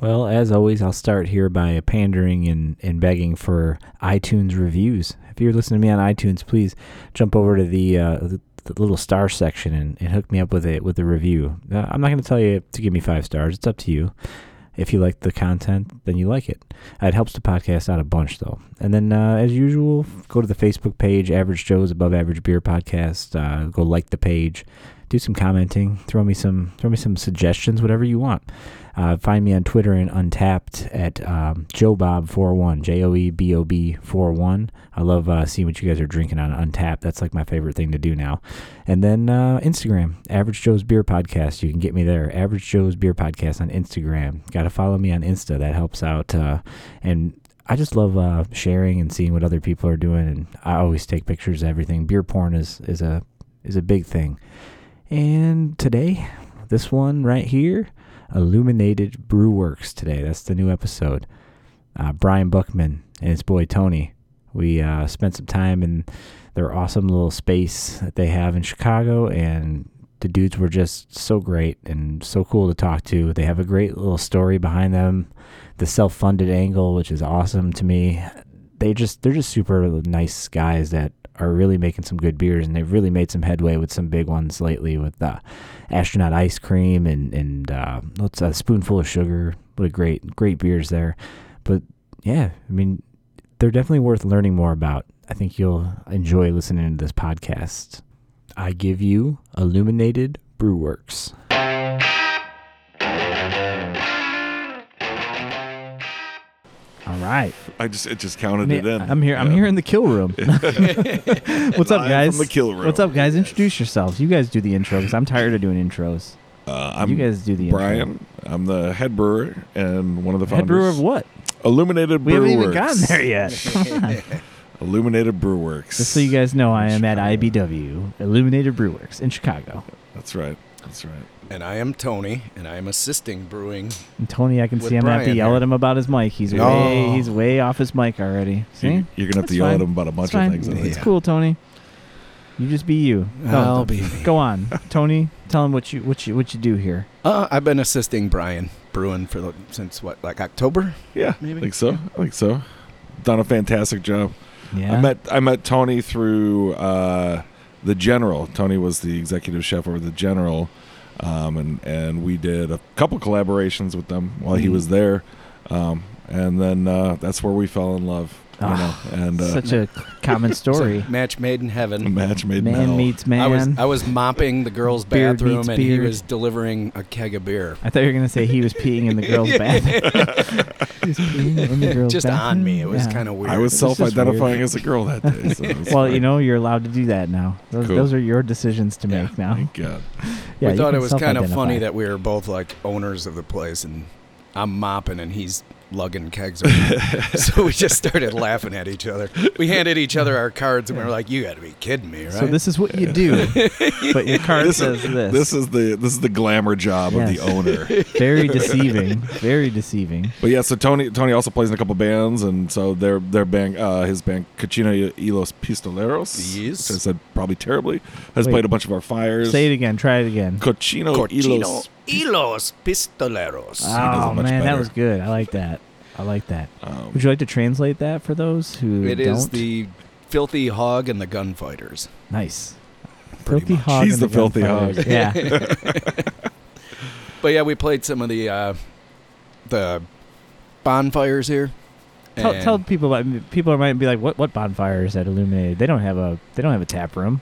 Well, as always, I'll start here by pandering and, and begging for iTunes reviews. If you're listening to me on iTunes, please jump over to the, uh, the, the little star section and, and hook me up with it with a review. Uh, I'm not going to tell you to give me five stars. It's up to you. If you like the content, then you like it. It helps the podcast out a bunch, though. And then, uh, as usual, go to the Facebook page, Average Joe's Above Average Beer Podcast. Uh, go like the page, do some commenting, throw me some, throw me some suggestions, whatever you want. Uh, find me on Twitter and Untapped at um, JoeBob41, J O E B O B 41. I love uh, seeing what you guys are drinking on Untapped. That's like my favorite thing to do now. And then uh, Instagram, Average Joe's Beer Podcast. You can get me there, Average Joe's Beer Podcast on Instagram. Got to follow me on Insta. That helps out. Uh, and I just love uh, sharing and seeing what other people are doing. And I always take pictures of everything. Beer porn is, is a is a big thing. And today, this one right here, Illuminated Brew Works today. That's the new episode. Uh, Brian Buckman and his boy Tony. We uh, spent some time in their awesome little space that they have in Chicago, and the dudes were just so great and so cool to talk to. They have a great little story behind them, the self-funded angle, which is awesome to me. They just they're just super nice guys that are really making some good beers, and they've really made some headway with some big ones lately with uh, astronaut ice cream and and uh, what's a spoonful of sugar. What a great great beers there, but yeah, I mean they're definitely worth learning more about. I think you'll enjoy listening to this podcast. I give you Illuminated Brewworks. All right, I just it just counted it in. I'm here. I'm Yeah. here in the kill room. What's up, Live guys? from the kill room. What's up, guys? Introduce yourselves. You guys do the intro because I'm tired of doing intros. Uh, I'm you guys do the Brian. intro. I'm the head brewer and one of the founders. Head brewer of what? Illuminated We Brew haven't even Works. gotten there yet. Come on. Illuminated Brew Works. Just so you guys know, I am at IBW, Illuminated Brewworks in Chicago. That's right. That's right. And I am Tony, and I am assisting brewing. And Tony, I can With see I'm gonna have to Brian yell here. at him about his mic. He's No. way he's way off his mic already. See? You- You're gonna have That's to yell fine. at him about a it's bunch of fine. things. I think. It's Yeah. cool, Tony. You just be you. No, I'll be me. Go on, Tony. Tell him what you what you what you do here. Uh, I've been assisting Brian brewing for the, since what, like October? Yeah, Maybe. I think so. I think so. Done a fantastic job. Yeah. I met I met Tony through uh, the General. Tony was the executive chef over the General, um, and and we did a couple collaborations with them while he Mhm. was there, um, and then uh, that's where we fell in love. You Ah, know, and uh, Such a common story. Match made in a heaven. match made in man hell. meets man. I was I was mopping the girls' Beard bathroom, meets and he beard. was delivering a keg of beer. I thought you were gonna say he was peeing in the girls' bath. He was peeing in the girls' Just on me. It was bathroom? kind of weird. I was It's just self-identifying weird. as a girl that day. So it's Yeah. Well, fine. you know, you're allowed to do that now. Those, Cool. those are your decisions to Yeah, make now. Thank God. Yeah, we you thought can it was kind of self-identify. funny that we were both like owners of the place, and I'm mopping and he's lugging kegs. around. so we just started laughing at each other. We handed each other our cards, and we were like, "You got to be kidding me, right?" So this is what you do, but your card This says is, this. this is the this is the glamour job of Yes. the owner. very deceiving. Very deceiving. But yeah, so Tony Tony also plays in a couple bands, and so their their band uh, his band Cachino y los Pistoleros. Yes. which I said probably terribly. Has Wait. played a bunch of our fires. Say it again. Try it again. Cochino, y Cochino los. y los pistoleros. Oh does much man, that better. was good. I like that. I like that. Um, Would you like to translate that for those who It don't? is the filthy hog and the gunfighters. nice. Pretty Filthy much. hog. He's and the filthy Gunfighters. hog. Yeah. But yeah, we played some of the uh, the bonfires here. tell, and tell people about people might be like, what what bonfire is that illuminated? They don't have a they don't have a tap room.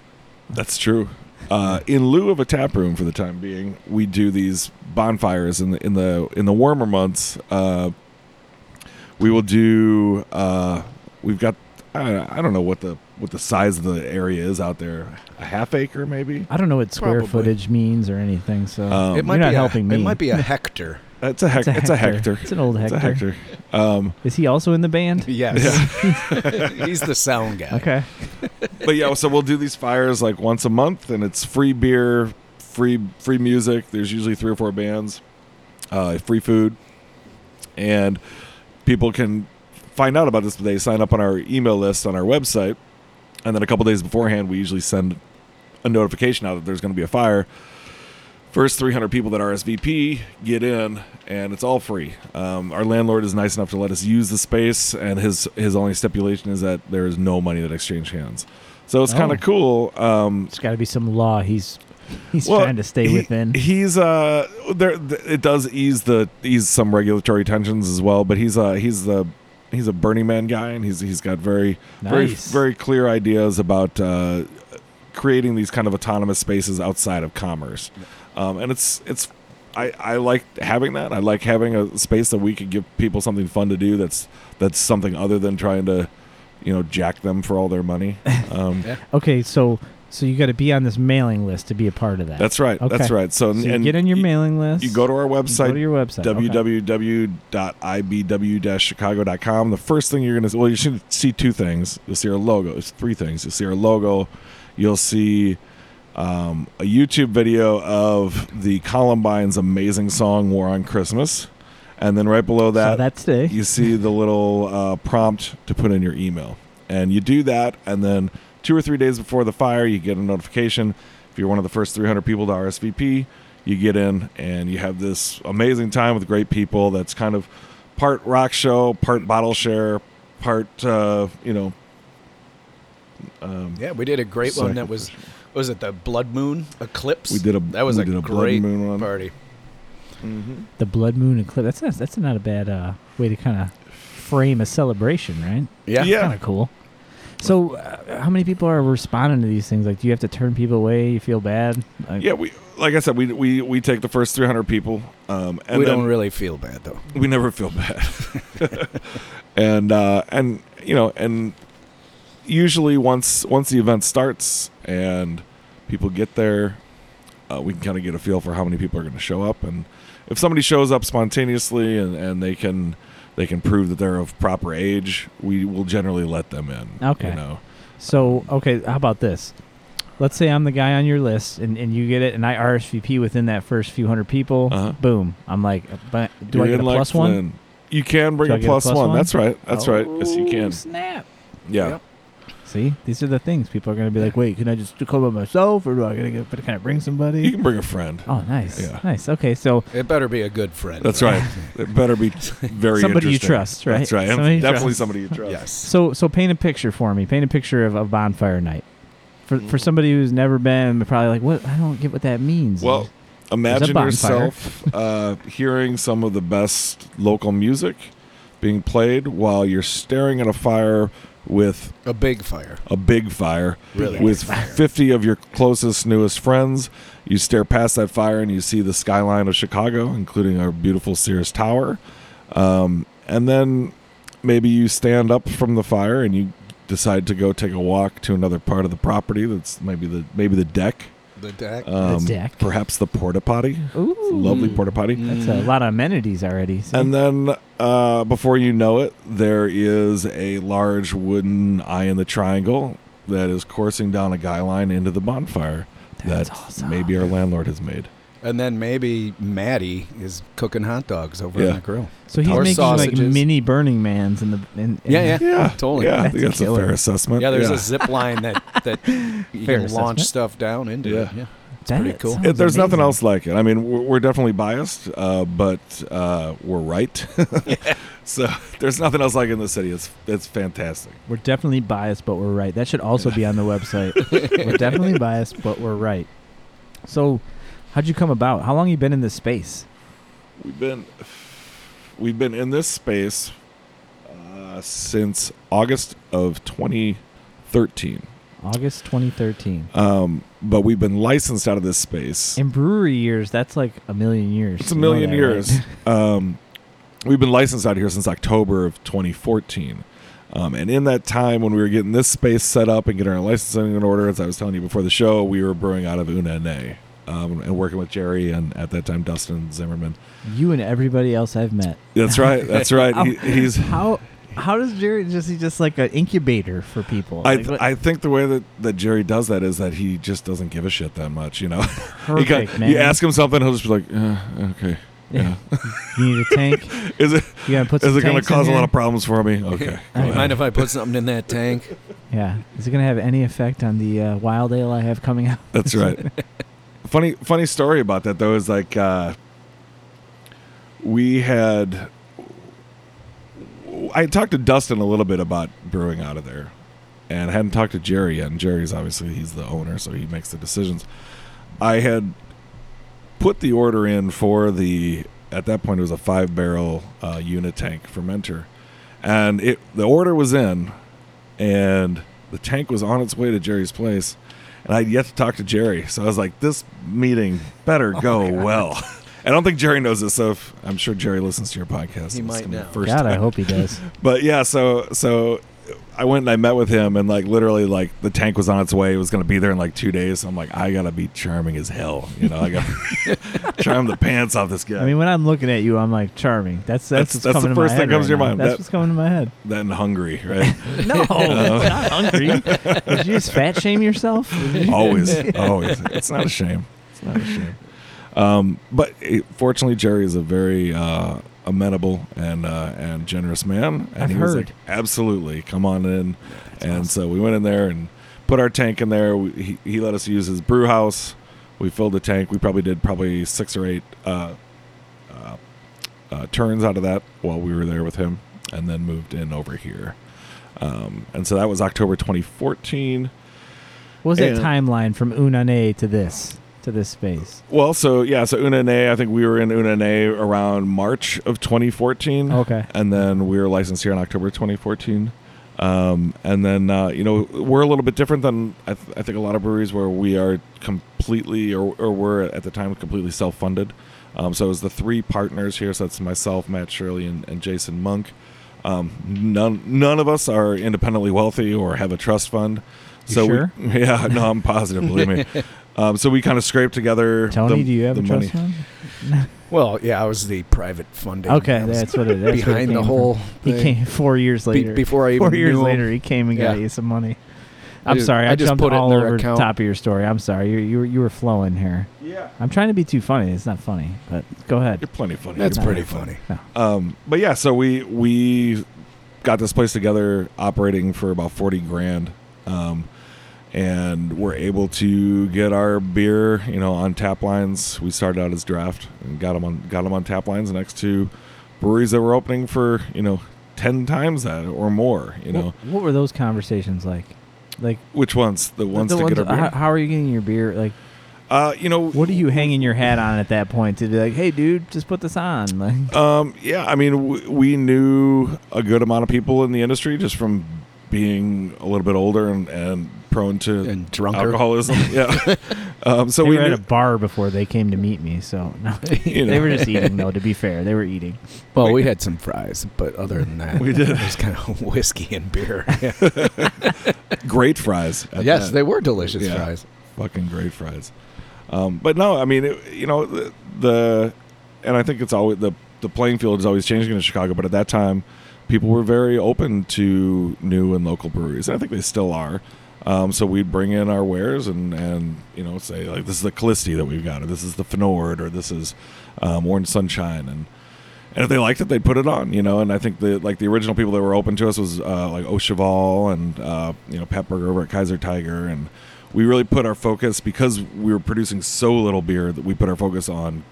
that's true. Uh, in lieu of a tap room for the time being, we do these bonfires in the in the in the warmer months. Uh, we will do. Uh, we've got. I, I don't know what the what the size of the area is out there. A half acre, maybe. I don't know what square Probably. footage means or anything. So Um, it Oh, might you're not be a, helping me. It might be a hectare. It's a hec- It's a hector. It's an old It's Hector. a hector. Um, Is he also in the band? Yes. He's the sound guy. Okay. but yeah, so we'll do these fires like once a month, and it's free beer, free free music. There's usually three or four bands, uh, free food, and people can find out about this. They sign up on our email list on our website, and then a couple days beforehand, we usually send a notification out that there's going to be a fire. First 300 people that RSVP get in, and it's all free. Um, our landlord is nice enough to let us use the space, and his his only stipulation is that there is no money that exchange hands. So it's kind Oh. of cool. Um, There's got to be some law he's he's well, trying to stay he- within. He's uh, there. th- It does ease the ease some regulatory tensions as well. But he's uh, he's the he's a Burning Man guy, and he's he's got very very Nice. very clear ideas about uh, creating these kind of autonomous spaces outside of commerce. Um, and it's it's I I like having that. I like having a space that we could give people something fun to do. That's that's something other than trying to you know jack them for all their money. Um, okay, so so you got to be on this mailing list to be a part of that. That's right. That's Okay. right. So, so you get on your you- mailing list. You go to our you go website to your website. okay. www.ibw-chicago.com. The first thing you're going to well, you should see two things. You'll see our logo. It's three things. You'll see our logo. You'll see um, a YouTube video of the Columbine's amazing song "War on Christmas," and then right below that, so that's today. you see the little uh, prompt to put in your email. And you do that, and then two or three days before the fire, you get a notification. If you're one of the first 300 people to RSVP, you get in and you have this amazing time with great people that's kind of part rock show, part bottle share, part, uh, you know. Um, Yeah, we did a great one that was was it the Blood Moon Eclipse? We did a- that was we a did a Blood great Mm-hmm. Moon one. party. the blood moon eclipse. That's not, that's not a bad uh, way to kind of frame a celebration, right? Yeah. Yeah. Kind of cool. So, uh, how many people are responding to these things? Like, do you have to turn people away? You feel bad? Like, Yeah, we like I said, we we, we take the first 300 people, um, and we then, don't really feel bad though. we never feel bad and uh and you know and usually once once the event starts and people get there uh, we can kind of get a feel for how many people are going to show up and if somebody shows up spontaneously and and they can they can prove that they're of proper age we will generally let them in Okay. you know So, okay, how about this? Let's say I'm the guy on your list and, and you get it, and I RSVP within that first few hundred people. Uh-huh. Boom. I'm like, but do I You're get a in like plus one? Flynn. you can bring Do a I get a plus, plus one. one? that's right that's right yes you Oh, can Snap. yeah Yep. See, these are the things people are going to be like, wait, can I just come by myself or do I got to get, but can I bring you somebody? can bring a friend Oh, nice. Yeah. Nice. Okay, so It better be a good friend. That's right. It better be very Somebody you interesting. trust, right? That's right. Somebody you Definitely trust. somebody you trust. Yes. So so paint a picture for me. Paint a picture of a bonfire night. For Mm. for somebody who's never been, they're probably like, what? I don't get what that means. Well, imagine bonfire. yourself uh, hearing some of the best local music being played while you're staring at a fire with A big fire. a big fire Really with big fire. 50 of your closest newest friends you stare past that fire and you see the skyline of chicago including our beautiful sears tower um, and then maybe you stand up from the fire and you decide to go take a walk to another part of the property that's maybe the maybe the deck The deck. um, deck. Hmm. Mm. perhaps the porta potty Ooh, lovely porta potty That's a lot of amenities already. See? Mm. and then uh, before you know it, there is a large wooden eye in the triangle that is coursing down a guy line into the bonfire That's that awesome. maybe our landlord has made. and then maybe Maddie is cooking hot dogs over Yeah. on the grill. so he's Or making like sausages. mini Burning Mans in the in, in Yeah, yeah. Yeah, Totally. Yeah, I That's think a that's a, killer. fair assessment. Yeah, there's a zip line that that you Fair can assessment. launch stuff down into. Yeah. It. yeah. That pretty cool. sounds It, there's nothing amazing. else like it. I mean, we're, we're definitely biased, uh, but uh, we're right. So there's nothing else like it in the city. It's it's fantastic. We're definitely biased, but we're right. That should also be on the website. we're definitely biased, but we're right. So, how'd you come about? How long you been in this space? We've been we've been in this space uh, since August of 2013. August 2013. Um, but we've been licensed out of this space. In brewery years, that's like a million years. It's a You know million that, years. right? um, we've been licensed out here since October of 2014. Um, and in that time, when we were getting this space set up and getting our licensing in order, as I was telling you before the show, we were brewing out of Una Ne, um, and working with Jerry and at that time Dustin Zimmerman. You and everybody else I've met. That's right. That's right. He, he's How how does Jerry just he's just like an incubator for people? I, Like, what- I think the way that, that Jerry does that is that he just doesn't give a shit that much, you know. He perfect, got- man. You ask him something, he'll just be like, uh, okay. Yeah. You need a tank. Is it You gotta put. Some is it going to tanks in cause a here? lot of problems for me? Okay. go Alright. ahead. Mind if I put something in that tank? Yeah. Is it gonna have any effect on the uh, wild ale I have coming out? That's right. funny funny story about that though is like uh, we had I had talked to Dustin a little bit about brewing out of there, and I hadn't talked to Jerry yet. And Jerry's obviously he's the owner, so he makes the decisions. I had put the order in for the at that point it was a five barrel uh, unit tank fermenter, and it the order was in, and the tank was on its way to Jerry's place, and I had yet to talk to Jerry. So I was like, this meeting better Oh go well. I don't think Jerry knows this, so if, I'm sure Jerry listens to your podcast. He It's might gonna be the now. First God, time I hope he does. but yeah, so so I went and I met with him, and like literally, like the tank was on its way. It was going to be there in like two days. So I'm like, I gotta be charming as hell. You know, I gotta charm the pants off this guy. I mean, when I'm looking at you, I'm like charming. That's that's That's- what's that's coming the to my first thing head comes right to your now. mind. That's That- what's coming to my head. then hungry, right? No, I'm not hungry. Did you just fat shame yourself? always, always. It's not a shame. It's not a shame. Um, but eh, fortunately, Jerry is a very uh, amenable and uh, and generous man. And I've he was heard. like, Absolutely, come on in. and so we went in there and put our tank in there. We, he, he let us use his brew house. We filled the tank. We probably did probably six or eight uh, uh, uh, turns out of that while we were there with him, and then moved in over here. Um, and so that was October 2014. What was that Yeah. timeline from Unane to this to this space? Well, so yeah, so Unane, I think we were in Unane around March of 2014. Okay. And then we were licensed here in October 2014. Um, and then, uh, you know, we're a little bit different than I, th- I think a lot of breweries where we are completely or, or were at the time completely self funded. Um, so it was the three partners here. So that's myself, Matt Shirley, and, and Jason Monk. Um, none, none of us are independently wealthy or have a trust fund. You so sure? we, yeah, no, I'm positive. believe me. Um, so we kind of scraped together. Tony, the- do you have the a money. trust fund? Well, yeah, I was the private funding. Okay, I was that's what it. That's where it behind came the from. whole He thing. came four years Be- later. before I even four years knew him. later, he came and got Yeah. you some money. I'm Dude, sorry, I, I just jumped put it in all their over account. the top of your story. I'm sorry, you you were- you were flowing here. Yeah. I'm trying to be too funny. It's not funny, but go ahead. You're plenty funny. That's You're pretty plenty funny. Um, but yeah, so we we got this place together, operating for about forty grand, um, and we're able to get our beer, you know, on tap lines. We started out as draft and got them on got 'em on tap lines next to breweries that were opening for you know ten times that or more. You know, what, what were those conversations like? Like which ones the ones the to get our how, beer? how are you getting your beer? Like, Uh, you know, what are you hanging your hat on at that point to be like, hey, dude, just put this on? Like, Um, yeah, I mean, w- we knew a good amount of people in the industry just from being a little bit older and, and prone to And drunker. alcoholism. yeah. Um, so they we were at knew, a bar before they came to meet me, so no. you know, they were just eating. Though, to be fair, they were eating. Well, we had some fries, but other than that, We did. It was kind of whiskey and beer. great fries. at yes, that. they were delicious Yeah. fries. fucking great fries. Um, but no, I mean, it, you know, the, the and I think it's always the the playing field is always changing in Chicago. But at that time, people were very open to new and local breweries, and I think they still are. Um, so we'd bring in our wares and and you know say like this is the Callisti that we've got, or this is the Fenord, or this is um, Orange Sunshine, and and if they liked it, they'd put it on, you know. And I think the like the original people that were open to us was uh, like Ocheval and uh, you know Petberg over at Kaiser Tiger, and we really put our focus because we were producing so little beer that we put our focus on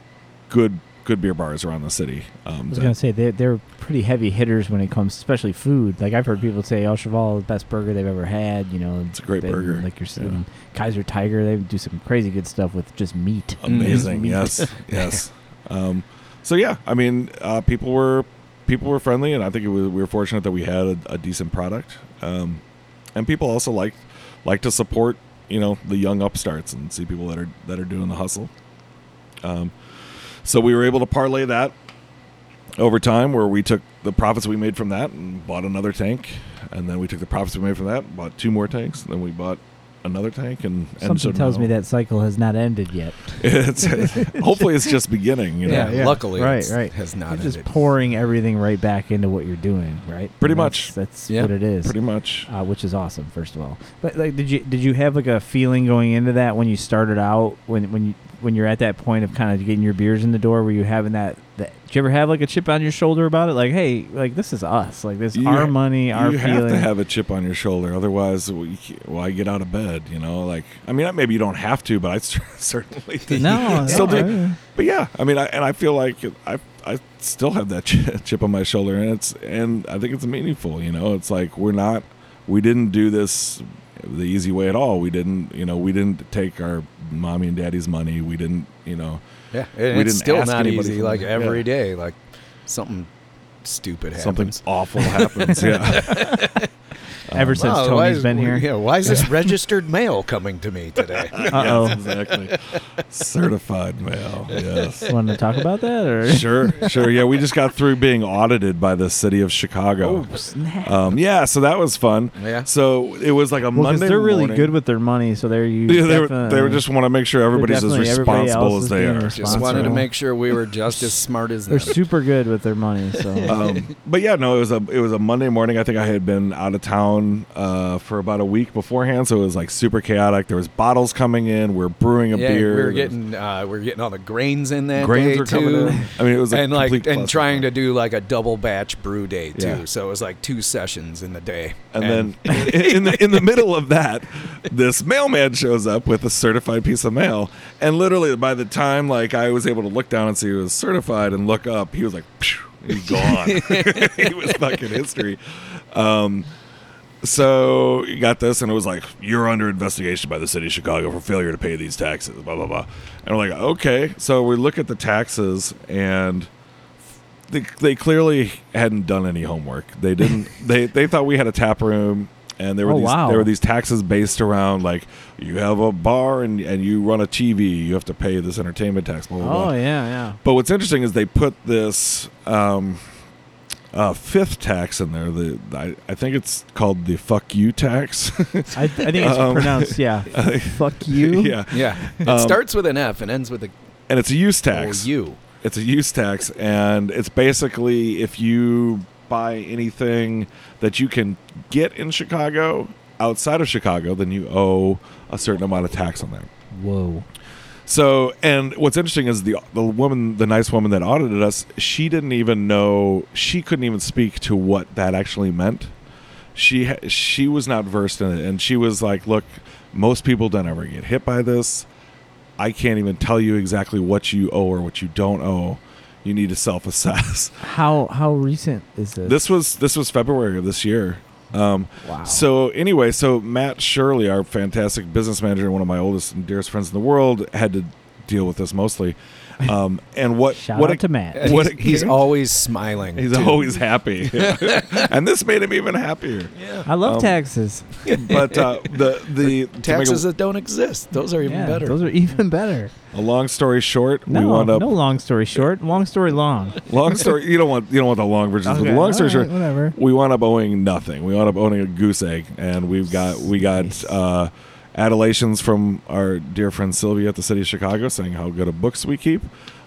good good beer bars around the city. Um, I was that- gonna say they they're pretty heavy hitters when it comes, especially food. Like I've heard people say, El Cheval, the best burger they've ever had. You know, it's a great burger. Like you're Yeah. Uh, saying, Kaiser Tiger, they do some crazy good stuff with just meat. amazing. Mm. Yes, yes. Mm-hmm. Um, so yeah, I mean, uh, people were people were friendly, and I think it was, we were fortunate that we had a, a decent product. Um, and people also like like to support you know the young upstarts and see people that are that are doing the hustle. Um, so we were able to parlay that over time, where we took the profits we made from that and bought another tank, and then we took the profits we made from that, bought two more tanks, and then we bought another tank, and uh, and so Something tells now- me that cycle has not ended yet. it's hopefully it's just beginning you know Yeah, yeah. luckily, Right, it's- right. has not You're just ended. pouring everything right back into what you're doing, right? Pretty And much. That's, that's Yeah, what it is. pretty much uh, which is awesome. First of all, but like, did you did you have like a feeling going into that when you started out when when you when you're at that point of kind of getting your beers in the door, where you having that, that? Do you ever have like a chip on your shoulder about it? Like, hey, like this is us. Like this, You our ha- money, our you have feelings. to have a chip on your shoulder, otherwise, we, why get out of bed? You know, like I mean, maybe you don't have to, but I cer- certainly do. no, Still no, do. But yeah, I mean, I, and I feel like I I still have that chi- chip on my shoulder, and it's and I think it's meaningful. You know, it's like we're not we didn't do this the easy way at all. We didn't, you know, we didn't take our mommy and daddy's money. We didn't, you know, Yeah, and We it's didn't still ask not anybody easy. for Like that. every Yeah. day, like something stupid happens. something awful happens. yeah, Ever since Wow, why Tony's is- been here, Yeah, why is this registered mail coming to me today? Uh-oh. Yes, exactly. Certified mail. Yes. want to talk about that or? Sure, sure. Yeah, we just got through being audited by the city of Chicago. Oh, Snap. Um, yeah, so that was fun. Oh, Yeah. So it was like a Well, 'cause Monday. they're really morning. good with their money, so they're you. Yeah, they, were, definitely- they were just want to make sure everybody's as definitely- everybody responsible else as is they being are. responsible. Just wanted to Sponsor. make sure we were just as smart as They're them. super good with their money. So Um, but yeah, no, it was a it was a Monday morning. I think I had been out of town uh, for about a week beforehand, so it was like super chaotic. There was bottles coming in. We are brewing a yeah, beer. we were There was- getting uh, we were getting all the grains in that grains day were coming too. in. I mean, it was a and like complete and clusterfuck. trying to do like a double batch brew day too. Yeah. So it was like two sessions in the day. And, then in the in the middle of that, this mailman shows up with a certified piece of mail. And literally by the time like I was able to look down and see he was certified and look up, he was like, "Phew," he's gone. he was fucking history. Um so you got this, and it was like you're under investigation by the city of Chicago for failure to pay these taxes. Blah blah blah. And we're like, okay. So we look at the taxes, and they, they clearly hadn't done any homework. They didn't. they they thought we had a tap room, and there were Oh, these wow. there were these taxes based around like you have a bar and and you run a TV, you have to pay this entertainment tax. Blah blah blah. oh yeah, yeah. But what's interesting is they put this um, uh, fifth tax in there. The I, I think it's called the "fuck you" tax. I, I think it's Um, pronounced yeah. fuck you. yeah, yeah, it Um, starts with an F and ends with a and it's a use or tax. U. It's a use tax, and it's basically if you buy anything that you can get in Chicago outside of Chicago, then you owe a certain amount of tax on that. Whoa. So, and what's interesting is the the woman, the nice woman that audited us, she didn't even know. She couldn't even speak to what that actually meant. She ha- she was not versed in it, and she was like, "Look, most people don't ever get hit by this. I can't even tell you exactly what you owe or what you don't owe. You need to self assess." How how recent is this? this was this was February of this year. Um, wow. so anyway, so Matt Shirley, our fantastic business manager and one of my oldest and dearest friends in the world, had to deal with this mostly. Um, and what shout what out it- to Matt. And What he's, a- uh, he's always smiling. he's too. always happy, and this made him even happier. yeah. I love um, taxes. But uh, the the to make taxes that don't exist. Those are even Yeah, better. Those are even better. A, a long story short, No, we wound up no long story short, long story long. long story. You don't want you don't want the long version. but Okay, long story all short, right, whatever. we wound up owing nothing. We wound up owning a goose egg, and we've got we got Nice. uh, adulations from our dear friend Sylvia at the city of Chicago saying how good of books we keep,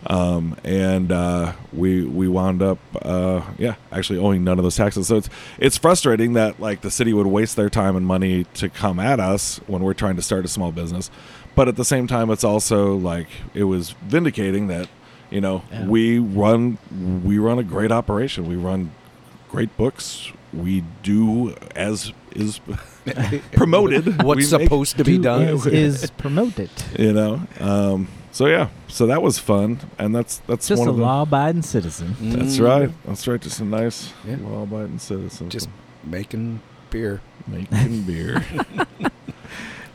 um, and uh, we we wound up uh, yeah actually owing none of those taxes. So it's it's frustrating that like the city would waste their time and money to come at us when we're trying to start a small business, but at the same time it's also like it was vindicating that. You know, Yeah. we run we run a great operation. We run great books we do as is promoted We What's make- supposed to be Do done? is, is promoted. you know um so yeah so that was fun and that's that's Just one a of the law-abiding citizen. that's Mm, right that's right just a nice Yeah. law-abiding citizen Just making beer. making beer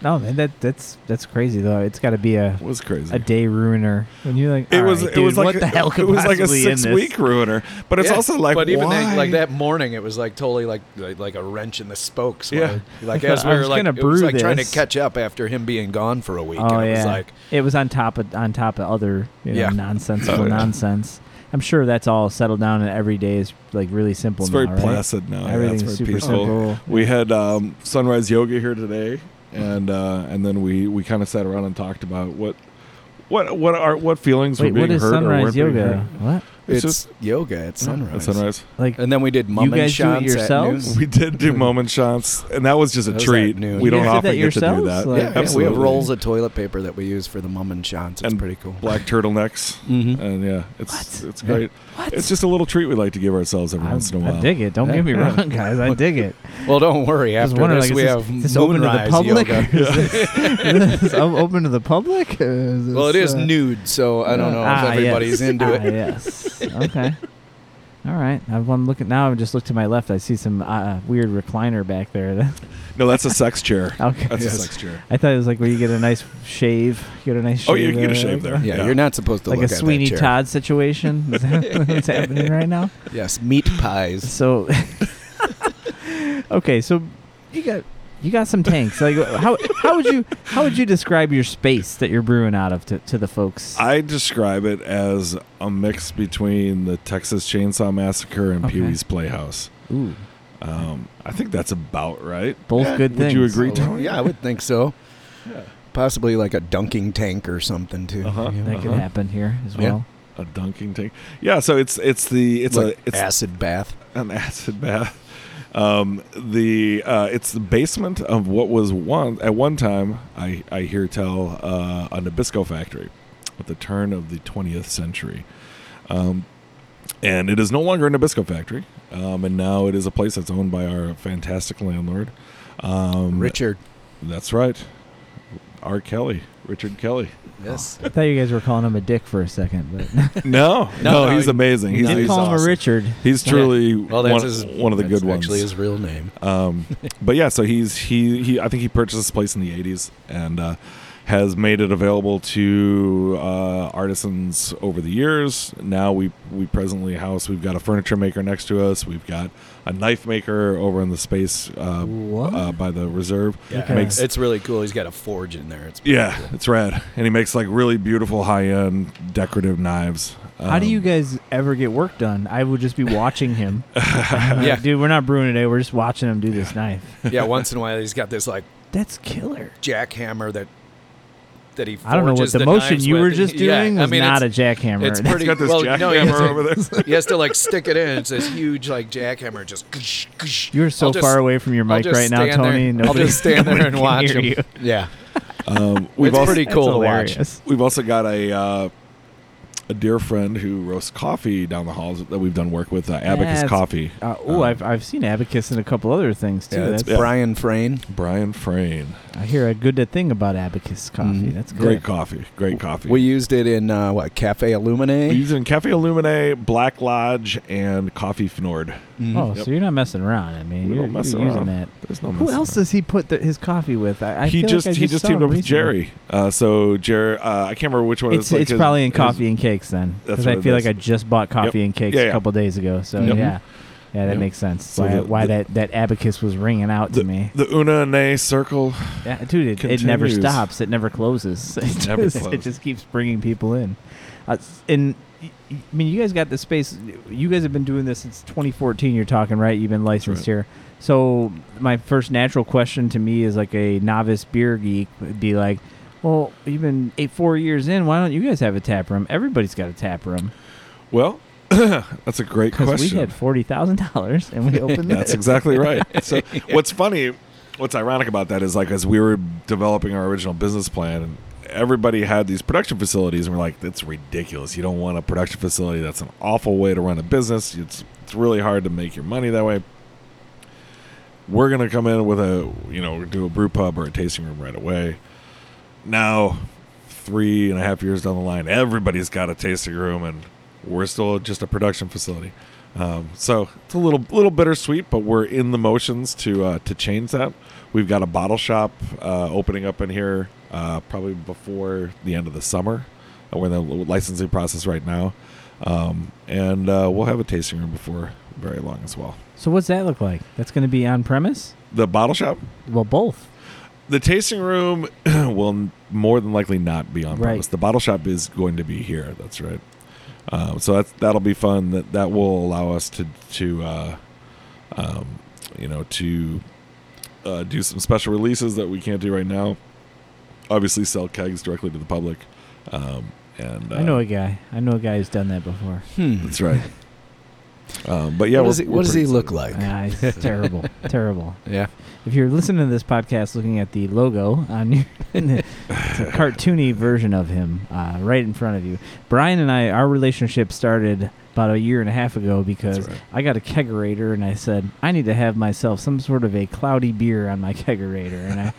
No man, that that's that's crazy though. It's got to be a it was a crazy day ruiner when you're like, it "All was right, it was dude, like what the hell could it was like a possibly in six this?" week ruiner but it's Yeah, also like but even that, like why? that morning, it was like totally like like, like a wrench in the spokes. Yeah. Like- like as I we were was like, gonna it was brew like trying to this. catch up after him being gone for a week. Oh and it yeah, was like it was on top of on top of other you know, Yeah. nonsensical Oh, yeah. nonsense. I'm sure that's all settled down and every day is like really simple it's now, very right? placid now yeah, it's Everything's very super peaceful simple. We had um, sunrise yoga here today, and uh, and then we, we kind of sat around and talked about what what what are what feelings Wait, were being what is hurt or sunrise weren't being yoga? What? hurt. It's It's, just- yoga at sunrise. At sunrise. Like And then we did mum You and guys do it shots at noon. yourselves? We did do moment shots, and that was just a That was at treat. noon. We You don't guys did often that get to do yourselves? that. Like- Yeah, Yeah, yeah, we have absolutely. rolls of toilet paper that we use for the mum and shots. It's And pretty cool. black turtlenecks, Mm-hmm. and yeah, it's What? it's Yeah. great. what? It's just a little treat we like to give ourselves every I, once in a I while. dig it. Don't get me Yeah. wrong, guys. I dig it. Well, don't worry. Just After wondering, this, like, we is have Is this open to the moonrise public? yoga. Is this, is this o- open to the public? Or is Well, it this, is uh, nude, so I don't know Ah, if everybody's yes. into Ah, it. yes. Okay. All right. I've one looking now. I just looked to my left. I see some uh, weird recliner back there. No, that's a sex chair. okay. That's Yes. a sex chair. I thought it was like where you get a nice shave. You get a nice. Oh, shave you get a uh, shave there. Yeah, Yeah. you're not supposed to Like look a at Sweeney that chair. Todd situation. Is that what's happening right now? Yes, meat pies. So, okay, so you got you got some tanks. Like how how would you how would you describe your space that you're brewing out of to, to the folks? I describe it as a mix between the Texas Chainsaw Massacre and Okay. Pee Wee's Playhouse. Ooh, Um, I think that's about right. both good would things. you agree? Great So, time. Oh, yeah, I would think so. Possibly like a dunking tank or something too. Uh-huh, That could uh-huh. happen here as Yeah. well. A dunking tank. Yeah, so it's it's the it's like a it's acid bath. an acid bath. Um, the uh, it's the basement of what was one at one time. I I hear tell uh, a Nabisco factory at the turn of the 20th century, um, and it is no longer a Nabisco factory. Um, and now it is a place that's owned by our fantastic landlord, um, Richard. That's right, R. Kelly, Richard Kelly. Yes. I thought you guys were calling him a dick for a second, but No, no, No, no, he's he- amazing. He's, you did he's, call him a awesome. Richard. he's truly Well, that's one, his, one of the that's good ones. Actually, his real name. Um, but yeah, so he's he he. I think he purchased this place in the '80s and uh, has made it available to uh, artisans over the years. Now we we presently house. We've got a furniture maker next to us. We've got a knife maker over in the space uh, What? uh, by the reserve. Yeah. Okay. Makes- it's really cool. He's got a forge in there. It's pretty Yeah, cool. it's rad, and he makes like really beautiful high end decorative knives. How do Um, you guys ever get work done? I would just be watching him. I'm like, Yeah. dude, we're not brewing today. We're just watching him do this knife. yeah. Once in a while, he's got this like That's killer. jackhammer that that he. I don't know what forges the, the motion knives you with. were just doing Yeah, was I mean, not a it's, jackhammer. it's He's pretty. got this well, jackhammer no, he has to- over there. He has to like stick it in. It's this huge like jackhammer. Just ksh, ksh. You're so I'll just- far away from your I'll mic just right now, stand Tony. There. I'll Nobody- just stand there nobody and can watch hear him. You. Yeah, Um, we've it's also pretty cool to watch. We've also got a uh, a dear friend who roasts coffee down the halls that we've done work with, uh, Abacus That's- Coffee. Uh, oh, Um, I've, I've seen Abacus and a couple other things too. yeah. It's That's, yeah. Brian Frayne. Brian Frayne, I hear a good thing about Abacus coffee. Mhm. That's Mm-hmm. great good. coffee, great coffee. We used it in uh, what Cafe we Illuminae. use it in Cafe Illumine, Black Lodge, and Coffee Fnord. Mhm. Oh, Yep. so you're not messing around. I mean, We you're, don't mess you're using around. that. There's no Who mess else does he put the, his coffee with? I, I around. He feel just like I he just saw teamed him up with recently. Jerry. Uh, so Jerry, uh, I can't remember which one. It's like it's his- probably in his- coffee and cakes then, That's because what I it feel is. like I just bought coffee and cakes Yeah, a yeah. couple days ago. So Yep. yeah, yeah, that Yep. makes sense. So why the- why the- that that Abacus was ringing out to me. The Una and A circle. Yeah, dude, it, it never continues. stops. It never closes. It, just, never it closes. just keeps bringing people in. Uh, s- and y- y- I mean, you guys got the space. You guys have been doing this since 2014. You're talking right. You've been licensed right. here. So my first natural question to me is like a novice beer geek would be like, well, you've been eight four years in. Why don't you guys have a tap room? Everybody's got a tap room Well, that's a great because we question. had forty thousand dollars and we opened this. That's exactly right. So what's funny, what's ironic about that is like as we were developing our original business plan and everybody had these production facilities and we're like, that's ridiculous. You don't want a production facility. That's an awful way to run a business. It's it's really hard to make your money that way. We're gonna come in with a you know, do a brew pub or a tasting room right away. Now three and a half years down the line, everybody's got a tasting room and we're still just a production facility. Um, so it's a little little bittersweet, but we're in the motions to uh, to change that. We've got a bottle shop uh, opening up in here uh, probably before the end of the summer. Uh, We're in the licensing process right now, um, and uh, we'll have a tasting room before very long as well. So what's that look like? That's going to be on premise. The bottle shop, Well, both. the tasting room will n- more than likely not be on Right. premise. The bottle shop is going to be here. That's right. Um, so that's that'll be fun. That that will allow us to to uh, um, you know to uh, do some special releases that we can't do right now. Obviously, sell kegs directly to the public, um, And uh, I know a guy. I know a guy who's done that before. Hmm. that's right. Um, but yeah, what, does we're- he, we're what does pretty he look excited. like? Ah, it's terrible, terrible. Yeah. If you're listening to this podcast, looking at the logo on your, it's a cartoony version of him uh, right in front of you. Brian and I, our relationship started about a year and a half ago That's because right. I got a kegerator and I said I need to have myself some sort of a cloudy beer on my kegerator and I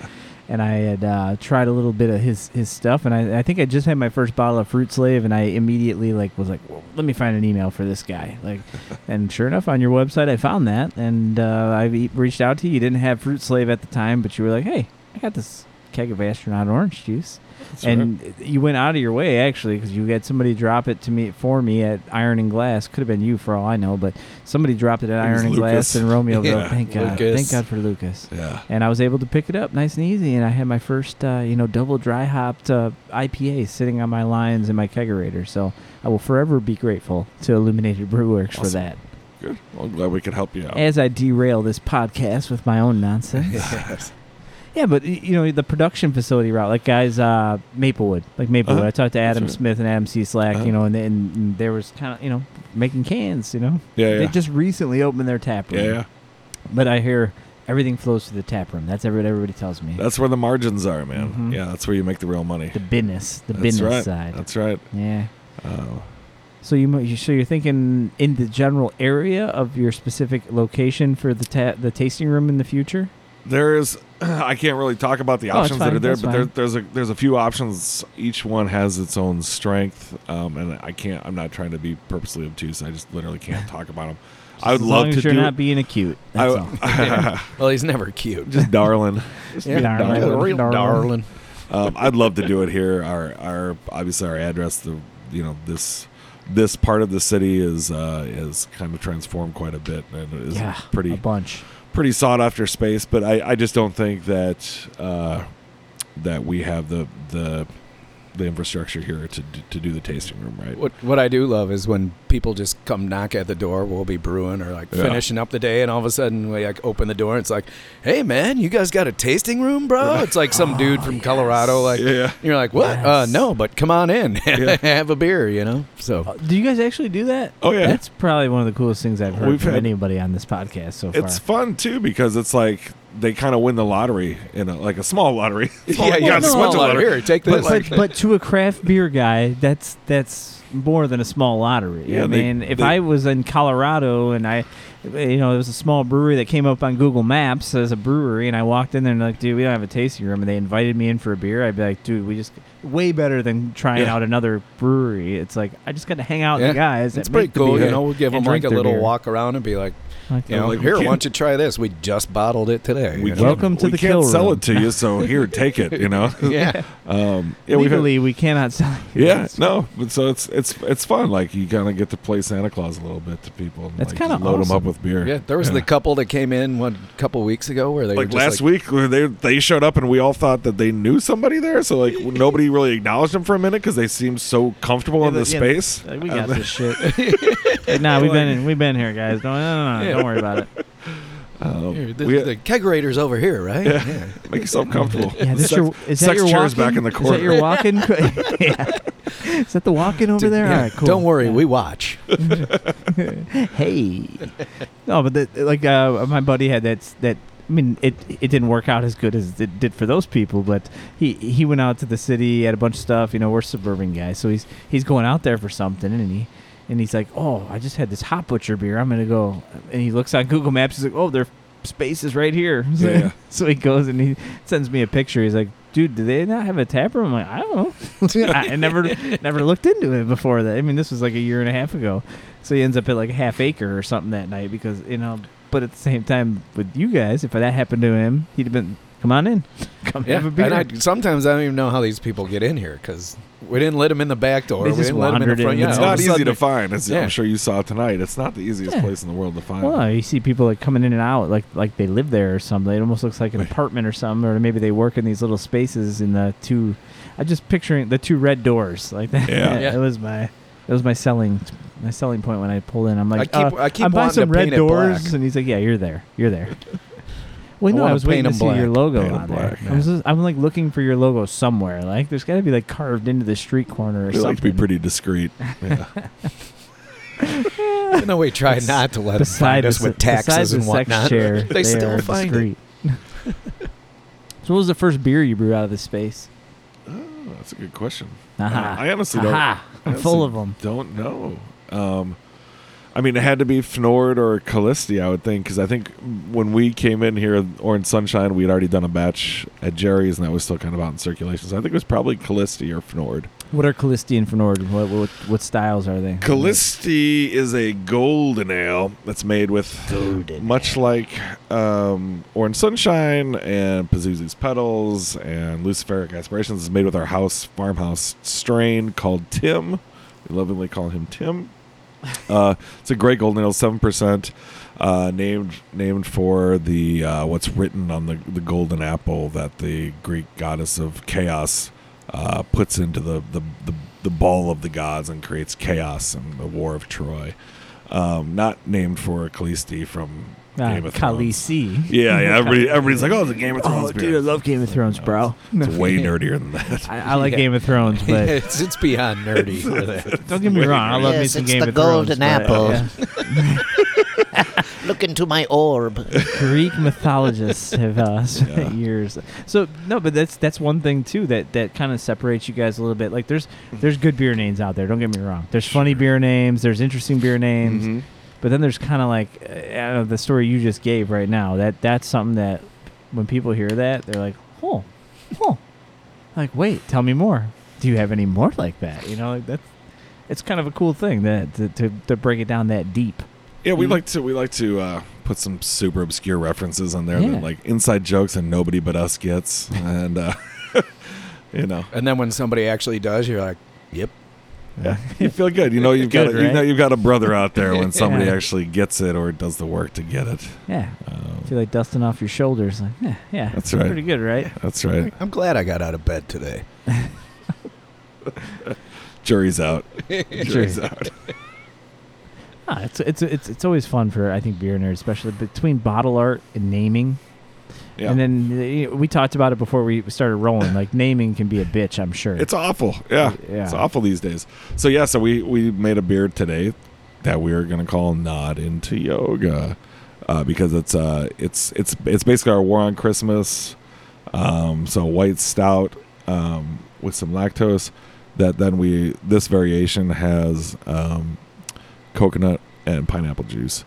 and I had uh, tried a little bit of his his stuff and I, I think I just had my first bottle of Fruit Slave and I immediately like was like well, let me find an email for this guy like and sure enough on your website I found that and uh, I e- reached out to you you didn't have Fruit Slave at the time but you were like hey I got this keg of astronaut orange juice That's right. and you went out of your way actually because you had somebody drop it to me for me at Iron and Glass. Could have been you for all I know, but somebody dropped it at It was Iron and Lucas. Glass in Romeoville. Yeah. Thank God, Lucas. thank God for Lucas. yeah. And I was able to pick it up nice and easy, and I had my first uh, you know double dry hopped uh, IPA sitting on my lines in my kegerator. So I will forever be grateful to Illuminated Brewworks for Awesome. that. Good. Well, I'm glad we could help you out. As I derail this podcast with my own nonsense. Yeah, but y- you know the production facility route, like guys, uh, Maplewood, like Maplewood. Uh-huh. I talked to Adam That's right. Smith and Adam C. Slack, Uh-huh. you know, and, and, and there was kind of you know making cans, you know. yeah, yeah. They just recently opened their tap yeah, room. yeah. But I hear everything flows through the tap room. That's what everybody tells me. That's where the margins are, man. Mhm. Yeah, that's where you make the real money. the business, the That's business right. side. That's right. yeah. Uh, So you mo- so you're thinking in the general area of your specific location for the ta- the tasting room in the future. there's, I can't really talk about the Oh, it's options that fine, are there, that's but there, fine. there's a there's a few options. Each one has its own strength, um, and I can't. I'm not trying to be purposely obtuse. I just literally can't talk about them. I would As love long to as you're do. not being acute. I, That's all. Well, he's never cute. just darling. Just Yeah, being darling. darling. Real darling. darling. um, I'd love to do it here. Our our obviously our address, the you know this this part of the city is uh, is kind of transformed quite a bit and is yeah, pretty a bunch. pretty sought after space. But I, I just don't think that uh, that we have the the the infrastructure here to d- to do the tasting room right. What what I do love is when people just come knock at the door. We'll be brewing or like Yeah. finishing up the day, and all of a sudden we like open the door. and It's like, hey man, you guys got a tasting room, bro? It's like some dude from Colorado. Like Yeah. you're like, what? Uh, Yes. no, but come on in, Yeah. have a beer, you know. So Uh, Do you guys actually do that? Oh yeah. That's probably one of the coolest things I've heard We've from had- anybody on this podcast so far. it's fun too because it's like they kind of win the lottery in a, like a small lottery. Small- yeah, Well, you got not a no, a small small lot lottery. here. Take but, this. but, but to a craft beer guy, that's that's more than a small lottery. Yeah, I they- mean, if they- I was in Colorado and I, you know, there was a small brewery that came up on Google Maps as a brewery, and I walked in there and like, dude, we don't have a tasting room, and they invited me in for a beer. I'd be like, dude, we just way better than trying Yeah. out another brewery. It's like I just got to hang out with Yeah. the guys. it's that pretty make the cool, beer you know. We'll give and them like drink a their little beer. walk around and be like, Like you that. know, like, we here, why can't- don't you try this? We just bottled it today. We you know? can't- Welcome to we the can't kill sell room. it to you, so here, take it. You know, yeah. um, yeah, we've had- Legally, we cannot sell. you Yeah, guys. no, but so it's it's it's fun. Like you kind of get to play Santa Claus a little bit to people. And, That's like, kinda just load them up awesome. with beer. Yeah, there was the couple that came in one couple weeks ago where they were like just last like, week where they they showed up and we all thought that they knew somebody there. So like nobody really acknowledged them for a minute because they seemed so comfortable in Yeah, the yeah, space. Like, we And got then- this shit. Like, nah, we've been in, we've been here, guys. Don't no, no, no, Yeah. don't worry about it. um, Here, the, we- the kegerator's over here, right? Yeah. make yourself comfortable. Yeah, this Sex- your, is that sex your chairs walking? back in the Is that your walking? yeah. Is that the walking over there? Yeah. All right, cool. Don't worry, we watch. hey. No, but the, like uh, my buddy had that s- that. I mean, it it didn't work out as good as it did for those people, but he he went out to the city, had a bunch of stuff. You know, we're suburban guys, so he's he's going out there for something, and he. And he's like, "Oh, I just had this hot butcher beer. I'm gonna go." And he looks on Google Maps. He's like, "Oh, their space is right here." So, Yeah. so he goes and he sends me a picture. He's like, "Dude, do they not have a tap room?" I'm like, "I don't know. I I never never looked into it before that. I mean, this was like a year and a half ago." So he ends up at like a half acre or something that night because you know. But at the same time, with you guys, if that happened to him, he'd have been, "Come on in, come Yeah. have a beer." And I, sometimes I don't even know how these people get in here because we didn't let them in the back door. They we just didn't let them in wandered the in. front. Yeah, It's all not of a easy sudden to it- find. It's, Yeah. I'm sure you saw tonight. It's not the easiest Yeah. place in the world to find. well, you see people like coming in and out, like like they live there or something. It almost looks like an Right. apartment or something, or maybe they work in these little spaces in the two. I just picturing the two red doors like that. Yeah. Yeah. it was my it was my selling my selling point when I pulled in. I'm like, I keep uh, I keep I'm by wanting some to red paint it black. doors, and he's like, "Yeah, you're there. You're there." Well, no, I, wanna was waiting to paint see 'em your black. logo Paint 'em on there. black, I was just- I'm like looking for your logo somewhere. Like, there's got to be like carved into the street corner or They like to something. be pretty discreet. Yeah. You know, we try not to let them Uh, find Beside us the with se- beside taxes the and sex whatnot. chair, They still are find it. discreet. so, what was the first beer you brew out of this space? Oh, that's a good question. Aha. Uh, I honestly don't. Aha. I I'm full honestly of them. Don't know. Um, I mean, it had to be Fnord or Callisti, I would think, because I think when we came in here, Orange Sunshine, we had already done a batch at Jerry's, and that was still kind of out in circulation. So I think it was probably Callisti or Fnord. What are Callisti and Fenord? What, what what styles are they? Callisti is a golden ale that's made with Golden much like um, Orange Sunshine and Pazuzu's Petals and Luciferic Aspirations is made with our house farmhouse strain called Tim. We lovingly call him Tim. Uh, it's a great golden ale, seven percent, uh, named named for the uh, what's written on the the golden apple that the Greek goddess of chaos uh, puts into the, the the the ball of the gods and creates chaos in the War of Troy. Um, not named for Callisti from Ah, Game of Thrones. Khaleesi. Yeah, yeah. Everybody, everybody's like, "Oh, it's a Game of Thrones." Oh, dude, beer." I love Game of Thrones, bro. It's way nerdier than that. I, I like Yeah. Game of Thrones, but it's, it's beyond nerdy for that. don't get me wrong, I love me Yes, some it's Game the of Thrones. golden but, apple. yeah. Look into my orb. Greek mythologists have uh, spent Yeah. years. So no, but that's that's one thing too that that kind of separates you guys a little bit. Like there's there's good beer names out there. Don't get me wrong. There's funny beer names. There's interesting beer names. Mhm. But then there's kind of like uh, I don't know, the story you just gave right now. That that's something that when people hear that they're like, oh, oh, like wait, tell me more. Do you have any more like that? You know, like that's it's kind of a cool thing that to to, to break it down that deep. Yeah, we Mhm. like to we like to uh, put some super obscure references on there, Yeah. that, like inside jokes and nobody but us gets, and uh, you know, And then when somebody actually does, you're like, yep. yeah, you feel good. You know, you've got Good, a, you know right? you've got a brother out there when somebody Yeah. actually gets it or does the work to get it. Yeah, Um, feel like dusting off your shoulders. Like, yeah, yeah, That's right. Pretty good, right? Um, that's right. I'm glad I got out of bed today. Jury's out. Sure. Jury's out. Ah, it's, it's it's it's always fun for I think beer nerds, especially between bottle art and naming. Yeah. And then uh, we talked about it before we started rolling. Like naming can be a bitch, I'm sure. It's awful. Yeah. Yeah. It's awful these days. So yeah, so we we made a beer today that we are gonna call Nod into Yoga. Uh, because it's uh it's it's it's basically our war on Christmas. Um so white stout um with some lactose that then we this variation has um coconut and pineapple juice.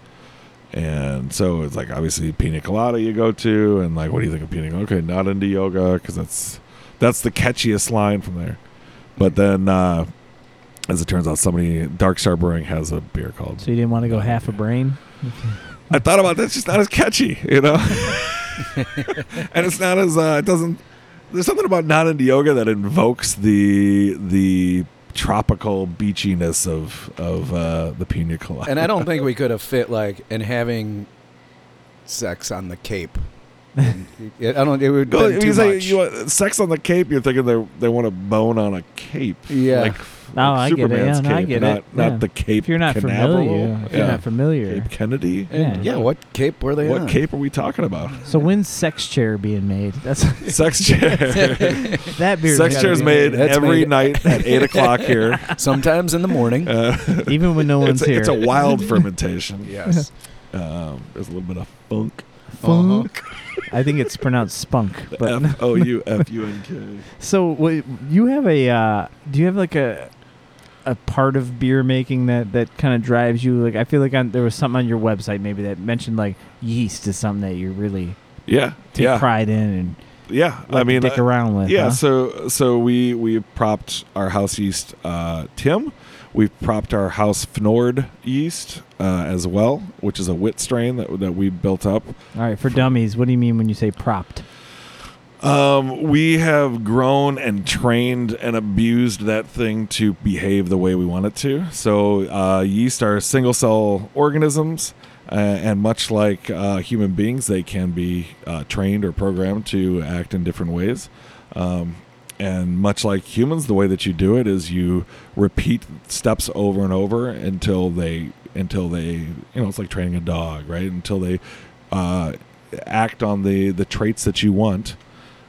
And so it's like obviously pina colada you go to, and like, what do you think of pina? Okay, not into yoga because that's that's the catchiest line from there. But then, uh, as it turns out, somebody Dark Star Brewing has a beer called. so you didn't want to go half a brain. I thought about that's just not as catchy, you know. and it's not as uh, it doesn't. There's something about not into yoga that invokes the the tropical beachiness of of uh, the pina colada. And I don't think we could have fit like and having sex on the Cape. I don't. It would Well, have been if too you say much. you want sex on the cape, you're thinking they they want to bone on a cape. Yeah. like, No, Oh, I get it. Superman's Yeah, no, I cape, get not, it. Not Yeah. the Cape. If you're not Canaveral. familiar, if you're Yeah. not familiar. Cape Kennedy. And, Yeah. yeah. What Cape were they What on? cape are we talking about? So when's sex chair being made? That's Sex chair. that beer. Sex chair's made That's every made- night at eight o'clock here. Sometimes in the morning. Uh, even when no one's it's, a, here. it's a wild fermentation. yes. Um, there's a little bit of funk. Funk. Uh-huh. I think it's pronounced spunk, but F O U F U N K. So what you have a uh, do you have like a a part of beer making that that kind of drives you like I feel like on, there was something on your website maybe that mentioned like yeast is something that you really Yeah, take yeah, pride in and yeah. like I mean, dick uh, around with. yeah huh? so so we we propped our house yeast uh, tim we've propped our house fnord yeast uh, as well which is a wit strain that, that we built up All right, for dummies, what do you mean when you say propped? um, we have grown and trained and abused that thing to behave the way we want it to. So uh, yeast are single cell organisms, uh, and much like uh, human beings, they can be uh, trained or programmed to act in different ways. Um, and much like humans, the way that you do it is you repeat steps over and over until they until they you know it's like training a dog, right? Until they uh, act on the the traits that you want.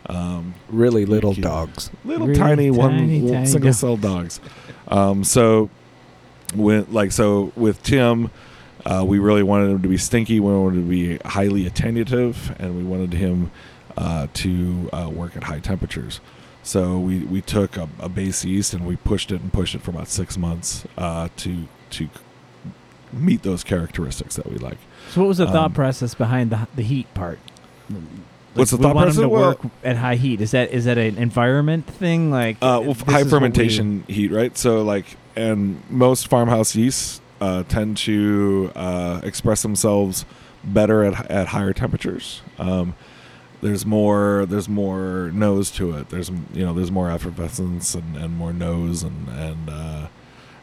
Um, Really little Thank you. dogs. little Really tiny, tiny, one tiny single cell dogs. Um, so when like so with Tim, uh, we really wanted him to be stinky. We wanted him to be highly attentive, and we wanted him uh, to uh, work at high temperatures. So we, we took a, a base yeast and we pushed it and pushed it for about six months uh, to to meet those characteristics that we like. So what was the Um, thought process behind the the heat part? Like, What's the we thought want 'em process? to Well- work at high heat? Is that is that an environment thing? Like uh, well, this high is what we- fermentation heat, right? So like, and most farmhouse yeasts uh, tend to uh, express themselves better at at higher temperatures. Um, there's more there's more nose to it. There's you know there's more effervescence and, and more nose and and uh,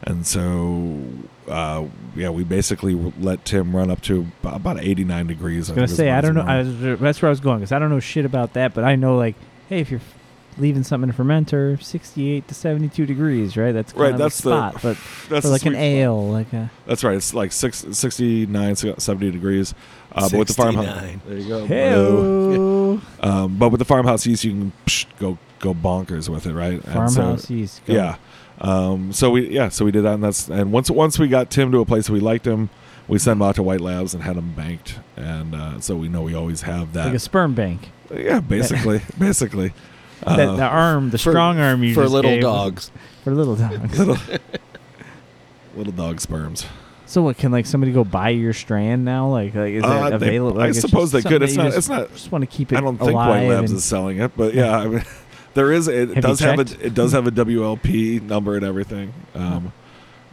and so uh, yeah, we basically let Tim run up to about 89 degrees. I was gonna say I don't know. I was, that's where I was going because I don't know shit about that, but I know like, hey, if you're leaving something in a fermenter, sixty-eight to seventy-two degrees, right? That's Right, kind of that's a the- spot, but that's for like an ale. ale, like a That's right. It's like six, 69, 70 degrees. Uh, but with the farmhouse, 69. there you go. bro. hey, Um, but with the farmhouse yeast, you can psh, go go bonkers with it, right? And so- farmhouse yeast. go. yeah. Um, so we yeah, so we did that, and that's and once once we got Tim to a place we liked him, we sent him out to White Labs and had him banked, and uh, so we know we always have like a that. sperm bank. yeah, basically, basically. Uh, that, the arm, the for- strong arm you for just little gave was- dogs. For little dogs. little, little dog sperms. So what can like somebody go buy your strand now? Like, like is that Uh, they- available? I Like, it's suppose just they something could. It's that you not- Just, it's not- Just want to keep it. I don't think alive White Labs and- is selling it, but yeah, I mean, there is. It, Have you does have a checked? it does have a WLP number and everything. Um,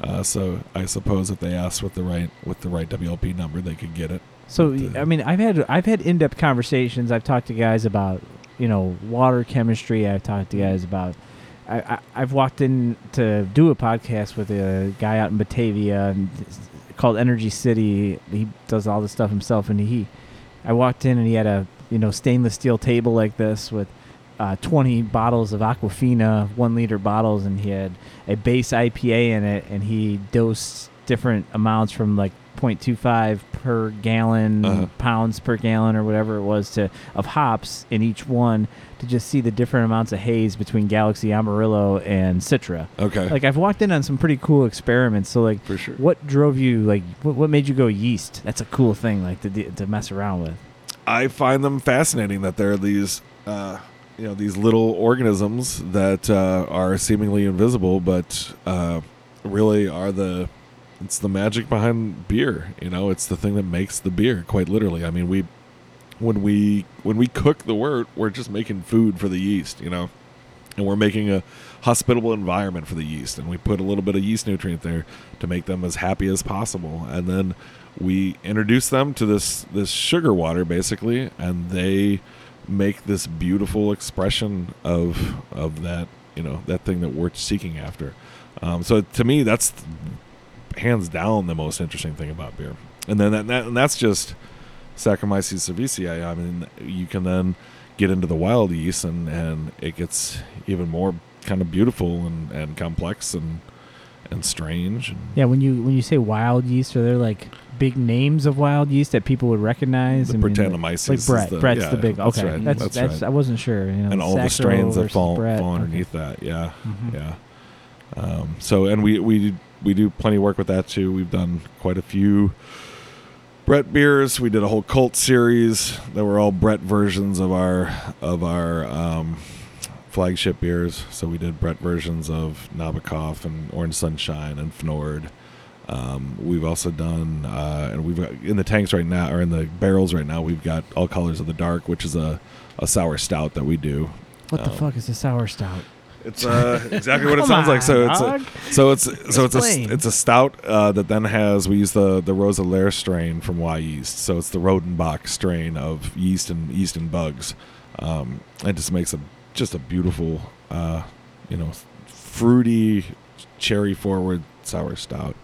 uh, so I suppose if they asked with the right with the right WLP number, they could get it. So But, uh, I mean, I've had I've had in depth conversations. I've talked to guys about you know water chemistry. I've talked to Mm. guys about. I, I I've walked in to do a podcast with a guy out in Batavia and it's called Energy City. He does all this stuff himself, and he. I walked in and he had a you know stainless steel table like this with. Uh, 20 bottles of Aquafina, one liter bottles, and he had a base IPA in it, and he dosed different amounts from like 0.25 per gallon, Uh-huh. pounds per gallon, or whatever it was to of hops in each one to just see the different amounts of haze between Galaxy Amarillo and Citra. Okay, Like I've walked in on some pretty cool experiments. So like, for sure. what drove you? Like, what, what made you go yeast? That's a cool thing, like to d- to mess around with. I find them fascinating that there are these, uh, you know, these little organisms that uh, are seemingly invisible, but uh, really are the. It's the magic behind beer. You know, it's the thing that makes the beer. Quite literally. I mean, we when we when we cook the wort, we're just making food for the yeast. You know, and we're making a hospitable environment for the yeast and we put a little bit of yeast nutrient there to make them as happy as possible and then we introduce them to this this sugar water basically and they make this beautiful expression of of that you know that thing that we're seeking after um, so to me that's hands down the most interesting thing about beer and then that, that and that's just Saccharomyces cerevisiae. I mean, you can then get into the wild yeast, and and it gets even more kind of beautiful and and complex and and strange. And Yeah, when you when you say wild yeast, are there like big names of wild yeast that people would recognize? the I mean, Brettanomyces, like is Brett. the, Brett's yeah, the big. That's Okay, right. that's, that's, that's- right. I wasn't sure. You know, and all the Saxo strains that versus fall Brett. fall Okay. underneath that. Yeah, Mhm. yeah. Um, so and we we we do plenty of work with that too. We've done quite a few Brett beers. We did a whole cult series that were all Brett versions of our of our um, flagship beers. So we did Brett versions of Nabokov and Orange Sunshine and Fnord. Um, we've also done, uh, and we've got in the tanks right now, or in the barrels right now, we've got All Colors of the Dark, which is a, a sour stout that we do. What the Um, fuck is a sour stout? It's uh, exactly what it Come sounds like. So on, it's a, dog. so it's so it's Explain. a it's a stout uh, that then has we use the the Rosa Lair strain from Y yeast. So it's the Rodenbach strain of yeast and yeast and bugs. Um, it just makes a just a beautiful uh, you know fruity cherry forward sour stout.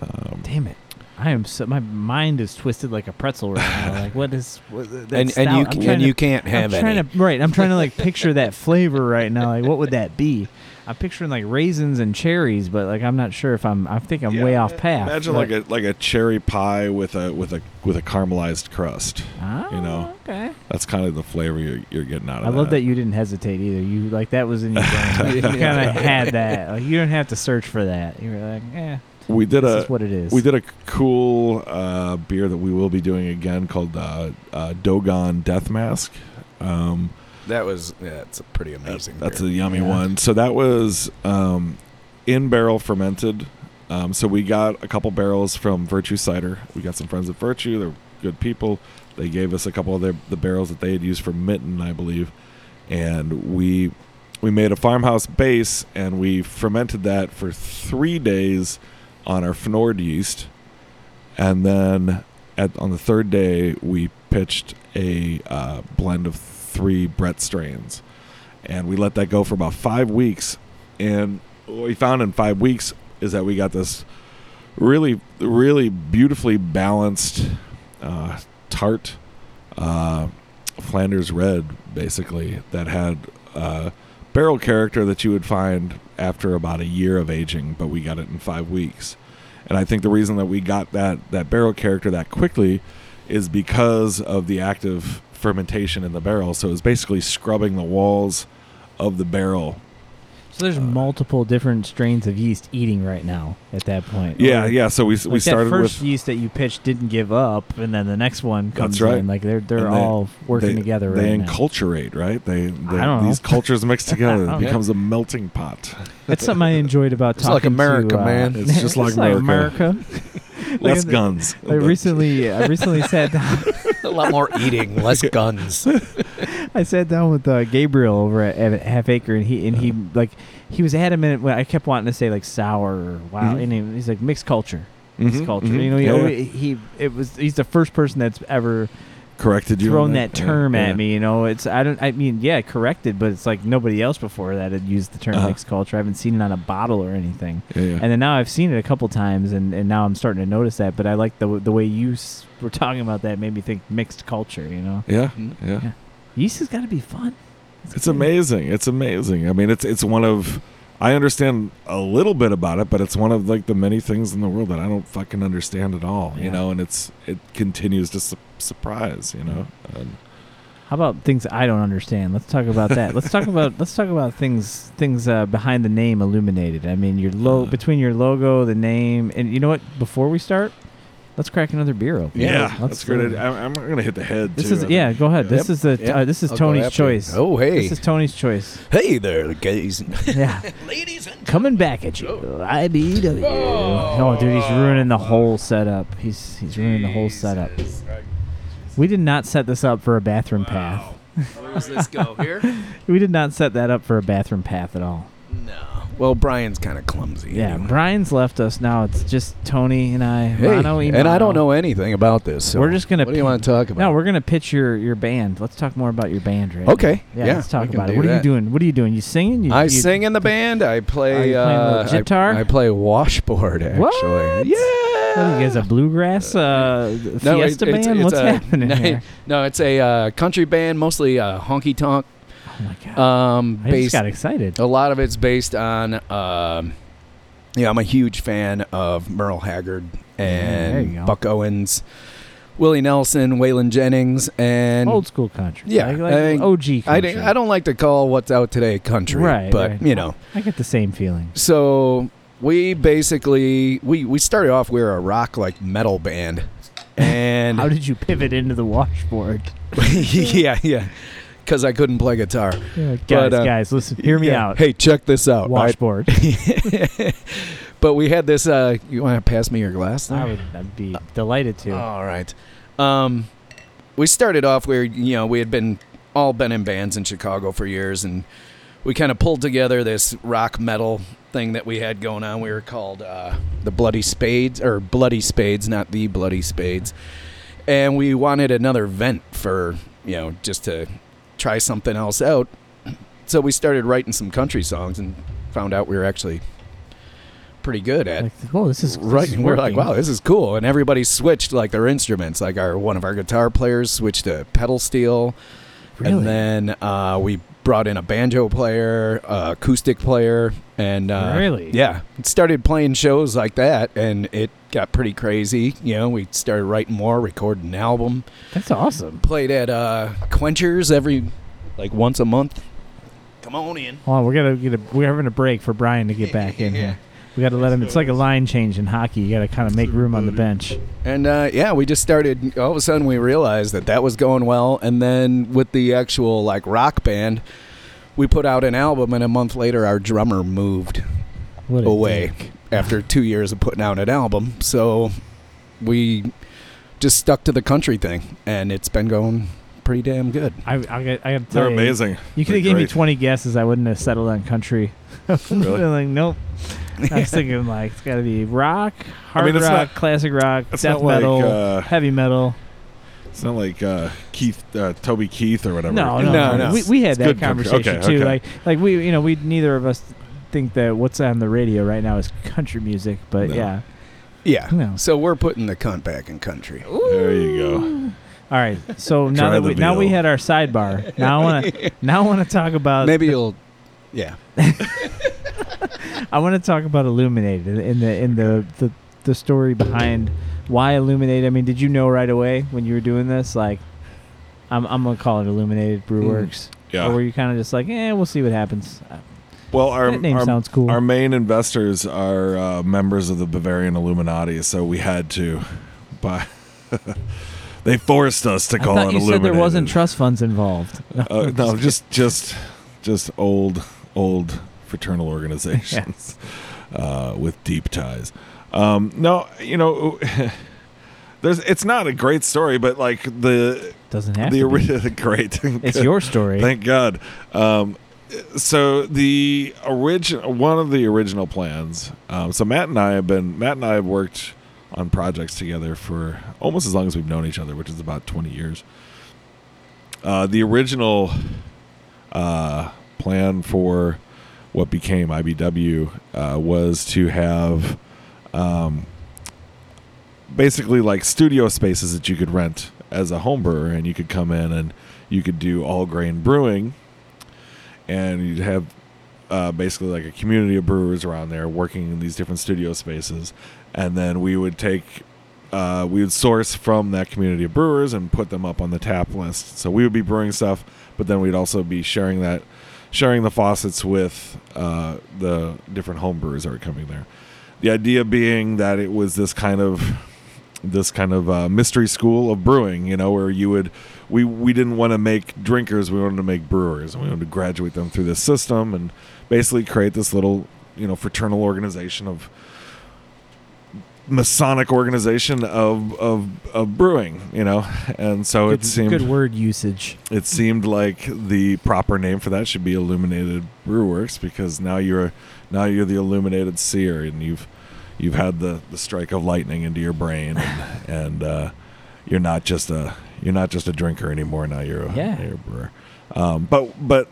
Um, Damn it. I am so my mind is twisted like a pretzel right now. Like what is what, that And, stout? and you I'm and trying to- you can't I'm have trying any. to right. I'm trying to like picture that flavor right now. Like what would that be? I'm picturing like raisins and cherries, but like I'm not sure if I'm. I think I'm Yeah. way off path. Imagine like a like a cherry pie with a with a with a caramelized crust. ah, you know. Okay. That's kind of the flavor you're, you're getting out of I love that you didn't hesitate either. You like that was in your brain. you kind of had that. Like, you didn't have to search for that. You were like, eh, We did this a is what it is. uh, we did a cool uh, beer that we will be doing again called uh, uh, Dogon Death Mask. Um, That was yeah, it's a pretty that's, amazing. that's a beer. yummy Yeah. one. So that was um, in barrel fermented. Um, so we got a couple barrels from Virtue Cider. We got some friends at Virtue. They're good people. They gave us a couple of their, the barrels that they had used for Mitten, I believe, and we we made a farmhouse base and we fermented that for three days on our Fnord yeast, and then at on the third day we pitched a uh, blend of three Brett strains, and we let that go for about five weeks, and what we found in five weeks is that we got this really, really beautifully balanced uh, tart uh, Flanders red, basically that had uh, barrel character that you would find after about a year of aging, but we got it in five weeks. And I think the reason that we got that that barrel character that quickly is because of the active fermentation in the barrel. So it's basically scrubbing the walls of the barrel so there's multiple different strains of yeast eating right now at that point. Yeah, Like- yeah. So we like we that started first with yeast that you pitched didn't give up, and then the next one comes right. in. Like they're they're And they- all working they, together They right now. enculturate, right? They, they don't know. these cultures mix together. Oh, It yeah. becomes a melting pot. That's something I enjoyed about It's talking like America, to, uh, man. It's just like America. America. Less Like, guns. I recently, I recently sat down. a lot more eating, less guns. I sat down with uh, Gabriel over at, at Half Acre, and he and he like he was adamant when I kept wanting to say like sour or wow, Mhm. and he, he's like mixed culture, mixed Mhm, culture. mhm. You know, he, Yeah, yeah. always- he it was he's the first person that's ever corrected you. on thrown that, term Yeah, yeah. at me. You know, it's I don't I mean yeah corrected, but it's like nobody else before that had used the term Uh-huh. mixed culture. I haven't seen it on a bottle or anything. Yeah, yeah. And then now I've seen it a couple times, and, and now I'm starting to notice that. But I like the the way you s- were talking about that made me think mixed culture. You know, yeah, Mhm. yeah. yeast has got to be fun. It's gotta be- amazing. It's amazing. I mean, it's it's one of I understand a little bit about it, but it's one of like the many things in the world that I don't fucking understand at all. Yeah. You know, and it's it continues to su- surprise. You know, Um, How about things I don't understand? Let's talk about that. let's talk about let's talk about things things uh, behind the name illuminated. I mean, your lo- Uh. between your logo, the name, and you know what? Before we start, let's crack another beer open. yeah, Let's- that's great. uh, I, I'm gonna hit the head. This too, is I yeah. think. Go ahead. Yeah. This is the Yep. uh, this is I'll go Tony's after you. choice. Oh hey, This is Tony's choice. hey there, guys, Yeah. ladies and Coming back at you, IBW. Oh, dude, he's ruining the whole setup. He's he's ruining the whole setup. We did not set this up for a bathroom path. Where does this go here? We did not set that up for a bathroom path at all. No. Well, Brian's kind of clumsy. Yeah, anyway. Brian's left us now. It's just Tony and I. Hey, Rano, and I Imano. don't know anything about this. so We're just gonna What do you pee. want to talk about? No, we're gonna pitch your your band. Let's talk more about your band, right? Okay, Yeah, yeah, let's talk we can about it. do What are you that. doing? What are you doing? You singing? You, I you- sing in the band. I Are you play. playing a Uh, little guitar? I, I play washboard. Actually, What? yeah. What are you guys a bluegrass uh, No, it- fiesta it's- band? it's What's a- happening here? No, it's a uh, country band, mostly uh, honky tonk. Oh my god! Um, I just based got excited. a lot of it's based on. Um, yeah, I'm a huge fan of Merle Haggard there you and go. Buck Owens, Willie Nelson, Waylon Jennings, and Old school country. Yeah, like, like I think- OG country. I, don't- I don't like to call what's out today country, Right, but right. you know. I get the same feeling. So we basically we we started off we were a rock like metal band, and How did you pivot into the washboard? yeah yeah, because I couldn't play guitar. Yeah, guys, But, uh, guys, listen, hear me Yeah. out. Hey, check this out. I- washboard. but we had this. Uh, you want to pass me your glass? there? I would I'd be delighted to. All right. Um, we started off where you know we had been all been in bands in Chicago for years, and we kind of pulled together this rock metal thing that we had going on. We were called uh, the Bloody Spades or Bloody Spades, not the Bloody Spades, and we wanted another vent for you know just to try something else out. So we started writing some country songs and found out we were actually pretty good at Like, oh, this is right This is and we're like working. wow this is cool and everybody switched like their instruments like our one of our guitar players switched to pedal steel Really? and then uh, we brought in a banjo player, uh, acoustic player, and uh, Really? yeah, started playing shows like that, and it got pretty crazy. You know, we started writing more, recording an album, That's awesome. played at uh, Quenchers every like once a month. Come on in. Hold on, we're gonna get a, we're having a break for Brian to get back in here. We got to let him. It's like a line change in hockey. You got to kind of make room on the bench. And uh, yeah, we just started. All of a sudden, we realized that that was going well. And then with the actual like rock band, we put out an album, and a month later, our drummer moved What a away dick. after two years of putting out an album. So we just stuck to the country thing, and it's been going pretty damn good. I, I, got- I got to tell They're you, amazing. You could have They're given me great. 20 guesses. I wouldn't have settled on country. Really? I'm like, nope. I was thinking, like, it's got to be rock, hard mean, it's rock, not- classic rock, It's death not like metal, uh, heavy metal. it's not like uh, Keith, uh, Toby Keith or whatever. No, no, No, no. no. We, we had It's that good country. conversation, Okay, too. okay. Like, like we, you know, we neither of us think that what's on the radio right now is country music, but No. yeah. Yeah. No. So we're putting the cunt back in country. There you go. All right. So now Try that the we, now we veal. had our sidebar. Now I want to now I want to talk about Maybe you'll. Yeah. I want to talk about Illuminated in the in the, the the story behind why Illuminated. I mean, did you know right away when you were doing this? Like, I'm I'm gonna call it Illuminated Brew Mm. Works. Mm-hmm. Yeah. Or were you kind of just like, eh, we'll see what happens? Uh, Well, our that name our, sounds cool. our main investors are uh, members of the Bavarian Illuminati, so we had to. But they forced us to I call thought it you said Illuminated. there wasn't trust funds involved. uh, no, just just just old old fraternal organizations uh, with deep ties. Um, no, you know, there's it's not a great story, but like the Doesn't have the to be. original great. It's your story. Thank God. Um, so the original one of the original plans. Um, so Matt and I have been Matt and I have worked on projects together for almost as long as we've known each other, which is about twenty years. Uh, the original uh, plan for what became IBW uh, was to have um, basically like studio spaces that you could rent as a home brewer, and you could come in and you could do all grain brewing, and you'd have uh, basically like a community of brewers around there working in these different studio spaces, and then we would take. Uh, we would source from that community of brewers and put them up on the tap list. So we would be brewing stuff, but then we'd also be sharing that, sharing the faucets with uh, the different home brewers that were coming there. The idea being that it was this kind of this kind of uh, mystery school of brewing, you know, where you would we we didn't want to make drinkers, we wanted to make brewers, and we wanted to graduate them through this system and basically create this little you know fraternal organization of Masonic organization of of, of brewing, you know, and so Good, it seemed good word usage. it seemed like the proper name for that should be Illuminated Brewworks because now you're now you're the illuminated seer and you've you've had the, the strike of lightning into your brain and, and uh, you're not just a you're not just a drinker anymore now you're a, Yeah. you're a brewer um, but but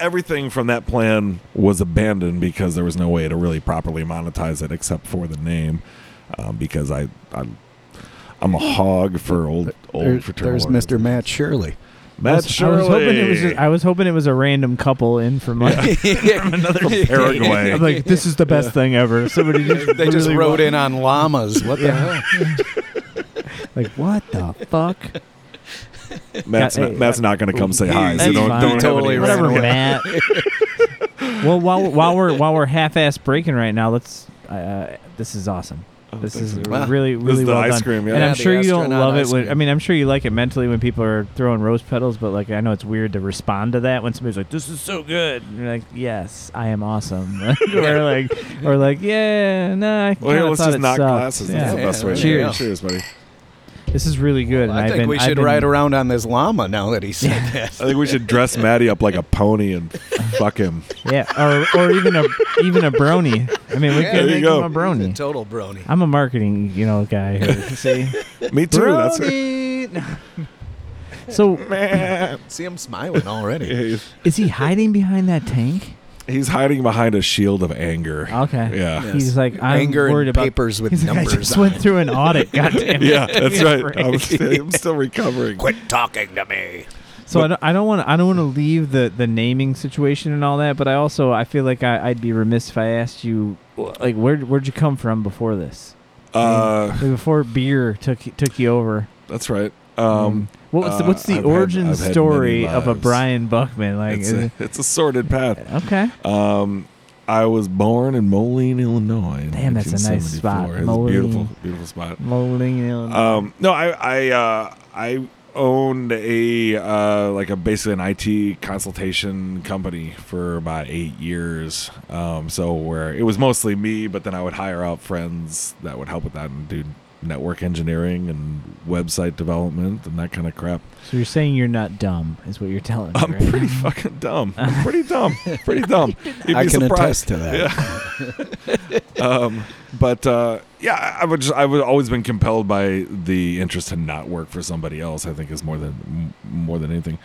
everything from that plan was abandoned because there was no way to really properly monetize it except for the name um, because I, I I'm a hog for old old There- fraternal there's Mr. Matt Shirley. I Matt was- I Shirley. was hoping it was just, I was hoping it was a random couple in from like Another Paraguay. I'm like this is the best thing ever. Somebody just They just really rode in on llamas. What the hell? Like what the fuck? Matt's, Yeah, not, hey, Matt's not going to come say hi, so that's don't, fine. don't Totally have any Whatever, ran away. Matt. well, while while we're while we're half-ass breaking right now, let's. Uh, this is awesome. Oh, This is Wow. really This really is the well ice done. cream, yeah. And I'm Yeah, sure the you don't astronaut love it ice when cream. I mean I'm sure you like it mentally when people are throwing rose petals, but like I know it's weird to respond to that when somebody's like, "This is so good," and you're like, "Yes, I am awesome," or like or like, "Yeah, nah, I well, kinda here, let's thought just it knock sucked." glasses. That's Yeah. the best way. to do Cheers. it. Cheers, buddy. This is really good. and I I've think been- we I've should been- ride around on this llama now that he said that. I think we should dress Maddie up like a pony and fuck him. Yeah, or, or even a even a brony. I mean, we Yeah, could there you make him go. a He's a brony. total brony. I'm a marketing, you know, guy here. See, Me too. That's right. Brony. so Man. See him smiling already. He's- is he hiding behind that tank? He's hiding behind a shield of anger. Okay. Yeah. He's like, I'm Anger worried and about papers with He's like, I numbers just on went it. through an audit. Goddamn. Yeah, that's right. I'm, Right. st- I'm still recovering. Quit talking to me. So I don't, I don't want I don't want to leave the, the naming situation and all that, but I also I feel like I, I'd be remiss if I asked you like where where'd you come from before this? Uh, Like before beer took took you over. that's right. Um, Mm. What was the, uh, what's the I've had- origin I've had many story of a lives. Brian Buckman? Like uh, it's, is a, it- it's a sordid path. okay, Um, I was born in Moline, Illinois. in Damn, that's a nice spot, 1974. It's a beautiful, Moline. beautiful spot. Moline, Illinois. Um, no, I I uh, I owned a uh, like a basically an IT consultation company for about eight years. Um, so where it was mostly me, but then I would hire out friends that would help with that and do network engineering and website development and that kind of crap. so you're saying you're not dumb, is what you're telling me? I'm right? pretty fucking dumb. I'm pretty dumb. Pretty dumb. You'd I be can surprised. attest to that. Yeah. um, but uh, yeah, I- I would just I would always been compelled by the interest to not work for somebody else. I think is more than m- more than anything.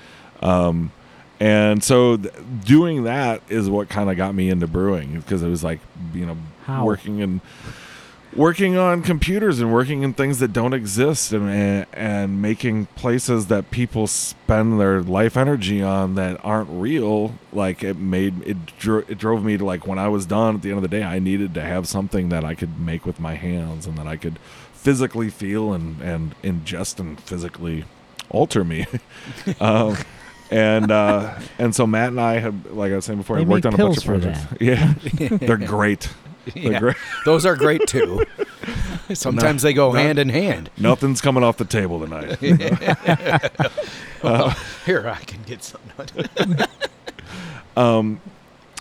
Um, and so th- doing that is what kind of got me into brewing because it was like you know How? working and working on computers and working in things that don't exist and, and and making places that people spend their life energy on that aren't real like it made it, dro- it drove me to like when i was done at the end of the day i needed to have something that i could make with my hands and that i could physically feel and and ingest and physically alter me um, and uh and so matt and i have like i was saying before They i worked make on a bunch pills of for projects yeah they're great they're Yeah. great Those are great too. Sometimes they go No. hand in hand. Nothing's coming off the table tonight. Well, here I can get something. um,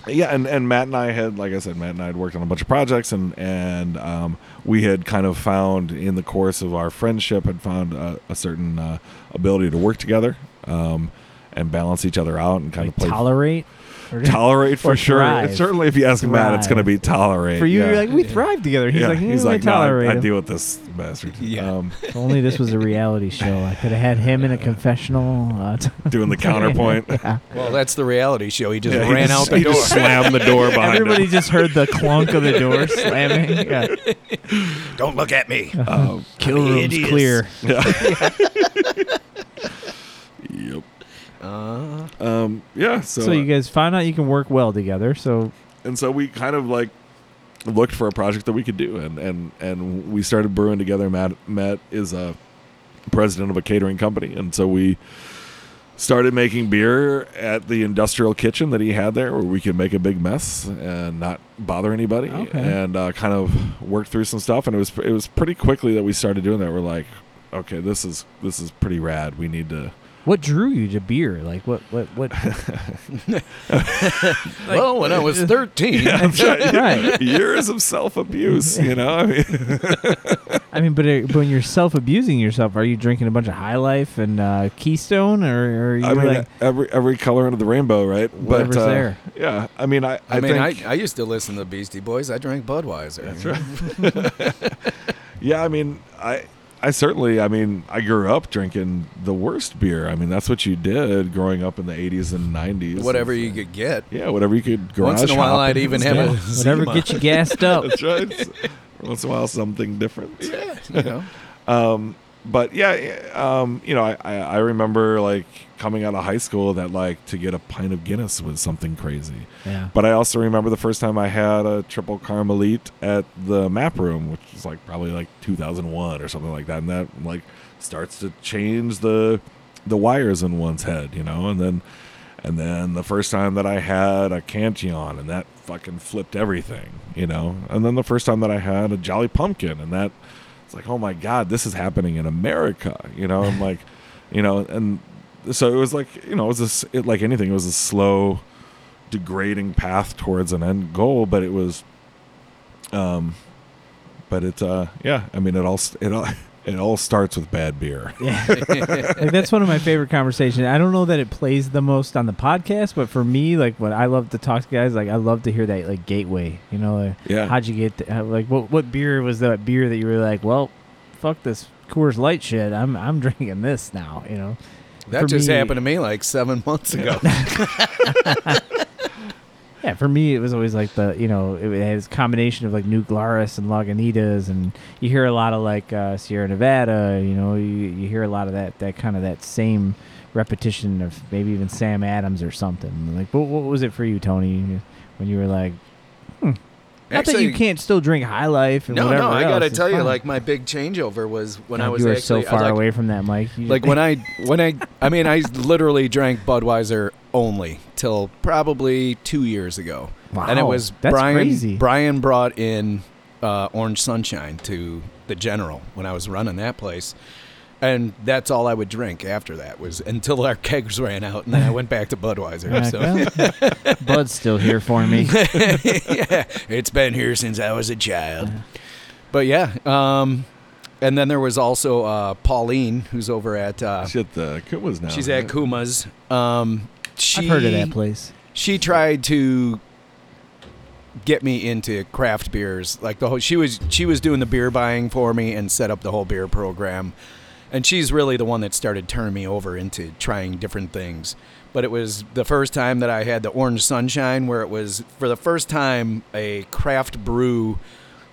yeah, and, and Matt and I had, like I said, Matt and I had worked on a bunch of projects, and and um, we had kind of found in the course of our friendship had found a, a certain uh, ability to work together um, and balance each other out and kind Like of play tolerate. Or- tolerate for or sure. thrive. Certainly, if you ask Matt, it's going to Thrive. be tolerate for you, yeah. you're like we thrive together. He's Yeah, like, he's "Mm, I like, no, I- tolerate I, him." deal with this bastard. Yeah. Um, If only this was a reality show. I could have had him in a confessional. Uh, t- doing the counterpoint. yeah. Well, that's the reality show. He just Yeah, he ran just- out the he door. just slammed the door behind him. Everybody just heard the clunk of the door slamming. Yeah. Don't look at me. Um, Kill room's Hideous. clear. yep. Uh, Um, yeah. So, So, you guys found out you can work well together. So and so we kind of like looked for a project that we could do and and and we started brewing together matt matt is a president of a catering company and so we started making beer at the industrial kitchen that he had there where we could make a big mess and not bother anybody Okay. and uh, kind of worked through some stuff and it was it was pretty quickly that we started doing that we're like okay this is this is pretty rad we need to what drew you to beer? Like what? What? What? well, when I was 13, right. years of self-abuse you know I mean, I mean, but, it, but when you're self abusing yourself, are you drinking a bunch of High Life and uh, Keystone, or, or are you I mean, like every every color under the rainbow, right? whatever's but, uh, there? Yeah, I mean, I, I, I, mean, think, I, I used to listen to the Beastie Boys. I drank Budweiser. That's right. yeah, I mean, I, I certainly, I mean, I grew up drinking the worst beer. I mean, that's what you did growing up in the '80s and '90s. Whatever you could get. Yeah, whatever you could. Garage Once in a while, hop I'd and- even have a Yeah, Whatever Zima. gets you gassed up. That's right. Once in a while, something different. Yeah, you know. um but yeah um you know I, I i remember like coming out of high school that like to get a pint of guinness was something crazy Yeah. but i also remember the first time i had a triple carmelite at the map room which was like probably like 2001 or something like that and that like starts to change the the wires in one's head you know and then and then the first time that I had a Cantillon, and that fucking flipped everything, you know. And then the first time that I had a Jolly Pumpkin, and that it's like, oh my god, this is happening in America, you know. I'm like, you know, and so it was like, you know, it was this it, like anything, it was a slow, degrading path towards an end goal, but it was, um, but it, uh, yeah, I mean, it all, s- it all, it all starts with bad beer. like that's one of my favorite conversations. I don't know that it plays the most on the podcast, but for me, like what I love to talk to guys, like I love to hear that like gateway. You know, like, Yeah, how'd you get th- how- like what what beer was that beer that you were like, well, fuck this Coors Light shit. I'm I'm drinking this now. You know, That For just me- happened to me like seven months ago. Yeah, for me, it was always like the you know it has combination of like New Glarus and Lagunitas, and you hear a lot of like uh, Sierra Nevada. You know, you, you hear a lot of that that kind of that same repetition of maybe even Sam Adams or something. Like, what, what was it for you, Tony, when you were like, not that you can't still drink High Life and No, whatever no, I else, gotta it's tell you, fine. like my big changeover was when I God, was you were actually so I was far like, away from that, Mike. You- like when I when I I mean I literally drank Budweiser only till probably two years ago, wow, and it was that's Brian. crazy. Brian brought in uh, Orange Sunshine to the General when I was running that place, and that's all I would drink after that was until our kegs ran out, and then I went back to Budweiser. Like, so well, Bud's still here for me. yeah, it's been here since I was a child. But yeah, um, and then there was also uh, Pauline, who's over at uh, She's at the Kuma's now. she's at right? Kuma's. Um, she, I've heard of that place. She tried to get me into craft beers, like the whole. She was she was doing the beer buying for me and set up the whole beer program, and she's really the one that started turning me over into trying different things. But it was the first time that I had the orange sunshine, where it was for the first time a craft brew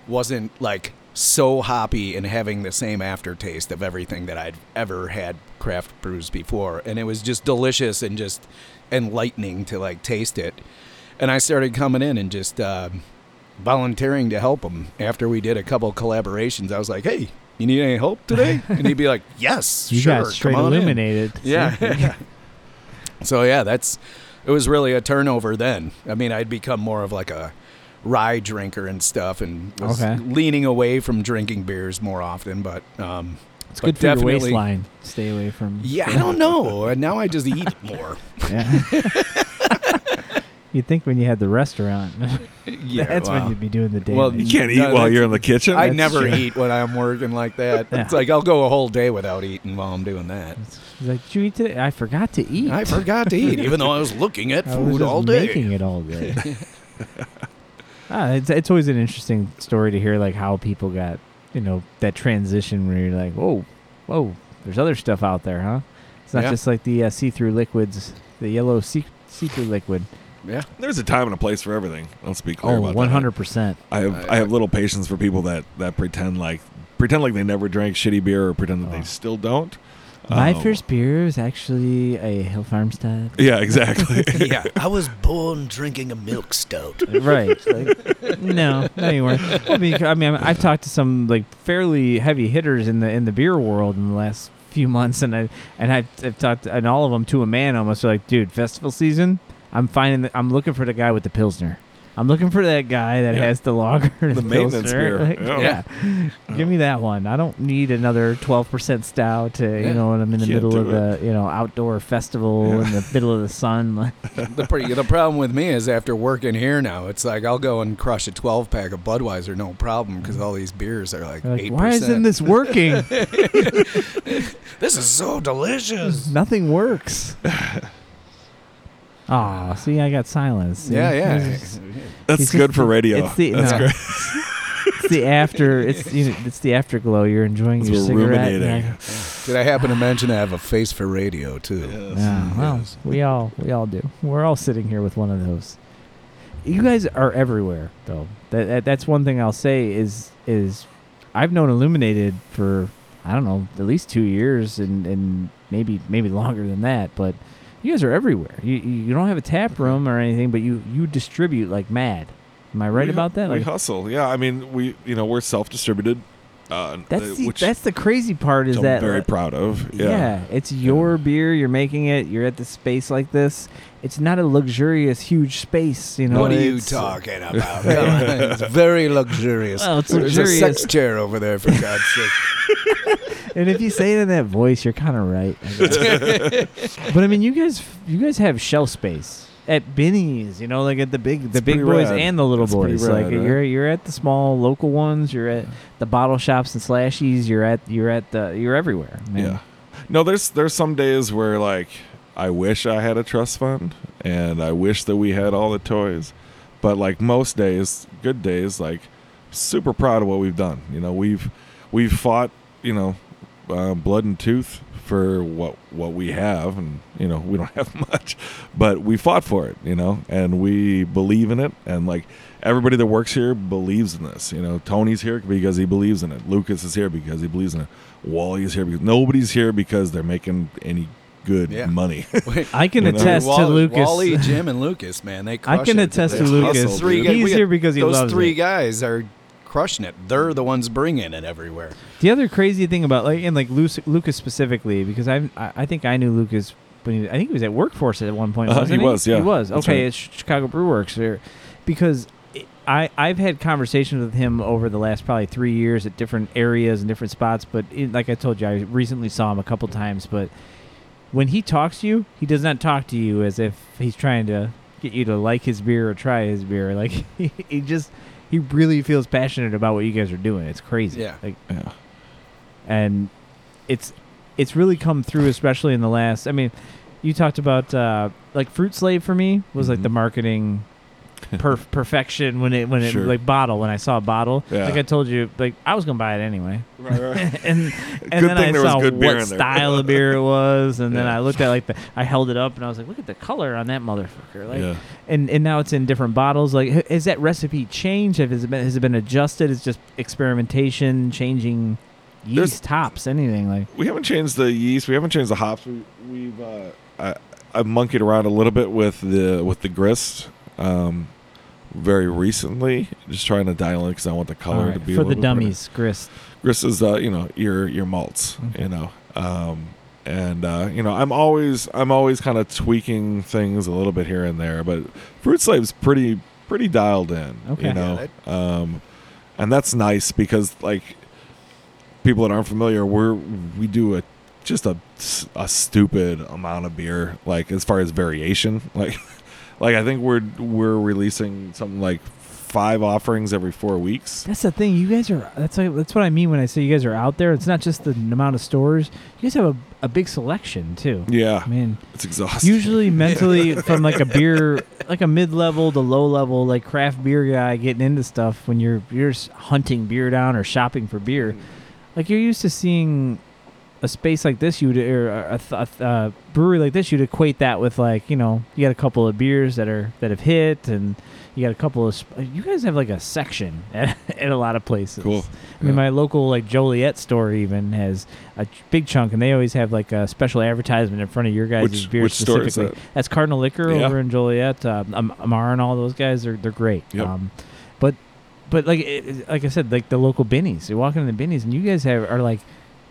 wasn't like so hoppy and having the same aftertaste of everything that I'd ever had craft brews before. And it was just delicious and just enlightening to like taste it. And I started coming in and just uh, volunteering to help him after we did a couple collaborations. I was like, hey, you need any help today? And he'd be like, yes, You sure. got straight come on in." illuminated. Yeah. so yeah, that's it was really a turnover then. I mean, I'd become more of like a rye drinker and stuff and was Okay. leaning away from drinking beers more often, but um It's But good for your definitely- waistline. Stay away from. yeah, I don't know. And now I just eat more. Yeah. you'd think when you had the restaurant, Yeah, that's wow. when you'd be doing the day. Well, night. You can't eat No, while that's- you're in the kitchen. I That's never true. eat when I'm working like that. Yeah. It's like I'll go a whole day without eating while I'm doing that. It's- it's like, did you eat today? I forgot to eat. I forgot to eat, even though I was looking at I was food just all day. Making it all day. ah, it's it's always an interesting story to hear, like how people got, you know, that transition where you're like, whoa, whoa, there's other stuff out there, huh? It's not Yeah. just like the uh, see-through liquids, the yellow see see-through liquid. Yeah. There's a time and a place for everything. Let's be clear Oh, about that. 100 percent. I have I, I- have little patience for people that that pretend like pretend like they never drank shitty beer or pretend that Oh. they still don't. My Um, first beer was actually a Hill Farmstead. Yeah, exactly. Yeah. I was born drinking a milk stout. right. Like, no, no, you weren't. I mean, I mean, I've talked to some like fairly heavy hitters in the in the beer world in the last few months, and I and I've, I've talked and all of them to a man almost are like, dude, festival season. I'm finding that I'm looking for the guy with the pilsner. I'm looking for that guy that Yeah. has the lager, and The maintenance Pilsner. beer. Like, Yeah. yeah, give me that one. I don't need another 12% stout. To, Yeah. You know, when I'm in the Can't middle do of it. the you know outdoor festival in the middle of the sun. Like, the, pr the problem with me is after working here now, it's like I'll go and crush a 12 pack of Budweiser, no problem, because all these beers are like, like 8%. why isn't this working? This is so delicious. Nothing works. Aw, see, I got silence. see? yeah, yeah. It's just- That's it's good just for the- radio. It's the, That's no. great. It's the after. It's you know, it's the afterglow. You're enjoying your We're cigarette. and ruminating. I- Did I happen to mention I have a face for radio, too? Yes. Yeah, well, Yes. we all we all do. We're all sitting here with one of those. You guys are everywhere, though. That, that that's one thing I'll say is is I've known Illuminated for I don't know at least two years and and maybe maybe longer than that, but. You guys are everywhere. You you don't have a tap room or anything, but you, you distribute like mad. Am I right We- about that? We Like hustle. Yeah, I mean, we you know we're self distributed. Uh, that's the, which that's the crazy part is I'm that very like, proud of. Yeah. Yeah. it's your beer. You're making it. You're at the space like this. It's not a luxurious, huge space. You know. what are you it's- talking about? Come on, it's very luxurious. Well, it's There's a sex luxurious, chair over there, for God's sake. and if you say it in that voice, you're kind of right. I guess. but I mean, you guys, you guys have shelf space at Benny's. You know, like at the big, the It's big pretty boys rad. and the little It's pretty boys. rad, like huh? you're, you're at the small local ones. You're at the bottle shops and slashies. You're at, you're at the, you're everywhere. man. Yeah. No, there's there's some days where like I wish I had a trust fund and I wish that we had all the toys. But like most days, good days, like super proud of what we've done. You know, we've we've fought, you know, uh, blood and tooth for what what we have, and you know we don't have much, but we fought for it, you know, and we believe in it, and like everybody that works here believes in this. You know, Tony's here because he believes in it. Lucas is here because he believes in it. Wally is here because nobody's here because they're making any good Yeah. money. I can You know? attest to Wall- Lucas. Wally, Jim, and Lucas, man, they. Crush I can it. attest They to hustle, Lucas. dude. He's guys- we got- here because he those loves three it. guys are crushing it. They're the ones bringing it everywhere. The other crazy thing about like and like Luc- Lucas specifically because I I I think I knew Lucas when he, I think he was at Workforce at one point. Uh, wasn't he was, yeah. he was That's okay right. at Ch- Chicago Brew Works there because it- I I've had conversations with him over the last probably three years at different areas and different spots. But it, like I told you, I recently saw him a couple times. But when he talks to you, he does not talk to you as if he's trying to get you to like his beer or try his beer. Like he, he just he really feels passionate about what you guys are doing. It's crazy. Yeah. Like yeah. and it's it's really come through, especially in the last. I mean, you talked about uh, like Fruit Slave for me was like the Mhm. marketing perf- perfection when it when it Sure. like bottle when I saw a bottle. Yeah. Like I told you, like I was gonna buy it anyway, Right, right. and and Good then thing I there was saw good beer what in there. style of beer it was, and then Yeah. I looked at like the I held it up and I was like, look at the color on that motherfucker, like yeah. and and now it's in different bottles. Like, h- has that recipe changed? Have has it been has it been adjusted? It's just experimentation, changing yeast There's- tops, anything like. we haven't changed the yeast. We haven't changed the hops. We, we've uh, I, I've monkeyed around a little bit with the with the grist, um, very recently. Just trying to dial in because I want the color to Alright, be a for the little bit brighter. dummies, grist. Grist is uh, you know your your malts. Okay. You know, um, and uh, you know I'm always I'm always kind of tweaking things a little bit here and there, but Fruit Slave's pretty pretty dialed in. Okay. You know, um, and that's nice because like people that aren't familiar, we're we do a just a, a stupid amount of beer like as far as variation like like i think we're we're releasing something like five offerings every four weeks That's the thing. You guys are. That's like, that's what I mean when I say you guys are out there. It's not just the amount of stores. You guys have a, a big selection too. yeah I mean, it's exhausting usually mentally from like a beer, like a mid level to low level, like craft beer guy getting into stuff when you're you're s- hunting beer down or shopping for beer. Like you're used to seeing a space like this, you would or a, th- a th- uh, brewery like this, you'd equate that with like you know you got a couple of beers that are that have hit and. You got a couple of. Sp- you guys have like a section at, at a lot of places. Cool. I mean, Yeah. my local like Joliet store even has a ch- big chunk, and they always have like a special advertisement in front of your guys' Which- beer which store specifically. is That's Cardinal Liquor Yeah. over in Joliet. Um, Am- Amar and all those guys are they're great. Yep. Um, but but like it, it- like I said, like the local Binnies, you walk into the Binnies, and you guys have are like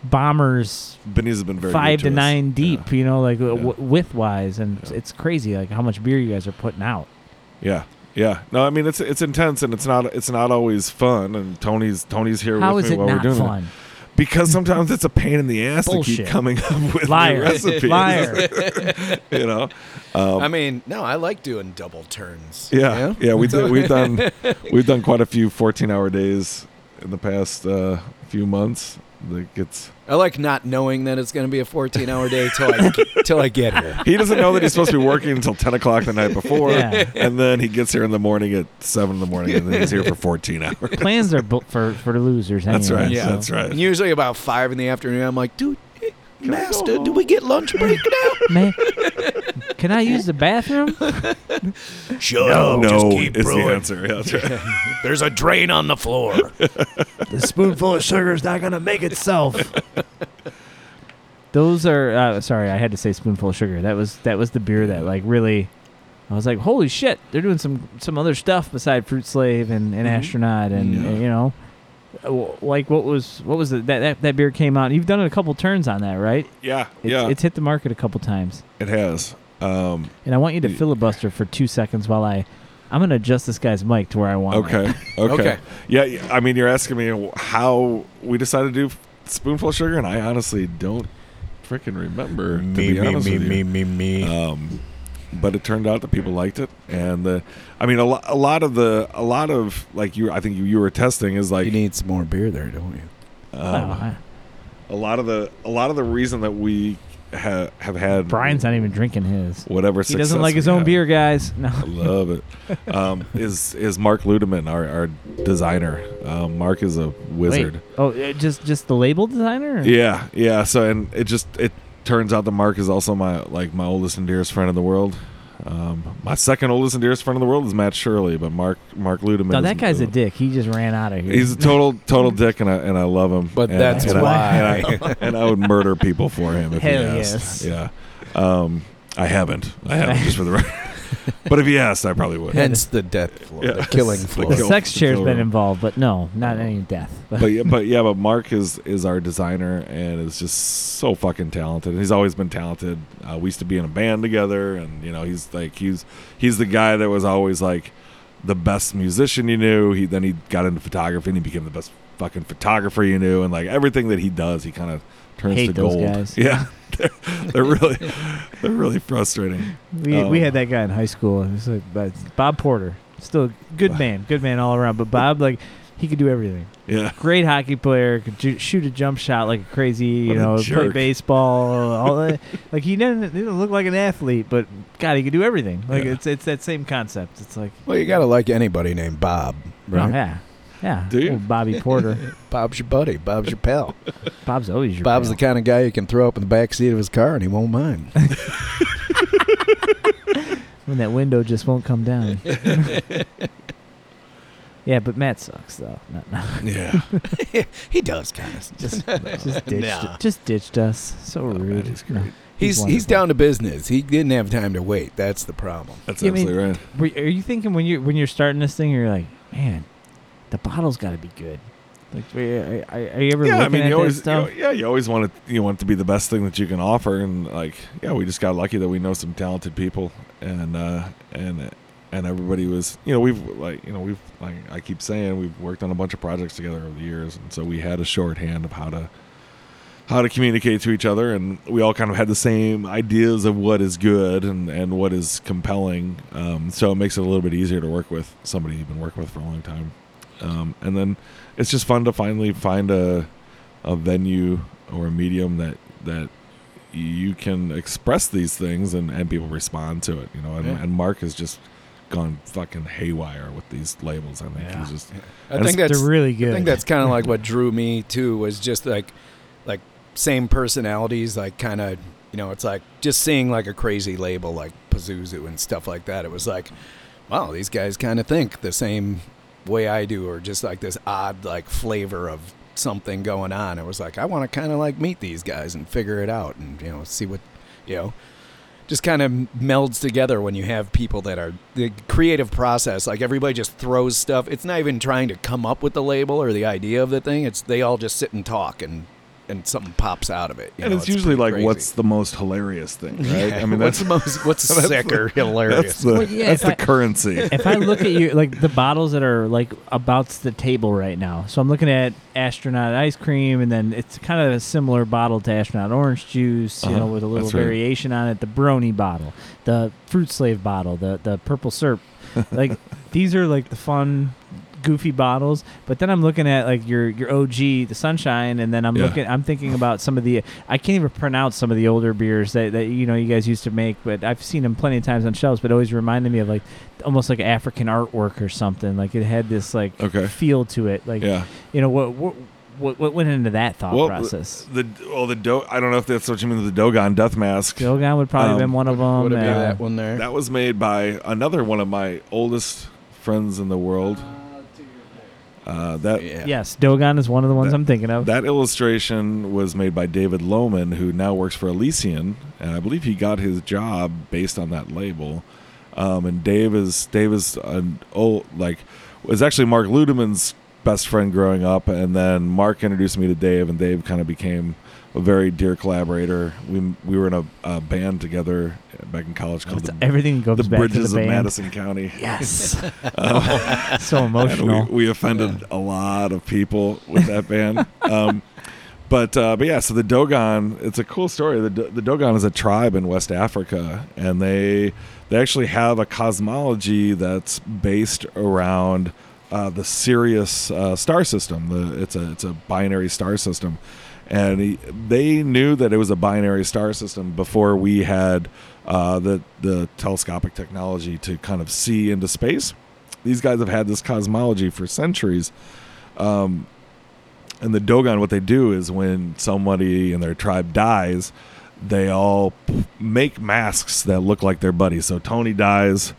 bombers Benny's has been very five to good us. nine deep, Yeah. you know, like Yeah. w- width wise, and Yeah. it's crazy like how much beer you guys are putting out. Yeah. Yeah. No, I mean it's it's intense and it's not it's not always fun. And Tony's Tony's here how with is me it while not we're doing it fun? because sometimes it's a pain in the ass to Bullshit. keep coming up with Liar. new recipes. Liar. you know. Um, I mean, no, I like doing double turns. yeah, yeah, we do, we've done we've done quite a few fourteen hour days in the past uh, few months. That gets I like not knowing that it's going to be a 14 hour day till I till I get here. he doesn't know that he's supposed to be working until ten o'clock the night before, Yeah. and then he gets here in the morning at seven in the morning, and then he's here for fourteen hours. Plans are bu- for for the losers. That's anyway, right. Yeah. so- That's right. And usually about five in the afternoon, I'm like, dude, eh, Can I go master, do home? we get lunch break now? Man, can I use the bathroom? sure, no, is the answer. Yeah, that's right. There's a drain on the floor. The spoonful of sugar is not gonna make itself. Those are uh, sorry, I had to say spoonful of sugar. That was that was the beer that like really. I was like, holy shit, they're doing some some other stuff beside Fruit Slave and, and Mhm. Astronaut and, Mm-hmm. Yeah. and, you know, w- like what was what was the, that, that that beer came out? You've done it a couple turns on that, right? Yeah, It's, yeah, it's hit the market a couple times. it has. Um, And I want you to Y- filibuster for two seconds while I, I'm gonna adjust this guy's mic to where I want. it. okay, okay, Okay. Yeah, yeah, I mean, you're asking me how we decided to do spoonful of sugar, and I honestly don't freaking remember. To be honest with you. me, me. Um, but it turned out that people liked it, and the, I mean, a, lo- a lot of the, a lot of like you, I think you, you were testing is like you need some Oh, more beer there, don't you? um, Wow. a lot of the, a lot of the reason that we ha- have had Brian's not even drinking his. whatever He doesn't like his own beer, guys. No. I love it. Um, is is Mark Ludeman our, our designer? Um, Mark is a wizard. Wait. Oh, uh, just just the label designer. Yeah, yeah. So and it just it turns out that Mark is also my like my oldest and dearest friend in the world. Um, my second oldest and dearest friend in the world is Matt Shirley, but Mark Mark Ludeman. No, is- that guy's a is- dick. He just ran out of here. He's a total total dick, and I and I love him. But And- that's and I- why. and I, and I would murder people for him if Hell he yes. asked. Yeah. Um, I haven't. I haven't just for the record. but if he asked, I probably would. Hence the death floor, the Yeah. killing The floor. the kill- sex chair's kill been room. involved, but no, not any death. But, but yeah, but yeah, but Mark is is our designer and is just so fucking talented. And he's always been talented. Uh, we used to be in a band together, and you know, he's like he's he's the guy that was always like the best musician you knew. He then he got into photography and he became the best fucking photographer you knew, and like everything that he does, he kind of turns Hate to those gold. guys. Yeah, they're, they're really they're really frustrating. we, we Oh. had that guy in high school. It was like, but Bob Porter, still a good man, good man all around. But Bob, like, he could do everything. Yeah, Great hockey player, could ju- shoot a jump shot like crazy. You What a know, play jerk. baseball. All that. like he didn't, didn't look like an athlete, but God, he could do everything. Like Yeah. it's it's that same concept. It's like Well, you gotta like anybody named Bob, oh, right? yeah, yeah. Do you? Old Bobby Porter. Bob's your buddy. Bob's your pal. Bob's always your Bob's pal. the kind of guy you can throw up in the back seat of his car and he won't mind. when that window just won't come down. yeah, but Matt sucks though. No, no, yeah. he does kind of. just just ditched Nah. just ditched us. So rude. Oh, he's No. great. He's He's he's wonderful. down to business. He didn't have time to wait. That's the problem. That's You mean- absolutely right. Were, are you thinking when you when you're starting this thing, you're like, man, the bottle's got to be good. Like, are, are, are you ever yeah, looking I mean, at you that always, you stuff? know, yeah, you always want it, you want it to be the best thing that you can offer, and like, yeah, we just got lucky that we know some talented people, and uh, and and everybody was, you know, we've like, you know, we've like, I keep saying we've worked on a bunch of projects together over the years, and so we had a shorthand of how to how to communicate to each other, and we all kind of had the same ideas of what is good and and what is compelling, um, so it makes it a little bit easier to work with somebody you've been working with for a long time, um, and then it's just fun to finally find a a venue or a medium that that you can express these things and, and people respond to it you know and, Yeah. and mark has just gone fucking haywire with these labels i think Yeah. he's just I And think that's They're really I good. think that's kind of like what drew me too was just like like same personalities, like kind of you know, it's like just seeing like a crazy label like Pazuzu and stuff like that. It was like, wow, these guys kind of think the same way I do, or just like this odd like flavor of something going on. It was like I want to kind of like meet these guys and figure it out, and you know, see what you know just kind of melds together when you have people that are the creative process like everybody just throws stuff it's not even trying to come up with the label or the idea of the thing it's they all just sit and talk and and something pops out of it you and know, it's, usually pretty like crazy. what's the most hilarious thing right i mean what's that's the most what's sick or that's hilarious the, Well, yeah, that's if the I- currency if I look at you, like the bottles that are like about the table right now. So I'm looking at astronaut ice cream, and then it's kind of a similar bottle to astronaut orange juice, you Uh-huh. know, with a little That's right. variation on it. The brony bottle, the fruit slave bottle, the the purple syrup. Like these are like the fun, goofy bottles. But then I'm looking at like your your OG, the sunshine, and then I'm Yeah. looking, I'm thinking about some of the I can't even pronounce some of the older beers that, that you know you guys used to make, but I've seen them plenty of times on shelves. But it always reminded me of like almost like African artwork or something. Like it had this like Okay. feel to it. Like yeah you know what what what, what went into that thought Well, process? the well the do i don't know if that's what you mean the dogon death mask Dogon would probably have been um, one of them. would it be uh, that one there that was made by another one of my oldest friends in the world uh, that yeah. Yes, Dogon is one of the ones That- I'm thinking of. That illustration was made by David Lohman, who now works for Elysian, and I believe he got his job based on that label. Um, and Dave is Dave is an old like was actually Mark Ludeman's best friend growing up, and then Mark introduced me to Dave, and Dave kind of became a very dear collaborator. We we were in a, a band together back in college called It's- the, everything goes the back Bridges to the of band. Madison County. Yes, so emotional. And we, we offended a lot of people with that band. um, but uh, but yeah, so the Dogon, it's a cool story. The, Do- the Dogon is a tribe in West Africa, and they they actually have a cosmology that's based around uh, the Sirius uh, star system. The, it's a it's a binary star system, and he, they knew that it was a binary star system before we had uh, the the telescopic technology to kind of see into space. These guys have had this cosmology for centuries. Um, and the Dogon, what they do is when somebody in their tribe dies, they all p- make masks that look like their buddy. So Tony dies,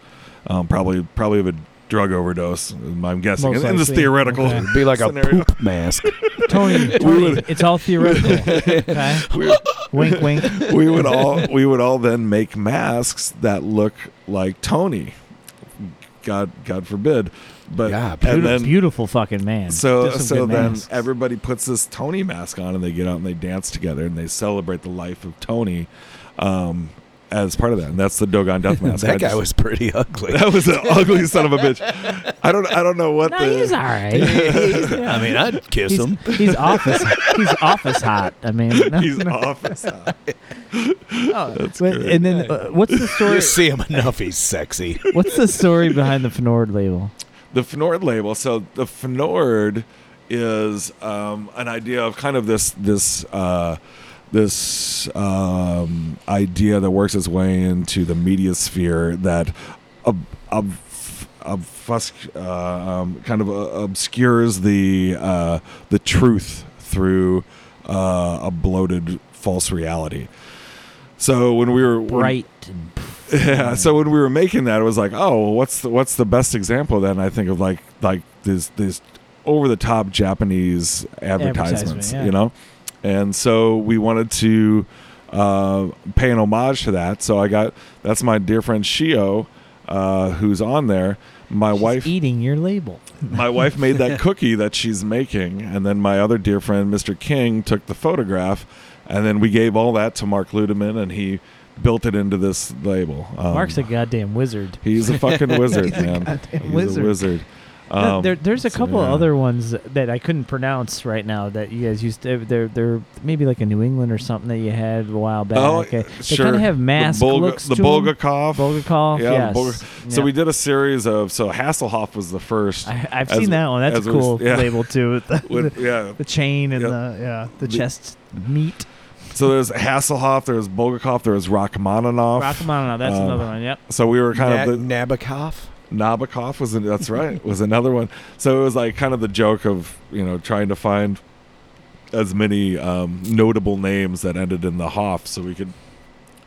um, probably probably of a drug overdose. I'm guessing Most in, in this likely. theoretical. Okay. It'd be like Scenario. a poop mask. Tony, Tony, it's all theoretical. Okay? We- wink, wink. we would all we would all then make masks that look like Tony. God God forbid. But Yeah, and Beautiful, then beautiful fucking man. so Does some so good then masks. everybody puts this Tony mask on and they get out and they dance together and they celebrate the life of Tony um, as part of that. And that's the Dogon death mask. I that guy just- was pretty ugly. that was an ugly son of a bitch. I don't I don't know what No, the he's all right. I mean, I'd kiss He's, him. he's office. He's office hot. I mean, no, he's no. office. But- and then uh, what's the story? You see him enough, he's sexy. What's the story behind the Fnord label? the Fnord label. So the Fnord is um, an idea of kind of this this uh, this um, idea that works its way into the media sphere that ob- ob- obfusc- uh, um, kind of uh, obscures the uh, the truth through uh, a bloated false reality. So when we were when- Bright. And yeah. So when we were making that, it was like, oh, well, what's the, what's the best example? Then I think of like like these these over the top Japanese advertisements, Advertisement, yeah. you know. And so we wanted to uh, pay an homage to that. So I got that's my dear friend Shio, uh, who's on there. My she's wife eating your label. my wife made that cookie that she's making, and then my other dear friend, Mr. King, took the photograph, and then we gave all that to Mark Ludeman, and he built it into this label. Um, Mark's a goddamn wizard. he's a fucking wizard, man. goddamn he's wizard. a wizard. No, there, there's a so, couple um, yeah. other ones that I couldn't pronounce right now that you guys used to. They're, they're maybe like a New England or something that you had a while back. Oh, they sure. kind of have mask the Bulga- looks. the to 'em. Bulgakov. Bulgakov. Yeah, yes. Bulga- So Yeah. we did a series of so Hasselhoff was the first. I, I've as- seen that one. That's as a we- cool yeah. label too. with The, With- the- yeah, the chain and Yep. the yeah the The- chest meat. so there's Hasselhoff, there's Bulgakov, there's Rachmaninoff. Rachmaninoff. That's Um, another one. Yep. so we were kind of the, Na- Nabokov? Nabokov was an, that's right was another one. So it was like kind of the joke of you know trying to find as many um, notable names that ended in the Hoff, so we could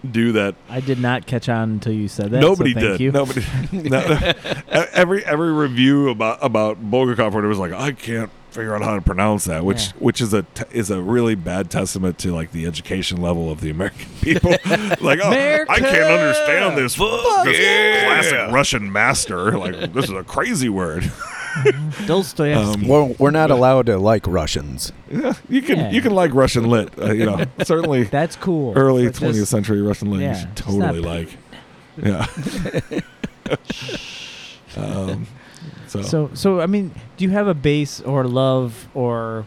do that. I did not catch on until you said that. so Nobody thank did. You. Nobody. no- no. E- every every review about about Bulgakov or it was like I can't figure out how to pronounce that, which Yeah. which is a t- is a really bad testament to like the education level of the American people. like oh, I can't America! understand this, this yeah! classic Russian master. Like this is a crazy word. Dostoevsky. Um, Well, we're not allowed to like Russians. Yeah, you can Yeah. you can like Russian lit. Uh, you know, certainly That's cool. early But just- twentieth century Russian lit. yeah, you should it's totally not- like. Yeah. um, so, So so I mean, do you have a base or love or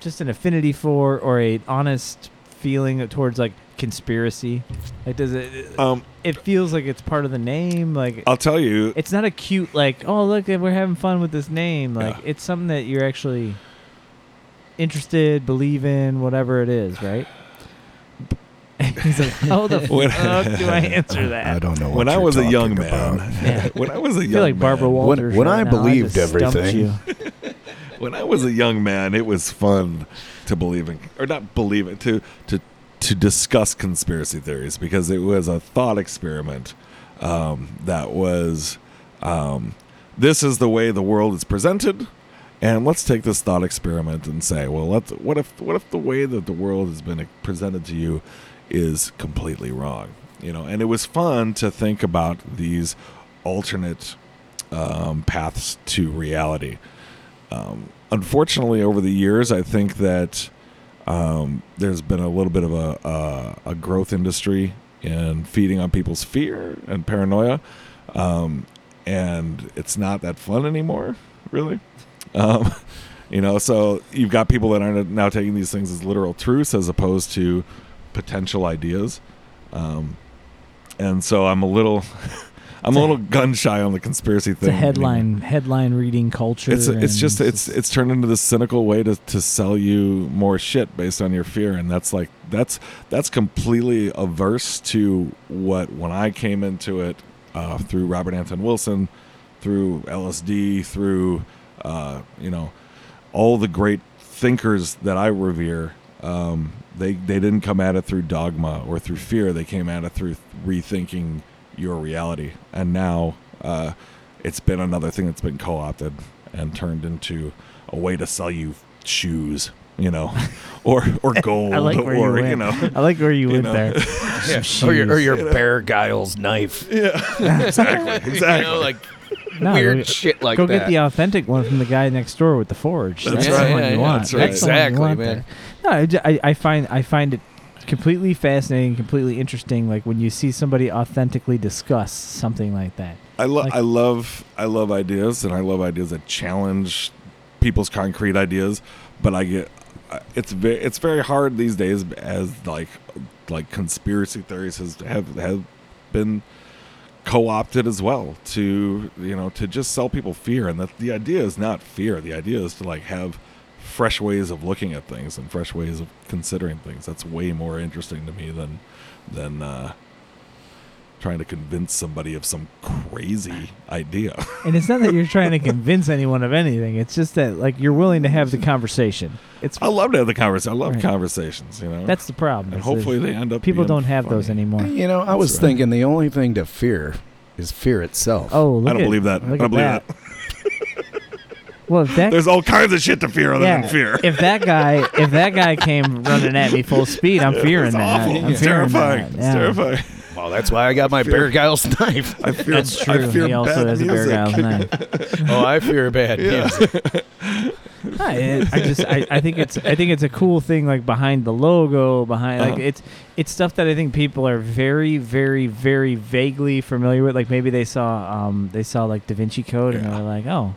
just an affinity for or a honest feeling towards like conspiracy? Like does it um, it feels like it's part of the name like I'll tell you. it's not a cute like oh look we're having fun with this name like Yeah. it's something that you're actually interested believe in whatever it is right he's like how the When- fuck do i answer that I don't know. What When I you're was a talking young about. man, yeah. when I was a I young feel like Barbara man, Walters. when right I now. believed just stumped everything. you. when I was a young man, it was fun to believe in, or not believe it, to to to discuss conspiracy theories because it was a thought experiment um, that was um, this is the way the world is presented, and let's take this thought experiment and say, well, let's, what if what if the way that the world has been presented to you is completely wrong, you know? And it was fun to think about these alternate um, paths to reality um, unfortunately, over the years, I think that um, there's been a little bit of a, a, a growth industry in feeding on people's fear and paranoia, um, and it's not that fun anymore, really. Um, you know, so you've got people that are now taking these things as literal truths as opposed to potential ideas, um, and so I'm a little. I'm a little gun shy on the conspiracy It's thing. a headline headline reading culture. It's it's and just it's it's turned into this cynical way to, to sell you more shit based on your fear, and that's like that's that's completely averse to what when I came into it uh, through Robert Anton Wilson, through LSD, through uh, you know all the great thinkers that I revere. Um, they they didn't come at it through dogma or through fear. They came at it through rethinking your reality, and now. Uh, it's been another thing that's been co-opted and turned into a way to sell you shoes, you know, or or gold, I like where you or went. you know, I like where you, You went know. there. Yeah. Oh, Some Or your, or shoes. your Bear Giles knife. yeah, exactly, You exactly. know, like No, weird go- shit like Go that. get the authentic one from the guy next door with the forge. That's the right. one Yeah, you yeah, want. that's right. the one you Exactly, want there. man. No, I ju- I, I find I find it completely fascinating, completely interesting. Like when you see somebody authentically discuss something like that. I love like- I love I love ideas, and I love ideas that challenge people's concrete ideas. But I get I- it's ve- it's very hard these days as like like conspiracy theories has have have been co-opted as well to you know to just sell people fear and that the idea is not fear the idea is to like have fresh ways of looking at things and fresh ways of considering things that's way more interesting to me than than uh trying to convince somebody of some crazy idea And it's not that you're trying to convince anyone of anything. It's just that like you're willing to have the conversation. It's i love to have the conversation i love Right. conversations you know that's the problem. and is there's- hopefully they end up people being don't have those funny. anymore. You know, I was right. thinking the only thing to fear is fear itself. Oh, look i don't at- believe that i look don't at believe that. Well, if that there's all kinds of shit to fear other yeah, than fear if that guy if that guy came running at me full speed, I'm fearing it's that. awful. I'm It's fearing terrifying. that. It's Yeah. terrifying. Well, that's why I got my Bear Giles knife. I fear, That's true. I fear He also bad has a Bear music. Giles knife. oh, I fear bad music. I, I just I, I think it's I think it's a cool thing like behind the logo behind like Uh-huh. it's it's stuff that I think people are very very very vaguely familiar with like maybe they saw um they saw like Da Vinci Code and Yeah. they're like oh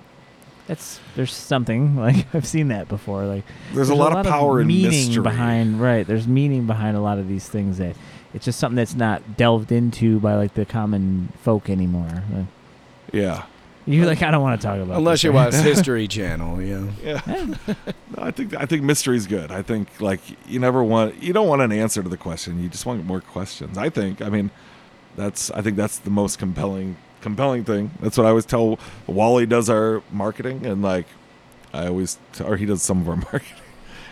that's there's something like I've seen that before like There's, a lot, of power and meaning mystery behind right there's meaning behind a lot of these things that it's just something that's not delved into by like the common folk anymore Like, Yeah, you're like I don't want to talk about Unless this, you right? watch History Channel, you know. yeah. No, I think I think mystery's good. I think like you never want you don't want an answer to the question. You just want more questions. I think. I mean, that's I think that's the most compelling compelling thing. That's what I always tell Wally does our marketing and like I always or he does some of our marketing.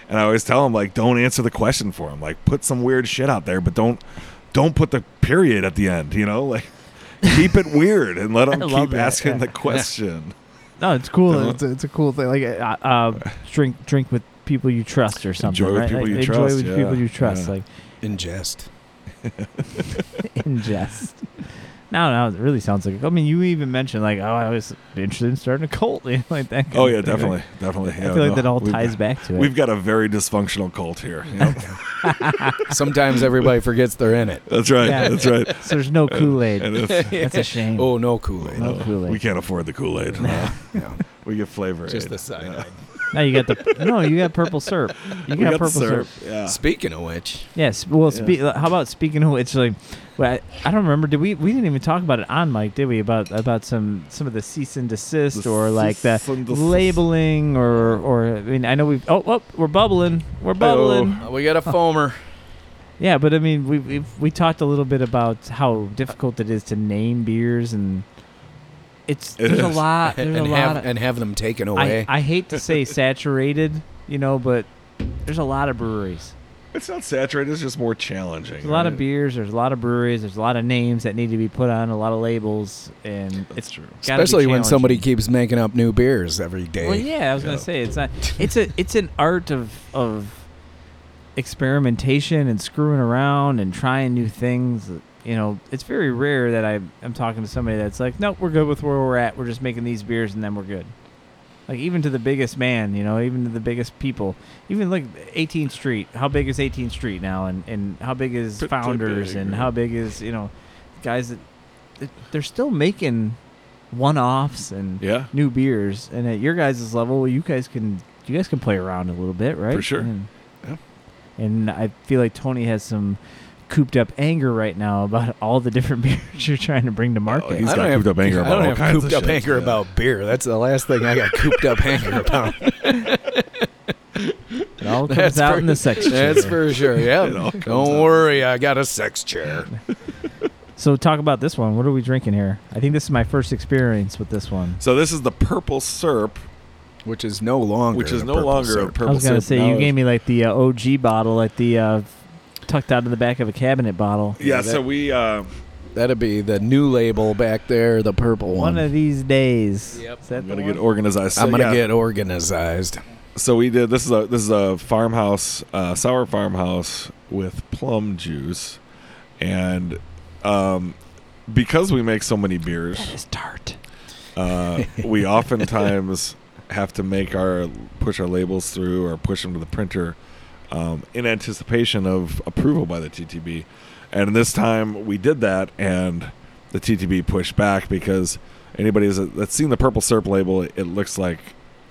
And I always tell him like don't answer the question for him. Like put some weird shit out there, but don't don't put the period at the end, you know? Like keep it weird and let him I love keep that, asking yeah. the question. No, it's cool. Uh-huh. It's, a, it's a cool thing. Like uh, uh, drink drink with people you trust or something. with right? people Like, you enjoy trust, with yeah, people you trust. yeah. Like Ingest. ingest. No, no, it really sounds like. I mean, you even mentioned like, oh, I was interested in starting a cult, you know, like that. kind Oh of yeah, thing. Like, definitely. Definitely. I feel like that all ties ties back to it. We've got a very dysfunctional cult here. you know? Sometimes everybody forgets they're in it. that's right. Yeah. That's right. so there's no Kool And Aid. it's- That's a shame. Oh, no Kool Aid. No Kool-Aid. we can't afford the Kool Aid. No, we get flavor. just Aid. the cyanide. Now you got the no, you got purple syrup. You We got, got the purple syrup. syrup. Yeah. Uh, Speaking of which, Yes. Well, spe- how about speaking of which, like, well, I, I don't remember. Did we? We didn't even talk about it on mic, did we? About about some some of the cease and desist The or like the cease and desist. labeling or or I mean, I know we've oh, oh we're bubbling, we're bubbling. uh, we got Oh, a foamer. Yeah, but I mean, we we we talked a little bit about how difficult it is to name beers and it's It there's a is. lot there's and a have lot of, and have them taken I away. I hate to say saturated, you know, but there's a lot of breweries. It's not saturated. It's just more challenging. There's a lot of right? beers. There's a lot of breweries. There's a lot of names that need to be put on. A lot of labels, and That's it's true. gotta be Especially when somebody challenging. keeps making up new beers every day. Well, yeah, I was gonna Yeah. say it's not. It's a. It's an art of of experimentation and screwing around and trying new things. You know, it's very rare that I am talking to somebody that's like, "Nope, we're good with where we're at. We're just making these beers and then we're good." Like even to the biggest man, you know, even to the biggest people, even like 18th Street. How big is 18th Street now, and and how big is Pretty Founders, big, and yeah. how big is you know, guys that that- they're still making one-offs and Yeah. new beers, and at your guys' level, you guys can you guys can play around a little bit, right? sure. And, Yeah. and I feel like Tony has some cooped up anger right now about all the different beers you're trying to bring to Oh, market. he's got I don't have- cooped up anger I about don't all have kinds of cooped up shit. anger Yeah. about beer. That's the last thing I got cooped up anger about. it all comes That's out for- in the sex chair. That's for sure. It all Yeah. comes Don't out. worry, I got a sex chair. so talk about this one. What are we drinking here? I think this is my first experience with this one. So this is the purple syrup, Which is no longer which is a no purple longer a syrup. purple I was gonna syrup. say Now you it's- gave me like the uh, OG bottle, like the uh, tucked out of the back of a cabinet bottle. Yeah, Yeah, so that- we uh, That'd be the new label back there, the purple one. One of these days. Yep. Is that I'm the gonna one? get organized. So, I'm gonna yeah, get organized. So we did. This is a this is a farmhouse, uh, sour farmhouse with plum juice, and um, because we make so many beers, It's tart. uh, we oftentimes have to make our push our labels through or push them to the printer um, in anticipation of approval by the TTB. And this time we did that, and the TTB pushed back because anybody that's- that's seen the purple syrup label, it, it looks like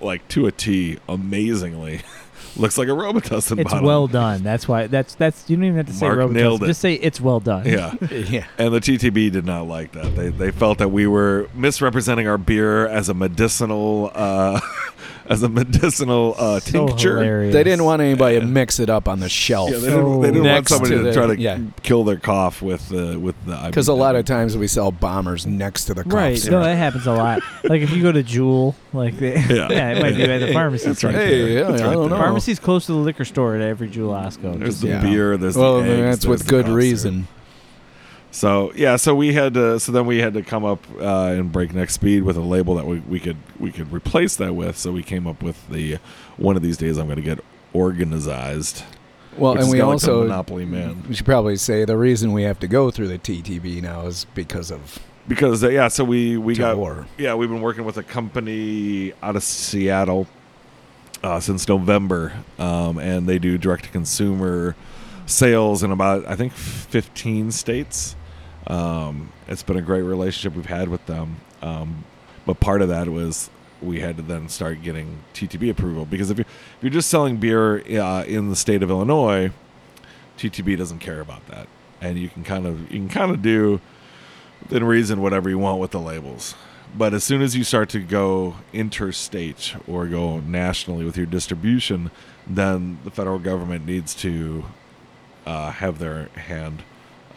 like to a T, amazingly, looks like a Robitussin It's bottle. well done. That's why. That's that's. You don't even have to say. Mark Robitussin. nailed it. Just say it's well done. yeah. Yeah. And the TTB did not like that. They, they felt that we were misrepresenting our beer as a medicinal uh, as a medicinal uh, so tincture. hilarious. They didn't want anybody to mix it up on the shelf. Yeah, they didn't, they didn't want Next somebody to, to the- try to yeah. kill their cough with the with the Because a lot of times we sell bombers next to the cough Right. syrup. No, that happens a lot. like if you go to Jewel, like they, yeah. it might be at the pharmacy. That's right. Hey, there. yeah, It's I right don't there. know. Pharmacy's close to the liquor store at every Jewel Osco. Just- There's the Oh. Yeah. beer. There's well, the eggs, that's with there's the good cough syrup. reason. So yeah, so we had to, so then we had to come up uh, in breakneck speed with a label that we, we could we could replace that with. So we came up with the one of these days I'm going to get organized. Well, Which and is we kinda like the also Monopoly man. We should probably say the reason we have to go through the TTB now is because of because uh, yeah so we we to got war. yeah we've been working with a company out of seattle uh, since november um, and they do direct to consumer sales in about i think 15 states um, it's been a great relationship we've had with them um, but part of that was we had to then start getting ttb approval because if you're, if you're just selling beer uh, in the state of illinois ttb doesn't care about that and you can kind of you can kind of do then reason whatever you want with the labels. But as soon as you start to go interstate or go nationally with your distribution, then the federal government needs to uh, have their hand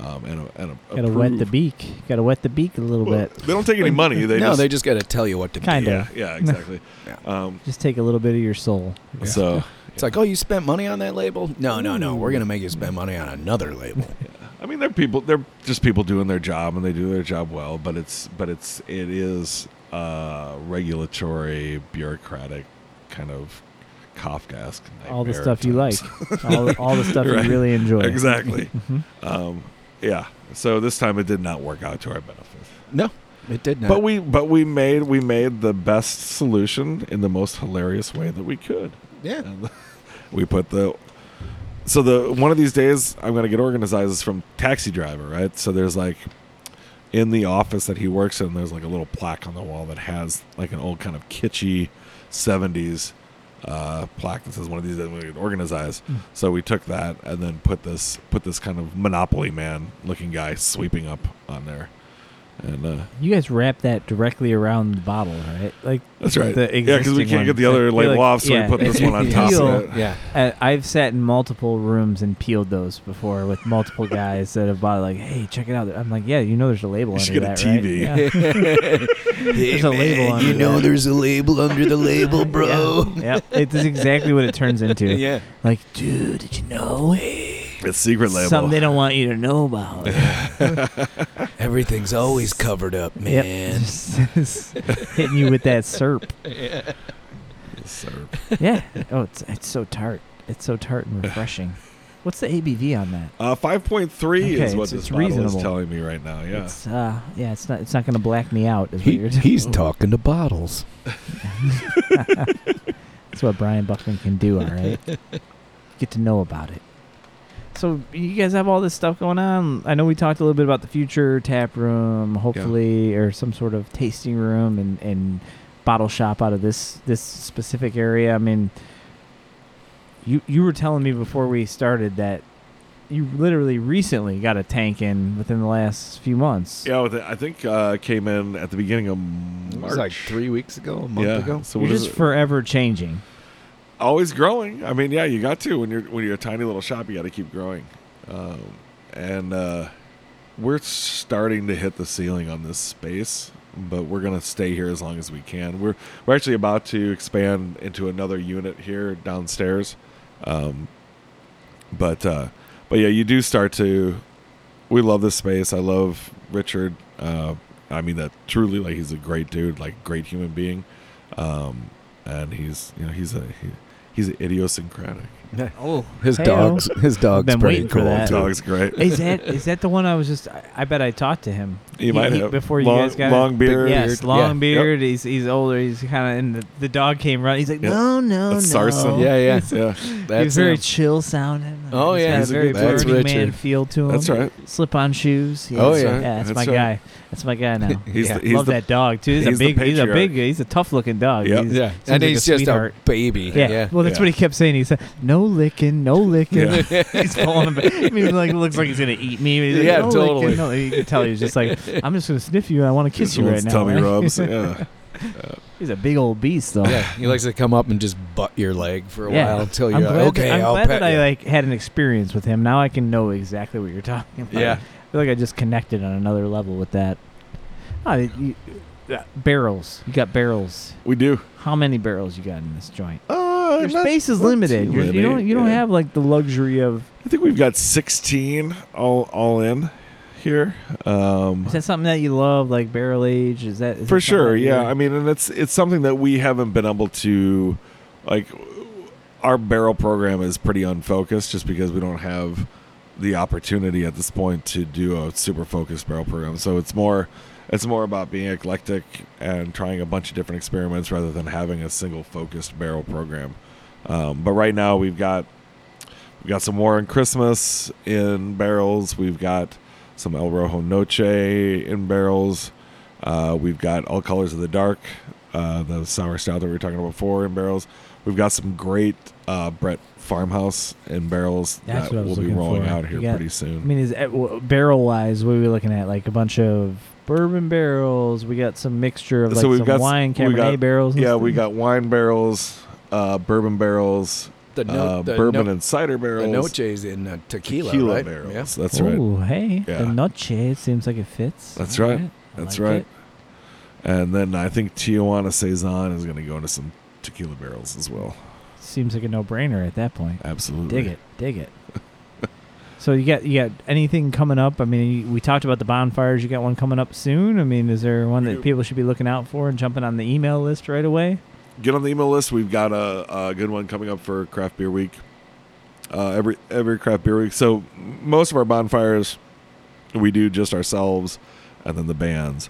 um, and, a, and a, Gotta wet the approve. beak. Gotta wet the beak a little Well, bit. They don't take any money. They no, just, they just got to tell you what to do. Kind yeah, of. yeah, exactly. Yeah. Um, Just take a little bit of your soul. Yeah. So It's like, oh, you spent money on that label? No, no, no. We're gonna make you spend money on another label. I mean, they're people. They're just people doing their job, and they do their job well. But it's but it's it is uh, regulatory, bureaucratic, kind of Kafkaesque. All the nightmare stuff you like. times. All, all the stuff Right. you really enjoy. Exactly. Mhm. um, yeah. So this time it did not work out to our benefit. No, it did not. But we but we made we made the best solution in the most hilarious way that we could. yeah. And we put the so the one of these days I'm gonna get organized is from Taxi Driver, right? So there's like in the office that he works in, there's like a little plaque on the wall that has like an old kind of kitschy '70s uh, plaque that says one of these days I'm gonna get organized. So we took that and then put this put this kind of Monopoly man looking guy sweeping up on there, and uh, You guys wrap that directly around the bottle, right? Like that's right. The yeah, because we existing can't one. get the other I feel label like- off, so yeah, we put this it- one on it top feels- of it. Yeah. Uh, I've sat in multiple rooms and peeled those before with multiple guys that have bought like, hey, check it out. I'm like, yeah, you know, there's a label. You should under get a that, right?" TV. Yeah. there's a label under You know, that. there's a label under the label, bro. Yeah, it's exactly what it turns into. yeah. Like, dude, did you know? It's secret label. Something they don't want you to know about. Everything's always covered up, Yep. man. Just hitting you with that SERP. Sir. Yeah. Oh, it's it's so tart. It's so tart and refreshing. What's the ABV on that? Uh, five point three is Okay, what so this it's bottle reasonable. is telling me right now. Yeah, It's uh yeah, it's not it's not gonna black me out is what He, you're he's talking to bottles. That's what Brian Buckman can do, all right? Get to know about it. So you guys have all this stuff going on. I know we talked a little bit about the future tap room, hopefully, or some sort of tasting room and, and bottle shop out of this this specific area. I mean, you you were telling me before we started that you literally recently got a tank in within the last few months. Yeah, with it- I think uh, came in at the beginning of March. It was like three weeks ago, a month yeah. ago. So You're what is just it? forever changing. always growing. I mean, yeah, you got to when you're when you're a tiny little shop, you got to keep growing. Um, and uh, we're starting to hit the ceiling on this space, but we're gonna stay here as long as we can. We're we're actually about to expand into another unit here downstairs, um, but uh, but yeah, you do start to. We love this space. I love Richard. Uh, I mean that truly, like he's a great dude, like great human being. Um, and he's you know he's a he, he's idiosyncratic. Oh, His Hey-o. dogs, his dogs, Been pretty waiting for cool. that. too. Dog's great. is that is that the one I was just? I, I bet I talked to him. You might he- have before you long, guys got- long beard. Yes, beard. long Yeah. beard. He's he's older. He's kind of and the, the dog came running. He's like, Yep. no, no, no. That's Sarson. Yeah, yeah, Yeah, He that's was very him. chill sounding. Oh, He's yeah, got that's a very good. That's birdie man Richard. feel to him. that's right. Slip on shoes. Yeah, Oh, that's yeah. right. yeah, that's, That's my right. guy. That's my guy now. He's Yeah. the, he's Love the, that dog too. He's, he's a the big. He's a big. patriarch. He's a tough looking dog. Yep. He's, Yeah, seems and like he's just sweetheart. a baby. Yeah. Yeah, Well, that's Yeah. what he kept saying. He said, "No licking, no licking." Yeah. he's falling about. I mean, like looks like he's gonna eat me. He's like, Yeah, no totally. Licking, no. You can tell he was just like, "I'm just gonna sniff you and I want to kiss Just you right wants now." tummy right? rubs. Yeah, He's a big old beast, though. Yeah, he likes to come up and just butt your leg for a Yeah. while until I'm you're glad, like, okay. I'm will glad pet that I you. like had an experience with him. Now I can know exactly what you're talking about. Yeah. I feel like I just connected on another level with that. Ah, you- uh, barrels. You got barrels. we do. How many barrels you got in this joint? Uh, Your not- space is not limited. too You're- You don't. many, You don't yeah. have like the luxury of. I think we've got 16 all all in here. Um, Is that something that you love, like barrel age? Is that is for that something sure that yeah you- i mean and it's it's something that we haven't been able to like our barrel program is pretty unfocused just because we don't have the opportunity at this point to do a super focused barrel program so it's more it's more about being eclectic and trying a bunch of different experiments rather than having a single focused barrel program um, but right now we've got we've got some warren christmas in barrels we've got some el rojo noche in barrels uh, we've got all colors of the dark, uh, the sour stout that we were talking about before in barrels. We've got some great uh, Brett Farmhouse in barrels That's what I that was will be looking rolling for. out here You got- pretty soon. I mean, is barrel wise, what are we looking at? Like a bunch of bourbon barrels. We got some mixture of like So we've some got s- wine, we Cabernet got- barrels. and yeah, we stuff? got wine barrels, uh, bourbon barrels, the no, uh, the bourbon no, and cider barrels, the noches in uh, tequila, tequila right? barrels. Yeah. That's right. Ooh, hey, the Yeah. noche. It seems like it fits. That's All right. I That's like right. it. And then I think Tijuana Saison is going to go into some tequila barrels as well. Seems like a no-brainer at that point. Absolutely. Dig it, dig it. so you got you got anything coming up? I mean, you- we talked about the bonfires. You got one coming up soon. I mean, is there one We that do. people should be looking out for and jumping on the email list right away? get on the email list. We've got a, a good one coming up for Craft Beer Week. Uh, every every Craft Beer Week. So most of our bonfires, we do just ourselves, and then the bands.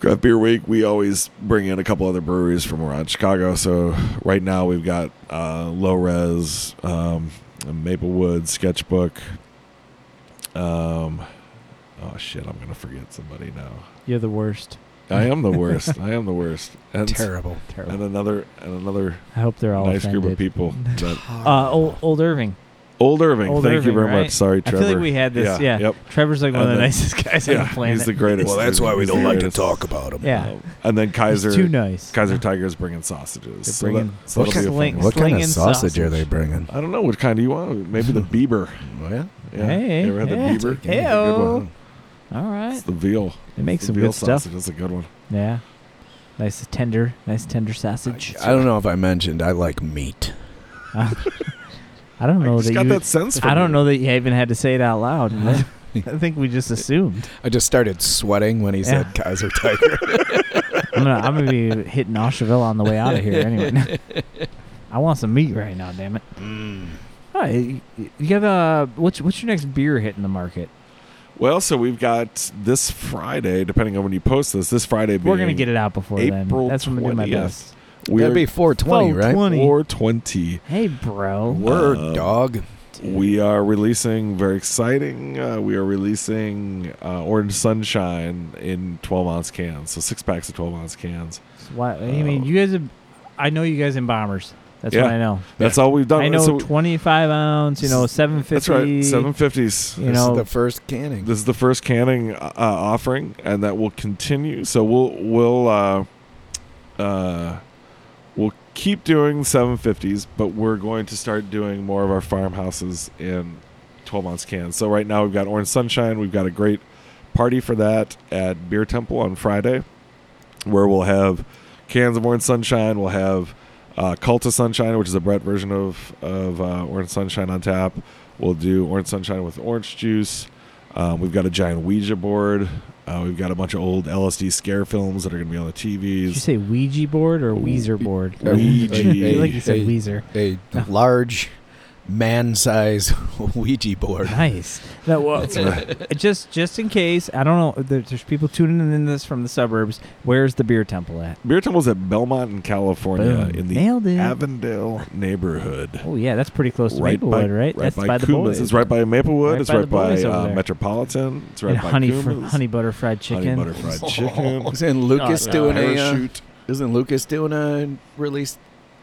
Craft Beer Week, we always bring in a couple other breweries from around Chicago. So right now we've got uh, Low Res, um, Maplewood, Sketchbook. Um, oh shit, I'm gonna forget somebody now. You're the worst. I am the worst. I am the worst. And, Terrible. and Terrible. another and another I hope they're all nice offended. group of people. But Uh, old, old Irving. old Irving, Old thank Irving, you very right? much. Sorry, I Trevor. feel like we had this. Yeah. Yep. Trevor's like one of And the then- nicest guys on Yeah, the planet. he's the greatest. well, that's why we He's don't the like to greatest. talk about them. yeah. Um, and then Kaiser, He's too nice. Kaiser Tiger's bringing sausages. They're bringing- so that, so that'll be a fun Sling- one. What kind Slinging of sausage, are they sausage. bringing? I don't know what kind do you want. Maybe the Bieber. Well, yeah. Yeah. Hey, you ever had yeah. the Bieber? Hey, That's a good one. oh. All right. It's the veal. They make It's some the veal good stuff. sausage. That's a good one. Yeah. Nice tender, nice tender sausage. I don't know if I mentioned I like meat. I don't know that I just got you. that sense. From I don't you. know that you even had to say it out loud. I think we just assumed. I just started sweating when he Yeah. said Kaiser Tiger. I'm gonna, I'm gonna be hitting Oshaville on the way out of here anyway. I want some meat right now, damn it. Mm. Hi, you you have a what's what's your next beer hitting the market? Well, so we've got this Friday, depending on when you post this. This Friday, We're gonna get it out before then. April That's when I'm gonna do my 20th. best. We're That'd be 420, right? 420. 420. Hey, bro. Word, Uh, dog. We are releasing very exciting. Uh, we are releasing uh, Orange Sunshine in 12 ounce cans, so six packs of 12 ounce cans. Why? I mean, you guys. Have, I know you guys in bombers. That's Yeah. what I know. That's all we've done. I know So- 25 ounce, you know, 750. that's right. Seven fifties. You This know, is the first canning. This is the first canning uh, offering, and that will continue. So we'll we'll uh, uh, we'll keep doing seven fifties, but we're going to start doing more of our farmhouses in twelve ounce cans. So right now we've got Orange Sunshine. We've got a great party for that at Beer Temple on Friday, where we'll have cans of Orange Sunshine. We'll have uh, Cult of Sunshine, which is a Brett version of of uh, Orange Sunshine on tap. We'll do Orange Sunshine with orange juice. Um, we've got a giant Ouija board. Uh, we've got a bunch of old LSD scare films that are going to be on the Did you TVs. say Ouija board or Weezer board? Ouija. like you said, Hey. Weezer. a large man-size Ouija board. Nice. That was just just in case. I don't know. there- There's people tuning in this from the suburbs. Where's the beer temple at? Beer Temple's at Belmont in California Boom. in the Nailed it. Avondale neighborhood. oh yeah, that's pretty close to Maplewood, right? That's by, by the Kuma's. boys. It's right by Maplewood. Right it's by the right by, boys over uh, there. Metropolitan. It's right and by honey fr- Kuma's. honey butter fried chicken. butter fried chicken. Isn't Lucas Oh, doing a? uh, Parachute. isn't Lucas doing a release?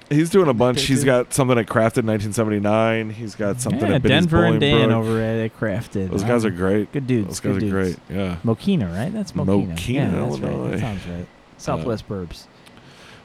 He's doing a bunch. Okay, He's dude. got something at Crafted 1979. He's got something yeah, at Benny's Denver and Bowling Dan Brook. over at it crafted. Those guys are great. good dudes. Those good guys are dudes. great. Yeah. Mokina, right? That's Mokina. Mokina, yeah, that's Illinois. Uh, right. That sounds right. Southwest Burbs.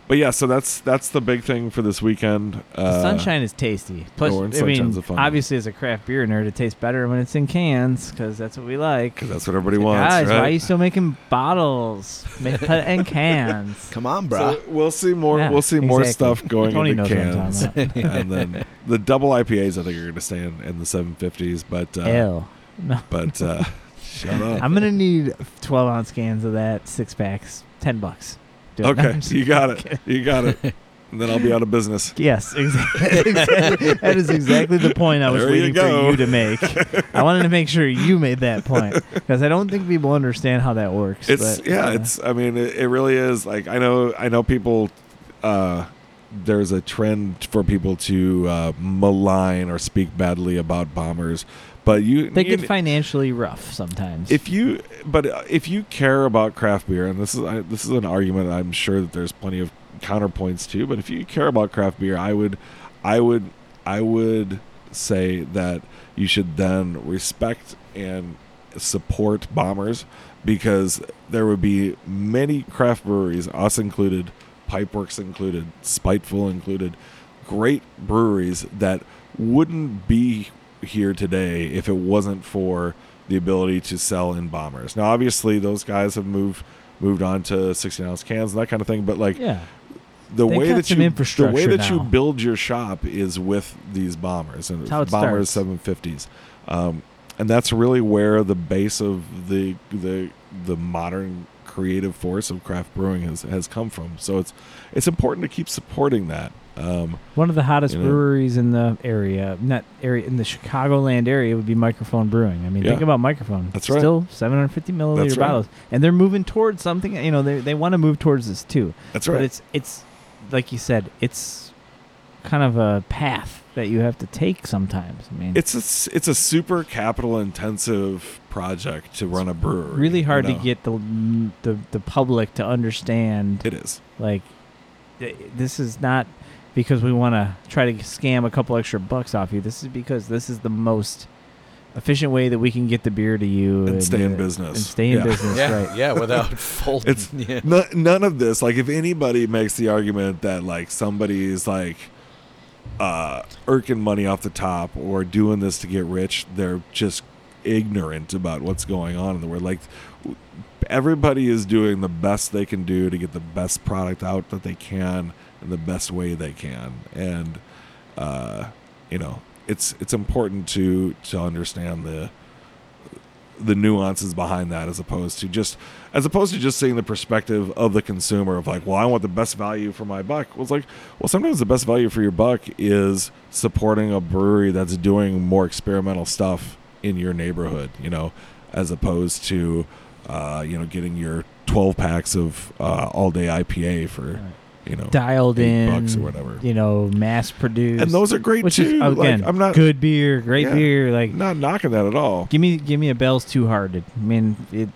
But yeah, so that's that's the big thing for this weekend. The Uh, sunshine is tasty. Plus, orange I sunshine's mean, a fun one. obviously as a craft beer nerd, it tastes better when it's in cans because that's what we like. uh, 'cause that's what everybody wants, Guys, right? why are you still making bottles? Make put it in cans. Come on, So brah. we'll see more. Yeah, we'll see more exactly. stuff going Tony into knows what I'm cans, talking about. and then the double IPAs. I think are going to stay in, in the 750s, but uh, Ew. No. but uh, shut up. I'm gonna need 12 ounce cans of that, six packs, 10 bucks. Do it. okay, I'm just- you got it. You got it. And then I'll be out of business. Yes, exactly. exactly. That is exactly the point I was There you waiting go. for you to make. I wanted to make sure you made that point because I don't think people understand how that works. It's but, yeah. uh, It's I mean it, it really is. Like I know I know people. Uh, there's a trend for people to uh, malign or speak badly about bombers, but you they you, get financially rough sometimes. if you but uh, if you care about craft beer and this is I, this is an argument i'm sure that there's plenty of counterpoints to but if you care about craft beer i would i would i would say that you should then respect and support bombers because there would be many craft breweries us included pipeworks included spiteful included great breweries that wouldn't be here today if it wasn't for the ability to sell in bombers. Now, obviously, those guys have moved moved on to 16 ounce cans and that kind of thing. But like yeah, the They way got that some you the way infrastructure that you now. build your shop is with these bombers and That's how it bombers starts. 750s, um, and that's really where the base of the the the modern creative force of craft brewing has, has come from. So it's it's important to keep supporting that. Um, one of the hottest You know. breweries in the area, not area in the Chicagoland area, would be Microphone Brewing. I mean, think Yeah. about Microphone. That's right. Still 750 milliliter That's right. bottles, and they're moving towards something. You know, they they want to move towards this too. that's But right. it's it's like you said, it's kind of a path that you have to take sometimes. I mean, It's a s- it's a super capital intensive project to run a brewery. really hard you to know? get the, the the public to understand It is. like th- this is not because we want to try to scam a couple extra bucks off you. This is because this is the most efficient way that we can get the beer to you And stay in uh, business. and stay in Yeah. business. yeah, Right. yeah, without folding. It's- yeah. No, none of this. Like, if anybody makes the argument that like somebody's like uh, irking money off the top or doing this to get rich, they're just ignorant about what's going on in the world. Like, w- everybody is doing the best they can do to get the best product out that they can in the best way they can, and uh, you know, it's it's important to to understand the the nuances behind that as opposed to just as opposed to just seeing the perspective of the consumer of like well i want the best value for my buck well, it's like well sometimes the best value for your buck is supporting a brewery that's doing more experimental stuff in your neighborhood you know as opposed to uh, you know getting your 12 packs of uh, all day ipa for you know Dialed Eight in bucks or whatever. You know, mass produced. and those are great which too is again like i'm not good beer, great Yeah. beer. Like not knocking that at all give me give me a Bell's Two Hearted. I mean, it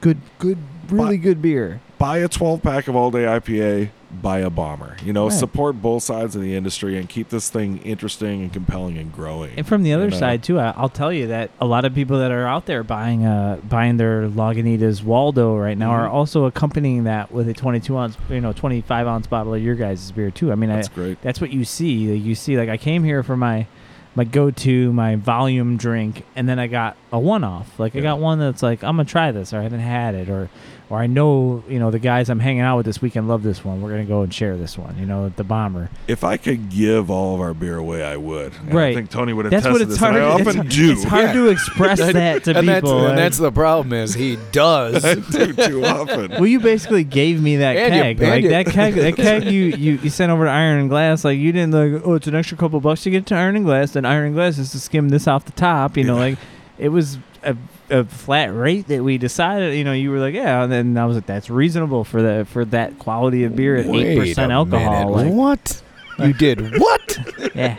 good, good, really good beer. buy a 12 pack of all day IPA, buy a bomber. You know, Right. support both sides of the industry and keep this thing interesting and compelling and growing. And from the other You know. side too, I, I'll tell you that a lot of people that are out there buying uh buying their Lagunitas Waldo right now are Mhm. also accompanying that with a 22 ounce, you know, 25 ounce bottle of your guys' beer too. I mean, I, That's great. that's what you see. Like, You see, like I came here for my my go to my volume drink, and then I got a one off. Like I Yeah. got one that's like I'm gonna try this, or I haven't had it, or or I know you know the guys I'm hanging out with this weekend love this one. We're gonna go and share this one. You know, the bomber. If I could give all of our beer away, I would. And I Right. think Tony would attest That's what to it's this. hard. and I it's, often do. It's hard Yeah. to express that to people. and That's, like- and that's the problem is he does. I do too often. well, you basically gave me that And you- keg, and like you- that keg, that keg you, you, you sent over to Iron and Glass. Like you didn't like, oh, it's an extra couple bucks to get to Iron and Glass, and Iron and Glass is to skim this off the top. You know, Yeah. like it was a, a flat rate that we decided. You know, you were like, yeah, and then I was like, that's reasonable for the for that quality of beer at Wait eight percent a alcohol. minute, Like, what? You did what? yeah,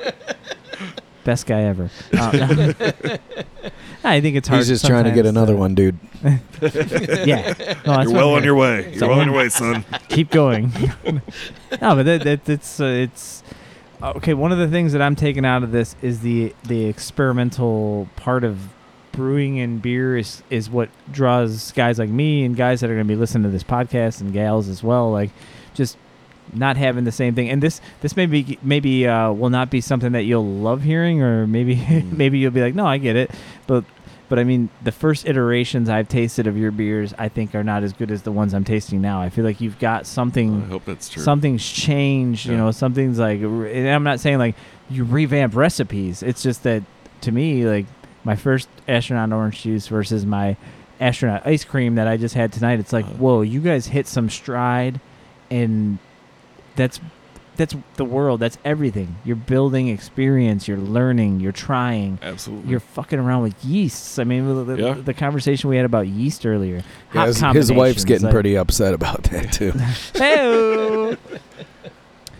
best guy ever. Uh, I think it's hard. He's just trying to get sometimes another one, dude. yeah. No, that's You're what well I'm on here. your way. You're So- well on your way, son. Keep going. no, but that, that it's uh, it's uh, okay. One of the things that I'm taking out of this is the the experimental part of brewing and beer is is what draws guys like me and guys that are going to be listening to this podcast and gals as well. Like just not having the same thing and this this maybe maybe uh, will not be something that you'll love hearing or maybe Mm. maybe you'll be like no i get it but but i mean the first iterations i've tasted of your beers i think are not as good as the ones i'm tasting now i feel like you've got I something hope that's true. something's changed you Yeah. know something's like and i'm not saying like you revamp recipes it's just that to me like my first astronaut orange juice versus my astronaut ice cream that i just had tonight it's like Uh-huh. Uh. whoa you guys hit some stride and that's that's the world that's everything you're building experience you're learning you're trying Mm-hmm. Absolutely. you're fucking around with yeasts. I mean, the, the- Yeah. the conversation we had about yeast earlier. Yeah, Hop his, his wife's combinations, getting like- pretty upset about that too. Hey-o.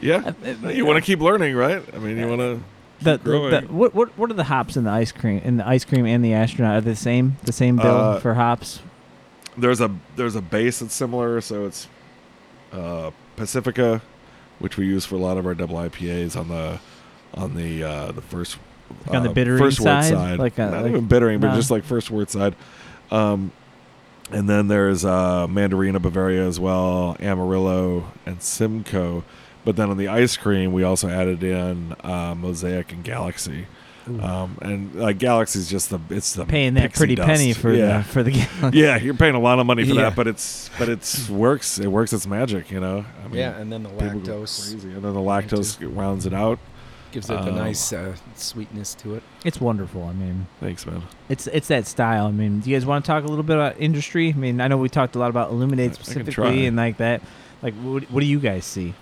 yeah. uh, You want to keep learning, right? I mean, you want to. the, growing. the- what what what are the hops in the ice cream in the ice cream and the astronaut are they the same the same bill Uh, for hops? there's a there's a base that's similar, so it's uh, Pacifica, which we use for a lot of our double IPAs on the on the uh, the first Like on the uh, bittering first word side? side, Like a- not like- even bittering, but no. just like first word side. Um, and then there's uh, Mandarina Bavaria as well, Amarillo and Simcoe. But then on the ice cream, we also added in uh, Mosaic and Galaxy. Um, and like Galaxy's just the it's the Paying that pixie pretty dust. penny for yeah the, for the gallon. yeah, you're paying a lot of money for Yeah. that, but it's but it's works. It works its magic, you know. I mean, yeah, and then the people go lactose crazy, and then the lactose rounds it out. gives it a Um, nice uh, sweetness to it. It's wonderful. I mean, Thanks, man. it's it's that style. I mean, do you guys want to talk a little bit about industry? I mean, I know we talked a lot about I- I Illuminate can specifically try. and like that. Like, what, what do you guys see?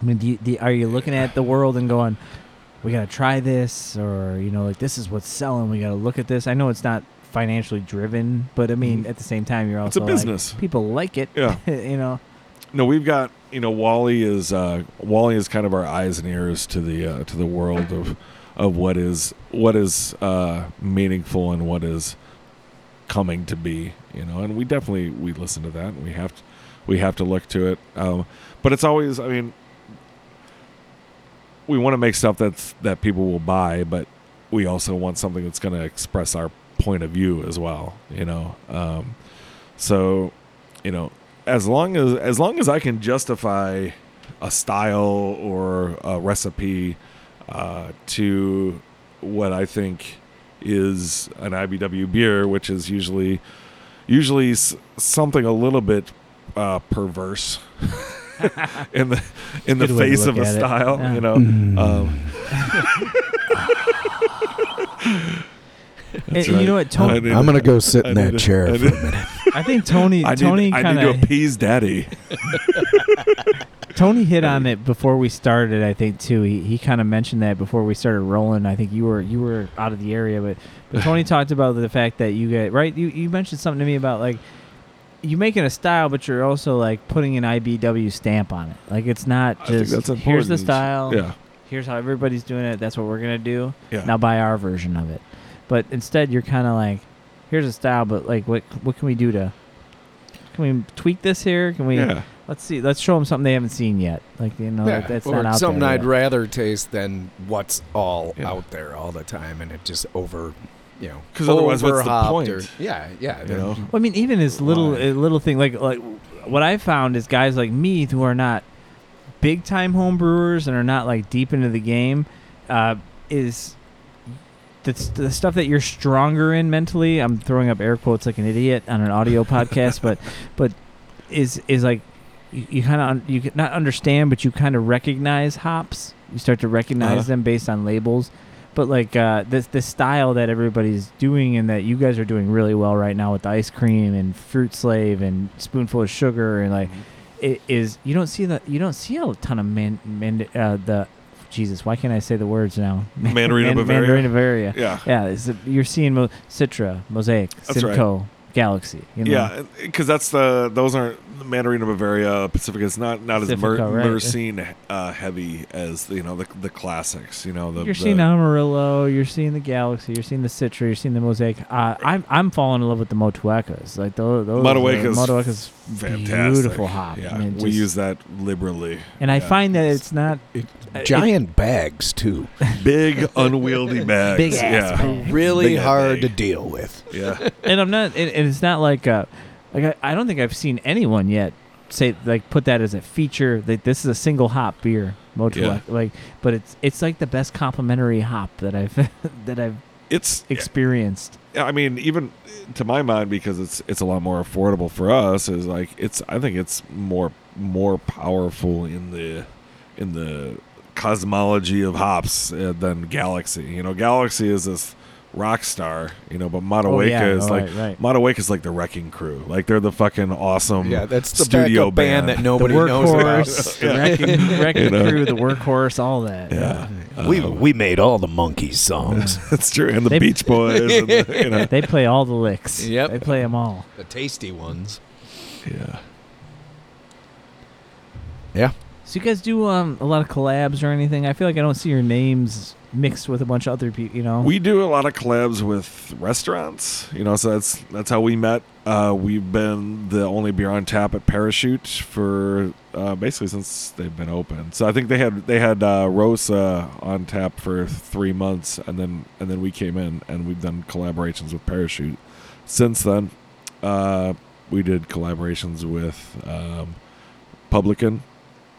I mean, do you, do, are you looking at the world and going, "We gotta try this," or you know, like this is what's selling. We gotta look at this. I know it's not financially driven, but I mean, Mhm. at the same time, you're It's a also like, business. people like it. Yeah. you know. No, we've got you know Wally is uh, Wally is kind of our eyes and ears to the uh, to the world of of what is what is uh, meaningful and what is coming to be you know and we definitely we listen to that and we have to we have to look to it um, but it's always I mean we want to make stuff that's that people will buy but we also want something that's going to express our point of view as well you know um, so you know as long as as long as I can justify a style or a recipe uh, to what I think is an IBW beer, which is usually usually s- something a little bit uh, perverse in the in the Good way to face look of a at it. style, Yeah. you know. Mm. Um, And you know what, Tony? I I'm need- gonna go sit I in that need- chair I for a need- minute. I think Tony I Tony need, I need kind to of appease daddy. Tony hit on it before we started, I think too. He he kind of mentioned that before we started rolling. I think you were you were out of the area, but but Tony talked about the fact that you get right. You you mentioned something to me about like you making a style, but you're also like putting an IBW stamp on it. Like it's not I just think that's important. here's the style. Yeah. Here's how everybody's doing it. That's what we're gonna do. Yeah. Now buy our version of it. But instead, you're kind of like here's a style, but like what what can we do to Can we tweak this here? Can we? yeah. Let's see. Let's show them something they haven't seen yet. Like you know, Yeah, that- that's or not out something there. I'd yet. rather taste than what's all Yeah. out there all the time, and it just over, you know, 'Cause otherwise what's the overhopped point? Or, yeah, yeah, You know? Well, I mean, even as little Why? a little thing like like what I found is guys like me who are not big time home brewers and are not like deep into the game uh, is the, the stuff that you're stronger in mentally. I'm throwing up air quotes like an idiot on an audio podcast, but but is is like you, you kind of you can not understand, but you kind of recognize hops. You start to recognize Uh-huh. them based on labels. But like uh, this, this style that everybody's doing, and that you guys are doing really well right now with the ice cream and fruit slave and spoonful of sugar, and like it is you don't see the you don't see a ton of man, man uh, the Jesus. Why can't I say the words now? Mandarin of Bavaria. Mandarin Bavaria. yeah. Yeah, it's, you're seeing Mo- Citra, Mosaic, That's right. Simcoe, Galaxy. You know? Yeah, because that's the those aren't Mandarin of Bavaria Pacifica is not not as mer- Pacifica, right. Mercine uh, heavy as you know the the classics. You know the you're the- seeing Amarillo, you're seeing the Galaxy, you're seeing the Citra, you're seeing the Mosaic. Uh, I'm I'm falling in love with the Motuecas. Like those, those Motueka's Motueka's fantastic. beautiful hop. Yeah, I mean, we just- use that liberally, and I yeah. find that it's not Uh, It- giant bags too, big unwieldy bags. Big ass yeah, bags. really Big hard bag. to deal with. yeah. and I'm not, and, and it's not like, uh, like I, I don't think I've seen anyone yet say like put that as a feature that this is a single hop beer, Motu Yeah. like, but it's it's like the best complimentary hop that I've that I've It's experienced. I mean, even to my mind, because it's it's a lot more affordable for us. Is like it's. I think it's more more powerful in the in the cosmology of hops uh, than Galaxy. You know, Galaxy is this rock star. You know, but Mataweka Oh, yeah. is Oh, like right, right. Mataweka is like the wrecking crew. Like they're the fucking awesome. Yeah, that's the studio backup band, that nobody Mm. the knows about. workhorse, the wrecking, wrecking You know? crew, the workhorse, all that. Yeah, we Um, we made all the monkeys songs. that's true. And the They- Beach Boys. and the, you know, They play all the licks. Yep. They play them all. the tasty ones. yeah. So you guys do um, a lot of collabs or anything? I feel like I don't see your names mixed with a bunch of other people, you know? We do a lot of collabs with restaurants, you know. So that's that's how we met. Uh, we've been the only beer on tap at Parachute for uh, basically since they've been open. So I think they had they had uh, Rosa on tap for three months, and then and then we came in and we've done collaborations with Parachute since then. Uh, we did collaborations with um, Publican,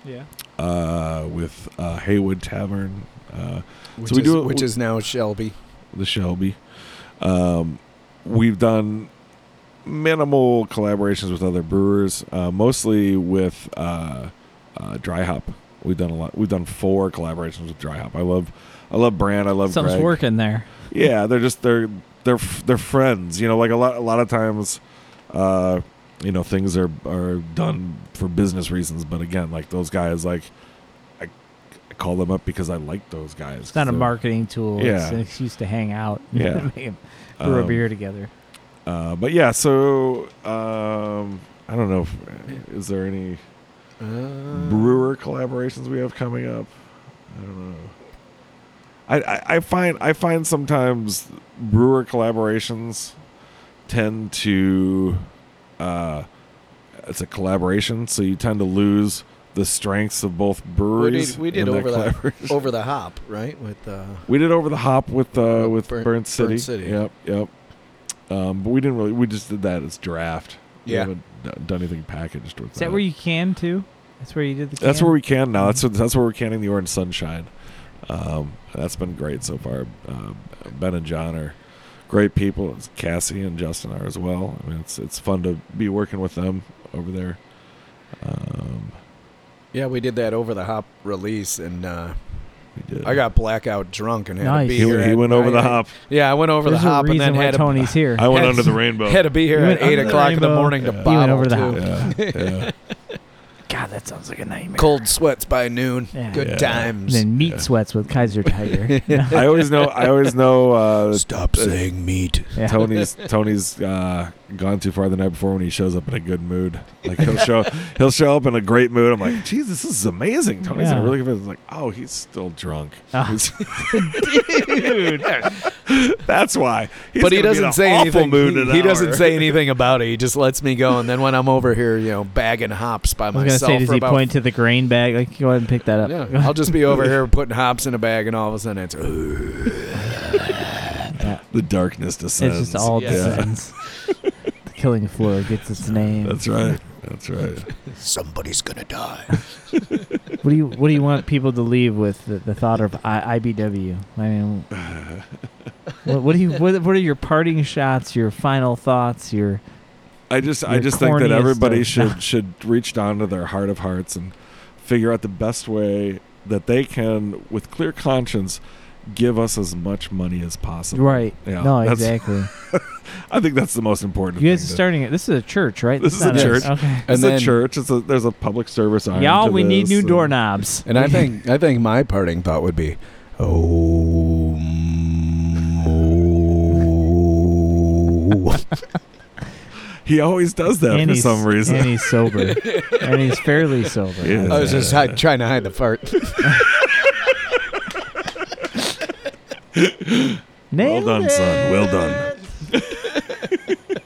yeah. uh, with uh, Haywood Tavern. Uh, Which, So we is, do it- which is now Shelby. the Shelby. Um, we've done minimal collaborations with other brewers, uh, mostly with uh, uh, Dry Hop. We've done a lot. We've done four collaborations with Dry Hop. I love, I love Brand. I love Something's Greg. working there. Yeah, they're just they're they're f- they're friends. You know, like a lot a lot of times, uh, you know, things are are done for business reasons. But again, like those guys, like I, I call them up because I like those guys. It's not a They're- marketing tool. It's Yeah. an excuse to hang out. Yeah. Make 'em brew a um, beer together. Uh, but yeah, so um, I don't know. If, is there any brewer collaborations we have coming up? I don't know. I, I, I find I find sometimes brewer collaborations tend to uh, it's a collaboration, so you tend to lose the strengths of both we breweries. did, we did in that. over the collaboration. over the hop, right? With uh, We did over the hop with uh, with Burnt- Burnt, City. Burnt City. Yep, yep. Um, but we didn't really. We just did that as draft. Yeah. We haven't d- done anything packaged with Is that where you can, too? That's where you did the That's can? where we can now. That's what, that's where we're canning the orange sunshine. Um, that's been great so far. Um, ben and John are great people. It's Cassie and Justin are as well. I mean, it's it's fun to be working with them over there. Um, yeah, we did that over the hop release, and uh, we did. I got blackout drunk and had Nice. to be He, here. he at went over the night. hop. Yeah, I went over There's the a hop and reason then why had to, Tony's here. I went Had- under the rainbow. had to be here You at went eight under the o'clock in the rainbow. morning to Yeah. bottle over the too. hop. Yeah, yeah. God, that sounds like a nightmare. Cold sweats by noon. Yeah. Good Yeah. And times. then meat Yeah. sweats with Kaiser Tiger. yeah. I always know. I always know. Uh, Stop saying meat. Tony's Tony's uh, gone too far the night before when he shows up in a good mood. Like he'll show he'll show up in a great mood. I'm like, geez, this is amazing. Tony's in a Yeah. really good mood. It's like, oh, he's still drunk. Ah. Dude, that's why. He's but he gonna be in doesn't an say awful anything. Mood in he an he hour. doesn't say anything about it. He just lets me go. And then when I'm over here, you know, bagging hops by I was gonna myself, say, does for he about- point to the grain bag? Like, go ahead and pick that up. Yeah, I'll just be over here putting hops in a bag, and all of a sudden it's. the darkness descends. it's just all Yeah. descends. the killing floor gets its name. That's right. That's right. Somebody's gonna die. What do you What do you want people to leave with the, the thought of I, IBW? I mean, what, what do you what, what are your parting shots? Your final thoughts? Your I just I Your just think that corniest everybody of- should should reach down to their heart of hearts and figure out the best way that they can, with clear conscience, give us as much money as possible. right? Yeah, no, that's- exactly. I think that's the most important. You guys are thing. starting it. This is a church, right? This It's is a not church. Okay. That, it's And a then, church. It's a there's a public service. Arm Y'all, to we need this, new and- doorknobs. and I think I think my parting thought would be, oh. mm, oh." He always does that And for he's- some reason. and he's sober, and he's fairly sober. Yeah. I was just hi- trying to hide the fart. Well Nailed done, son. Well done. it.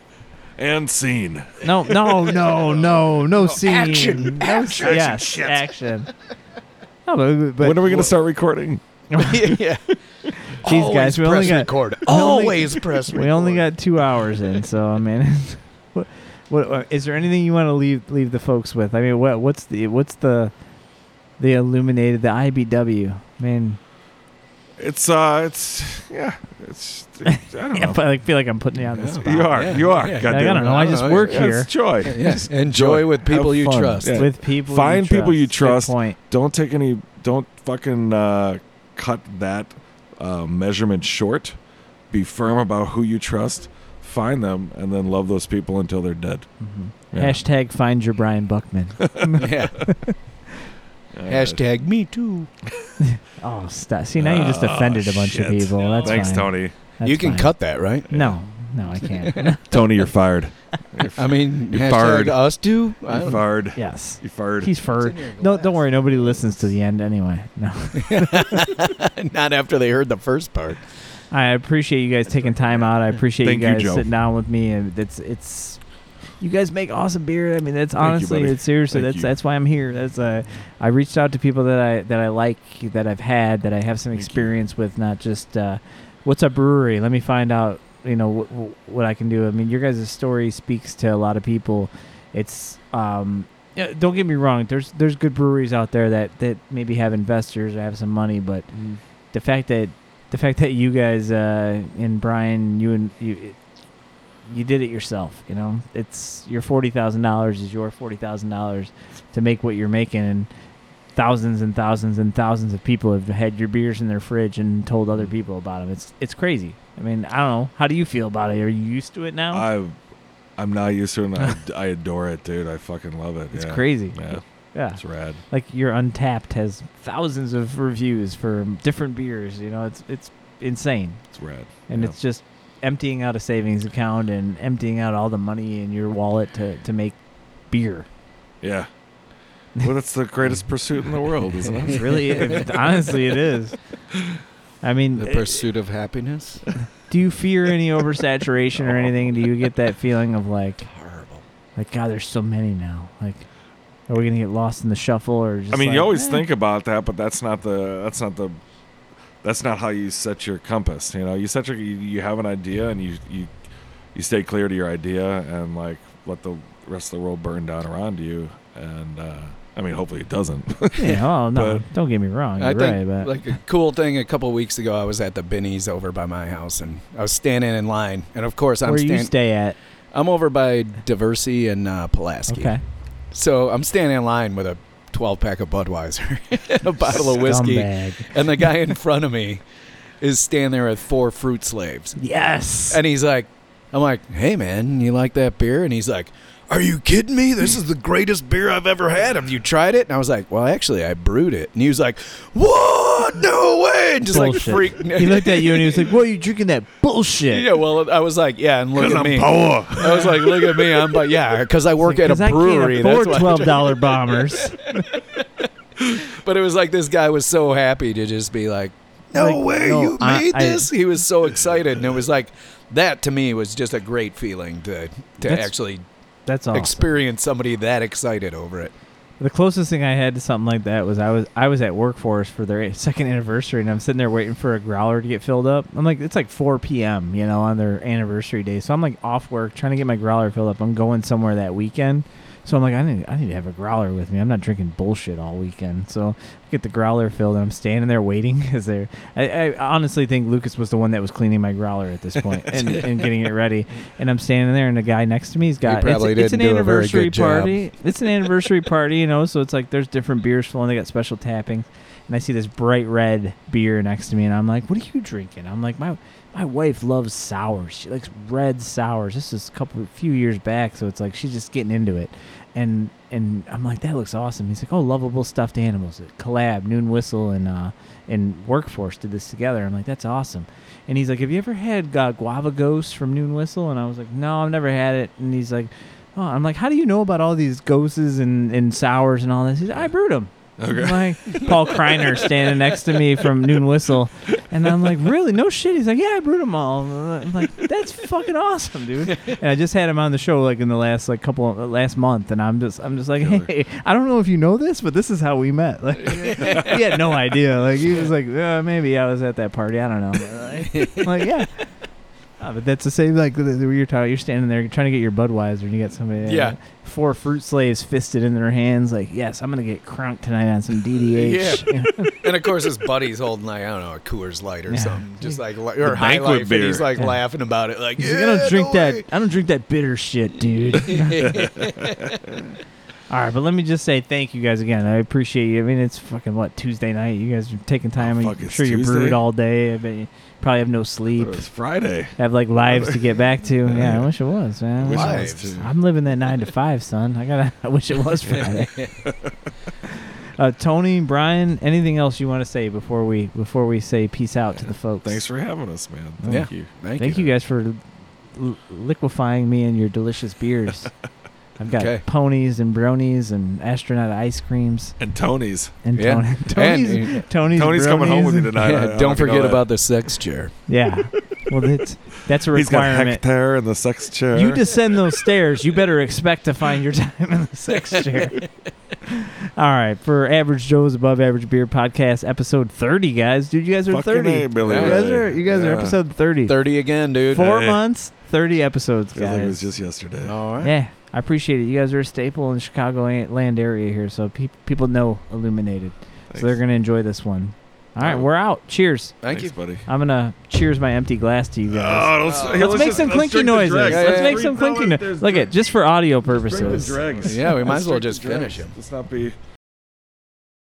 And scene. No, no, no, no, no scene. Action, action, yes, shit. action. No, but, but when are we going to start recording? yeah. These guys, we only press got- record. only- Always press record. We only got two hours in, so I mean, what, what, what is there anything you want to leave leave the folks with? I mean, what what's the what's the the illuminated the IBW? I mean, It's uh, it's yeah, it's I don't I know. feel like, feel like I'm putting you on the Yeah, spot. you are, Yeah. you are. Yeah. Like, goddamn I it. don't know. I just Oh, yeah. work Yeah, here. it's joy. Yes. Enjoy with people Have you fun trust. Yeah. with people. you Find people you Good trust. point. don't take any don't fucking uh, cut that uh, measurement short be firm about who you trust find them and then love those people until they're dead Mhm. Yeah. Hashtag find your Brian Buckman. Yeah. All right. Hashtag me too. oh, stop. See, now you just Oh, offended a bunch shit. of people. That's thanks fine. tony That's you can fine. cut that, right? No, no, I can't. tony you're fired I mean, You hashtag fired. us too. I you don't- fired yes, you fired he's furred. No, don't worry. Nobody listens to the end anyway. No. Not after they heard the first part. I appreciate you guys taking time out. I appreciate Thank you you, guys Joe. sitting down with me. And it's it's you guys make awesome beer. I mean, that's you, honestly, buddy. it's seriously Thank that's you. that's why I'm here. That's uh, I reached out to people that I that I like, that I've had, that I have some Thank you. experience with. Not just uh, what's a brewery. Let me find out. You know wh- wh- what I can do. I mean, your guys' story speaks to a lot of people. It's um. yeah, Don't get me wrong. There's there's good breweries out there that, that maybe have investors or have some money, but the fact that the fact that you guys uh, and Brian, you and you, it, you did it yourself. You know, it's your forty thousand dollars is your forty thousand dollars to make what you're making, and thousands and thousands and thousands of people have had your beers in their fridge and told other Mm-hmm. people about them. It's it's crazy. I mean, I don't know. How do you feel about it? Are you used to it now? i i'm not used to it and I, I adore it dude i fucking love it it's yeah. crazy. yeah Yeah. it's rad like your Untapped has thousands of reviews for different beers. You know, it's it's insane. it's rad and Yeah. it's just emptying out a savings account and emptying out all the money in your wallet to, to make beer. yeah well that's the greatest pursuit in the world isn't it It's really, it, honestly, it is. I mean, eh, The pursuit of happiness. do you fear any oversaturation or anything? Do you get that feeling of like, Horrible. like God, there's so many now. Like, are we gonna get lost in the shuffle or? Just I mean, like, you always eh, think about that, but that's not the that's not the that's not how you set your compass. You know, you set your you, you have an idea and you you you stay clear to your idea and like let the rest of the world burn down around you. And uh, I mean, hopefully it doesn't. Yeah, oh no, but- don't get me wrong. Oh, You're I right, think but like a cool thing. A couple weeks ago, I was at the Binnie's over by my house, and I was standing in line. And of course, I'm where you standing. stay at? I'm over by Diversity and uh, Pulaski. Okay, So I'm standing in line with a 12 pack of Budweiser, and a bottle of whiskey, Scumbag. and the guy in front of me is standing there with four fruit slaves, Yes. and he's like, I'm like, hey man, you like that beer? And he's like, are you kidding me? This is the greatest beer I've ever had. Have you tried it? And I was like, well, actually, I brewed it. And he was like, what? No way! And just Bullshit. like freaked. He looked at you and he was like, "What are you drinking that bullshit?" Yeah, well, I was like, yeah, and look Because at I'm me. poor. I was like, look at me. I'm but yeah, because I work at Because a brewery. I can't afford that's why. twelve dollar bombers. But it was like this guy was so happy to just be like, no Like, way, no, you I- made I- this. he was so excited, and it was like that to me was just a great feeling to to That's actually That's all. experience somebody that excited over it. The closest thing I had to something like that was I was I was at Workforce for their second anniversary, and I'm sitting there waiting for a growler to get filled up. I'm like, it's like 4 p.m. you know on their anniversary day, so I'm like off work trying to get my growler filled up. I'm going somewhere that weekend, so I'm like, I need I need to have a growler with me. I'm not drinking bullshit all weekend, so I get the growler filled, and I'm standing there waiting because they're. I, I honestly think Lucas was the one that was cleaning my growler at this point and, and getting it ready, and I'm standing there, and the guy next to me's got it's- probably it's, an didn't do a very anniversary good job. party it's an anniversary party, you know, so it's like there's different beers flowing. They got special tappings, and I see this bright red beer next to me, and I'm like, "What are you drinking?" I'm like, "My my wife loves sours. She likes red sours. This is a couple few years back, so it's like she's just getting into it." And and I'm like, "That looks awesome." He's like, "Oh, lovable stuffed animals. Collab, Noon Whistle, and uh and Workforce did this together." I'm like, "That's awesome." And he's like, "Have you ever had uh, Guava Ghost from Noon Whistle?" And I was like, "No, I've never had it." And he's like. Oh, I'm like, how do you know about all these ghosts and, and sours and all this? He's, I brewed them. Okay. like Paul Kreiner standing next to me from Noon Whistle, and I'm like, really? No shit. He's like, yeah, I brewed them all. I'm like, that's fucking awesome, dude. And I just had him on the show like in the last like couple of, last month, and I'm just I'm just like, Killer. hey, I don't know if you know this, but this is how we met. Like, he had no idea. Like he was like, uh, maybe I was at that party. I don't know. Like, like, yeah. Ah, but that's the same like the, the, you're talking. You're standing there, you're trying to get your Budweiser, and you got somebody. there, Yeah. Four fruit slaves fisted in their hands, like, yes, I'm gonna get crunk tonight on some DDH. And of course, his buddy's holding like I don't know a Coors Light or Yeah. something, just like li- or High banquet Life, and he's beer. like Yeah. laughing about it, like He's yeah, like, I don't drink no that. way." I don't drink that bitter shit, dude. All right, but let me just say thank you guys again. I appreciate you. I mean, it's fucking what Tuesday night. You guys are taking time. Oh, I'm fuck, it's sure you brewed Tuesday? all day. I bet you probably have no sleep. It's Friday. Have like lives to get back to. Yeah, I wish it was, man. I wish it was. Lives. Lives. I'm living that nine to five, son. I gotta. I wish it was Friday. uh, Tony, Brian, anything else you want to say before we before we say peace out to the folks? Thanks for having us, man. Thank you. Thank, Thank you guys for l- liquefying me in your delicious beers. I've got Okay. ponies and bronies and astronaut ice creams And Tony's. and Yeah. Tony, Tony's, And- Tony's, Tony's coming bronies home with me and- tonight. I- I Yeah, hope don't you know forget that. about the sex chair. Yeah, well, that's that's a He's got requirement. Hector and the sex chair. You descend those stairs, you better expect to find your time in the sex chair. All right, for Average Joe's Above Average Beer podcast, episode thirty, guys. Dude, you guys are Fucking thirty. A, Billy You Yeah. guys Ray. are you guys Yeah. are episode thirty. Thirty again, dude. Four Hey. months, thirty episodes, Feels guys. like it was just yesterday. All right. yeah, I appreciate it. You guys are a staple in the Chicago a- land area here, so pe- people know Illuminated, so they're Thanks. gonna enjoy this one. All right, Oh. we're out. Cheers. Thank you. Thanks, buddy. I'm gonna cheers my empty glass to you guys. Oh, let's, Let's here, Let's, make just- some let's clinky drink the noises. dregs. Yeah, Let's yeah, make Drink some the- clinky noises. there's Look at dregs. just for audio Drink the purposes. dregs. Yeah, we might Let's as well drink just the dregs. finish 'em. Let's not be.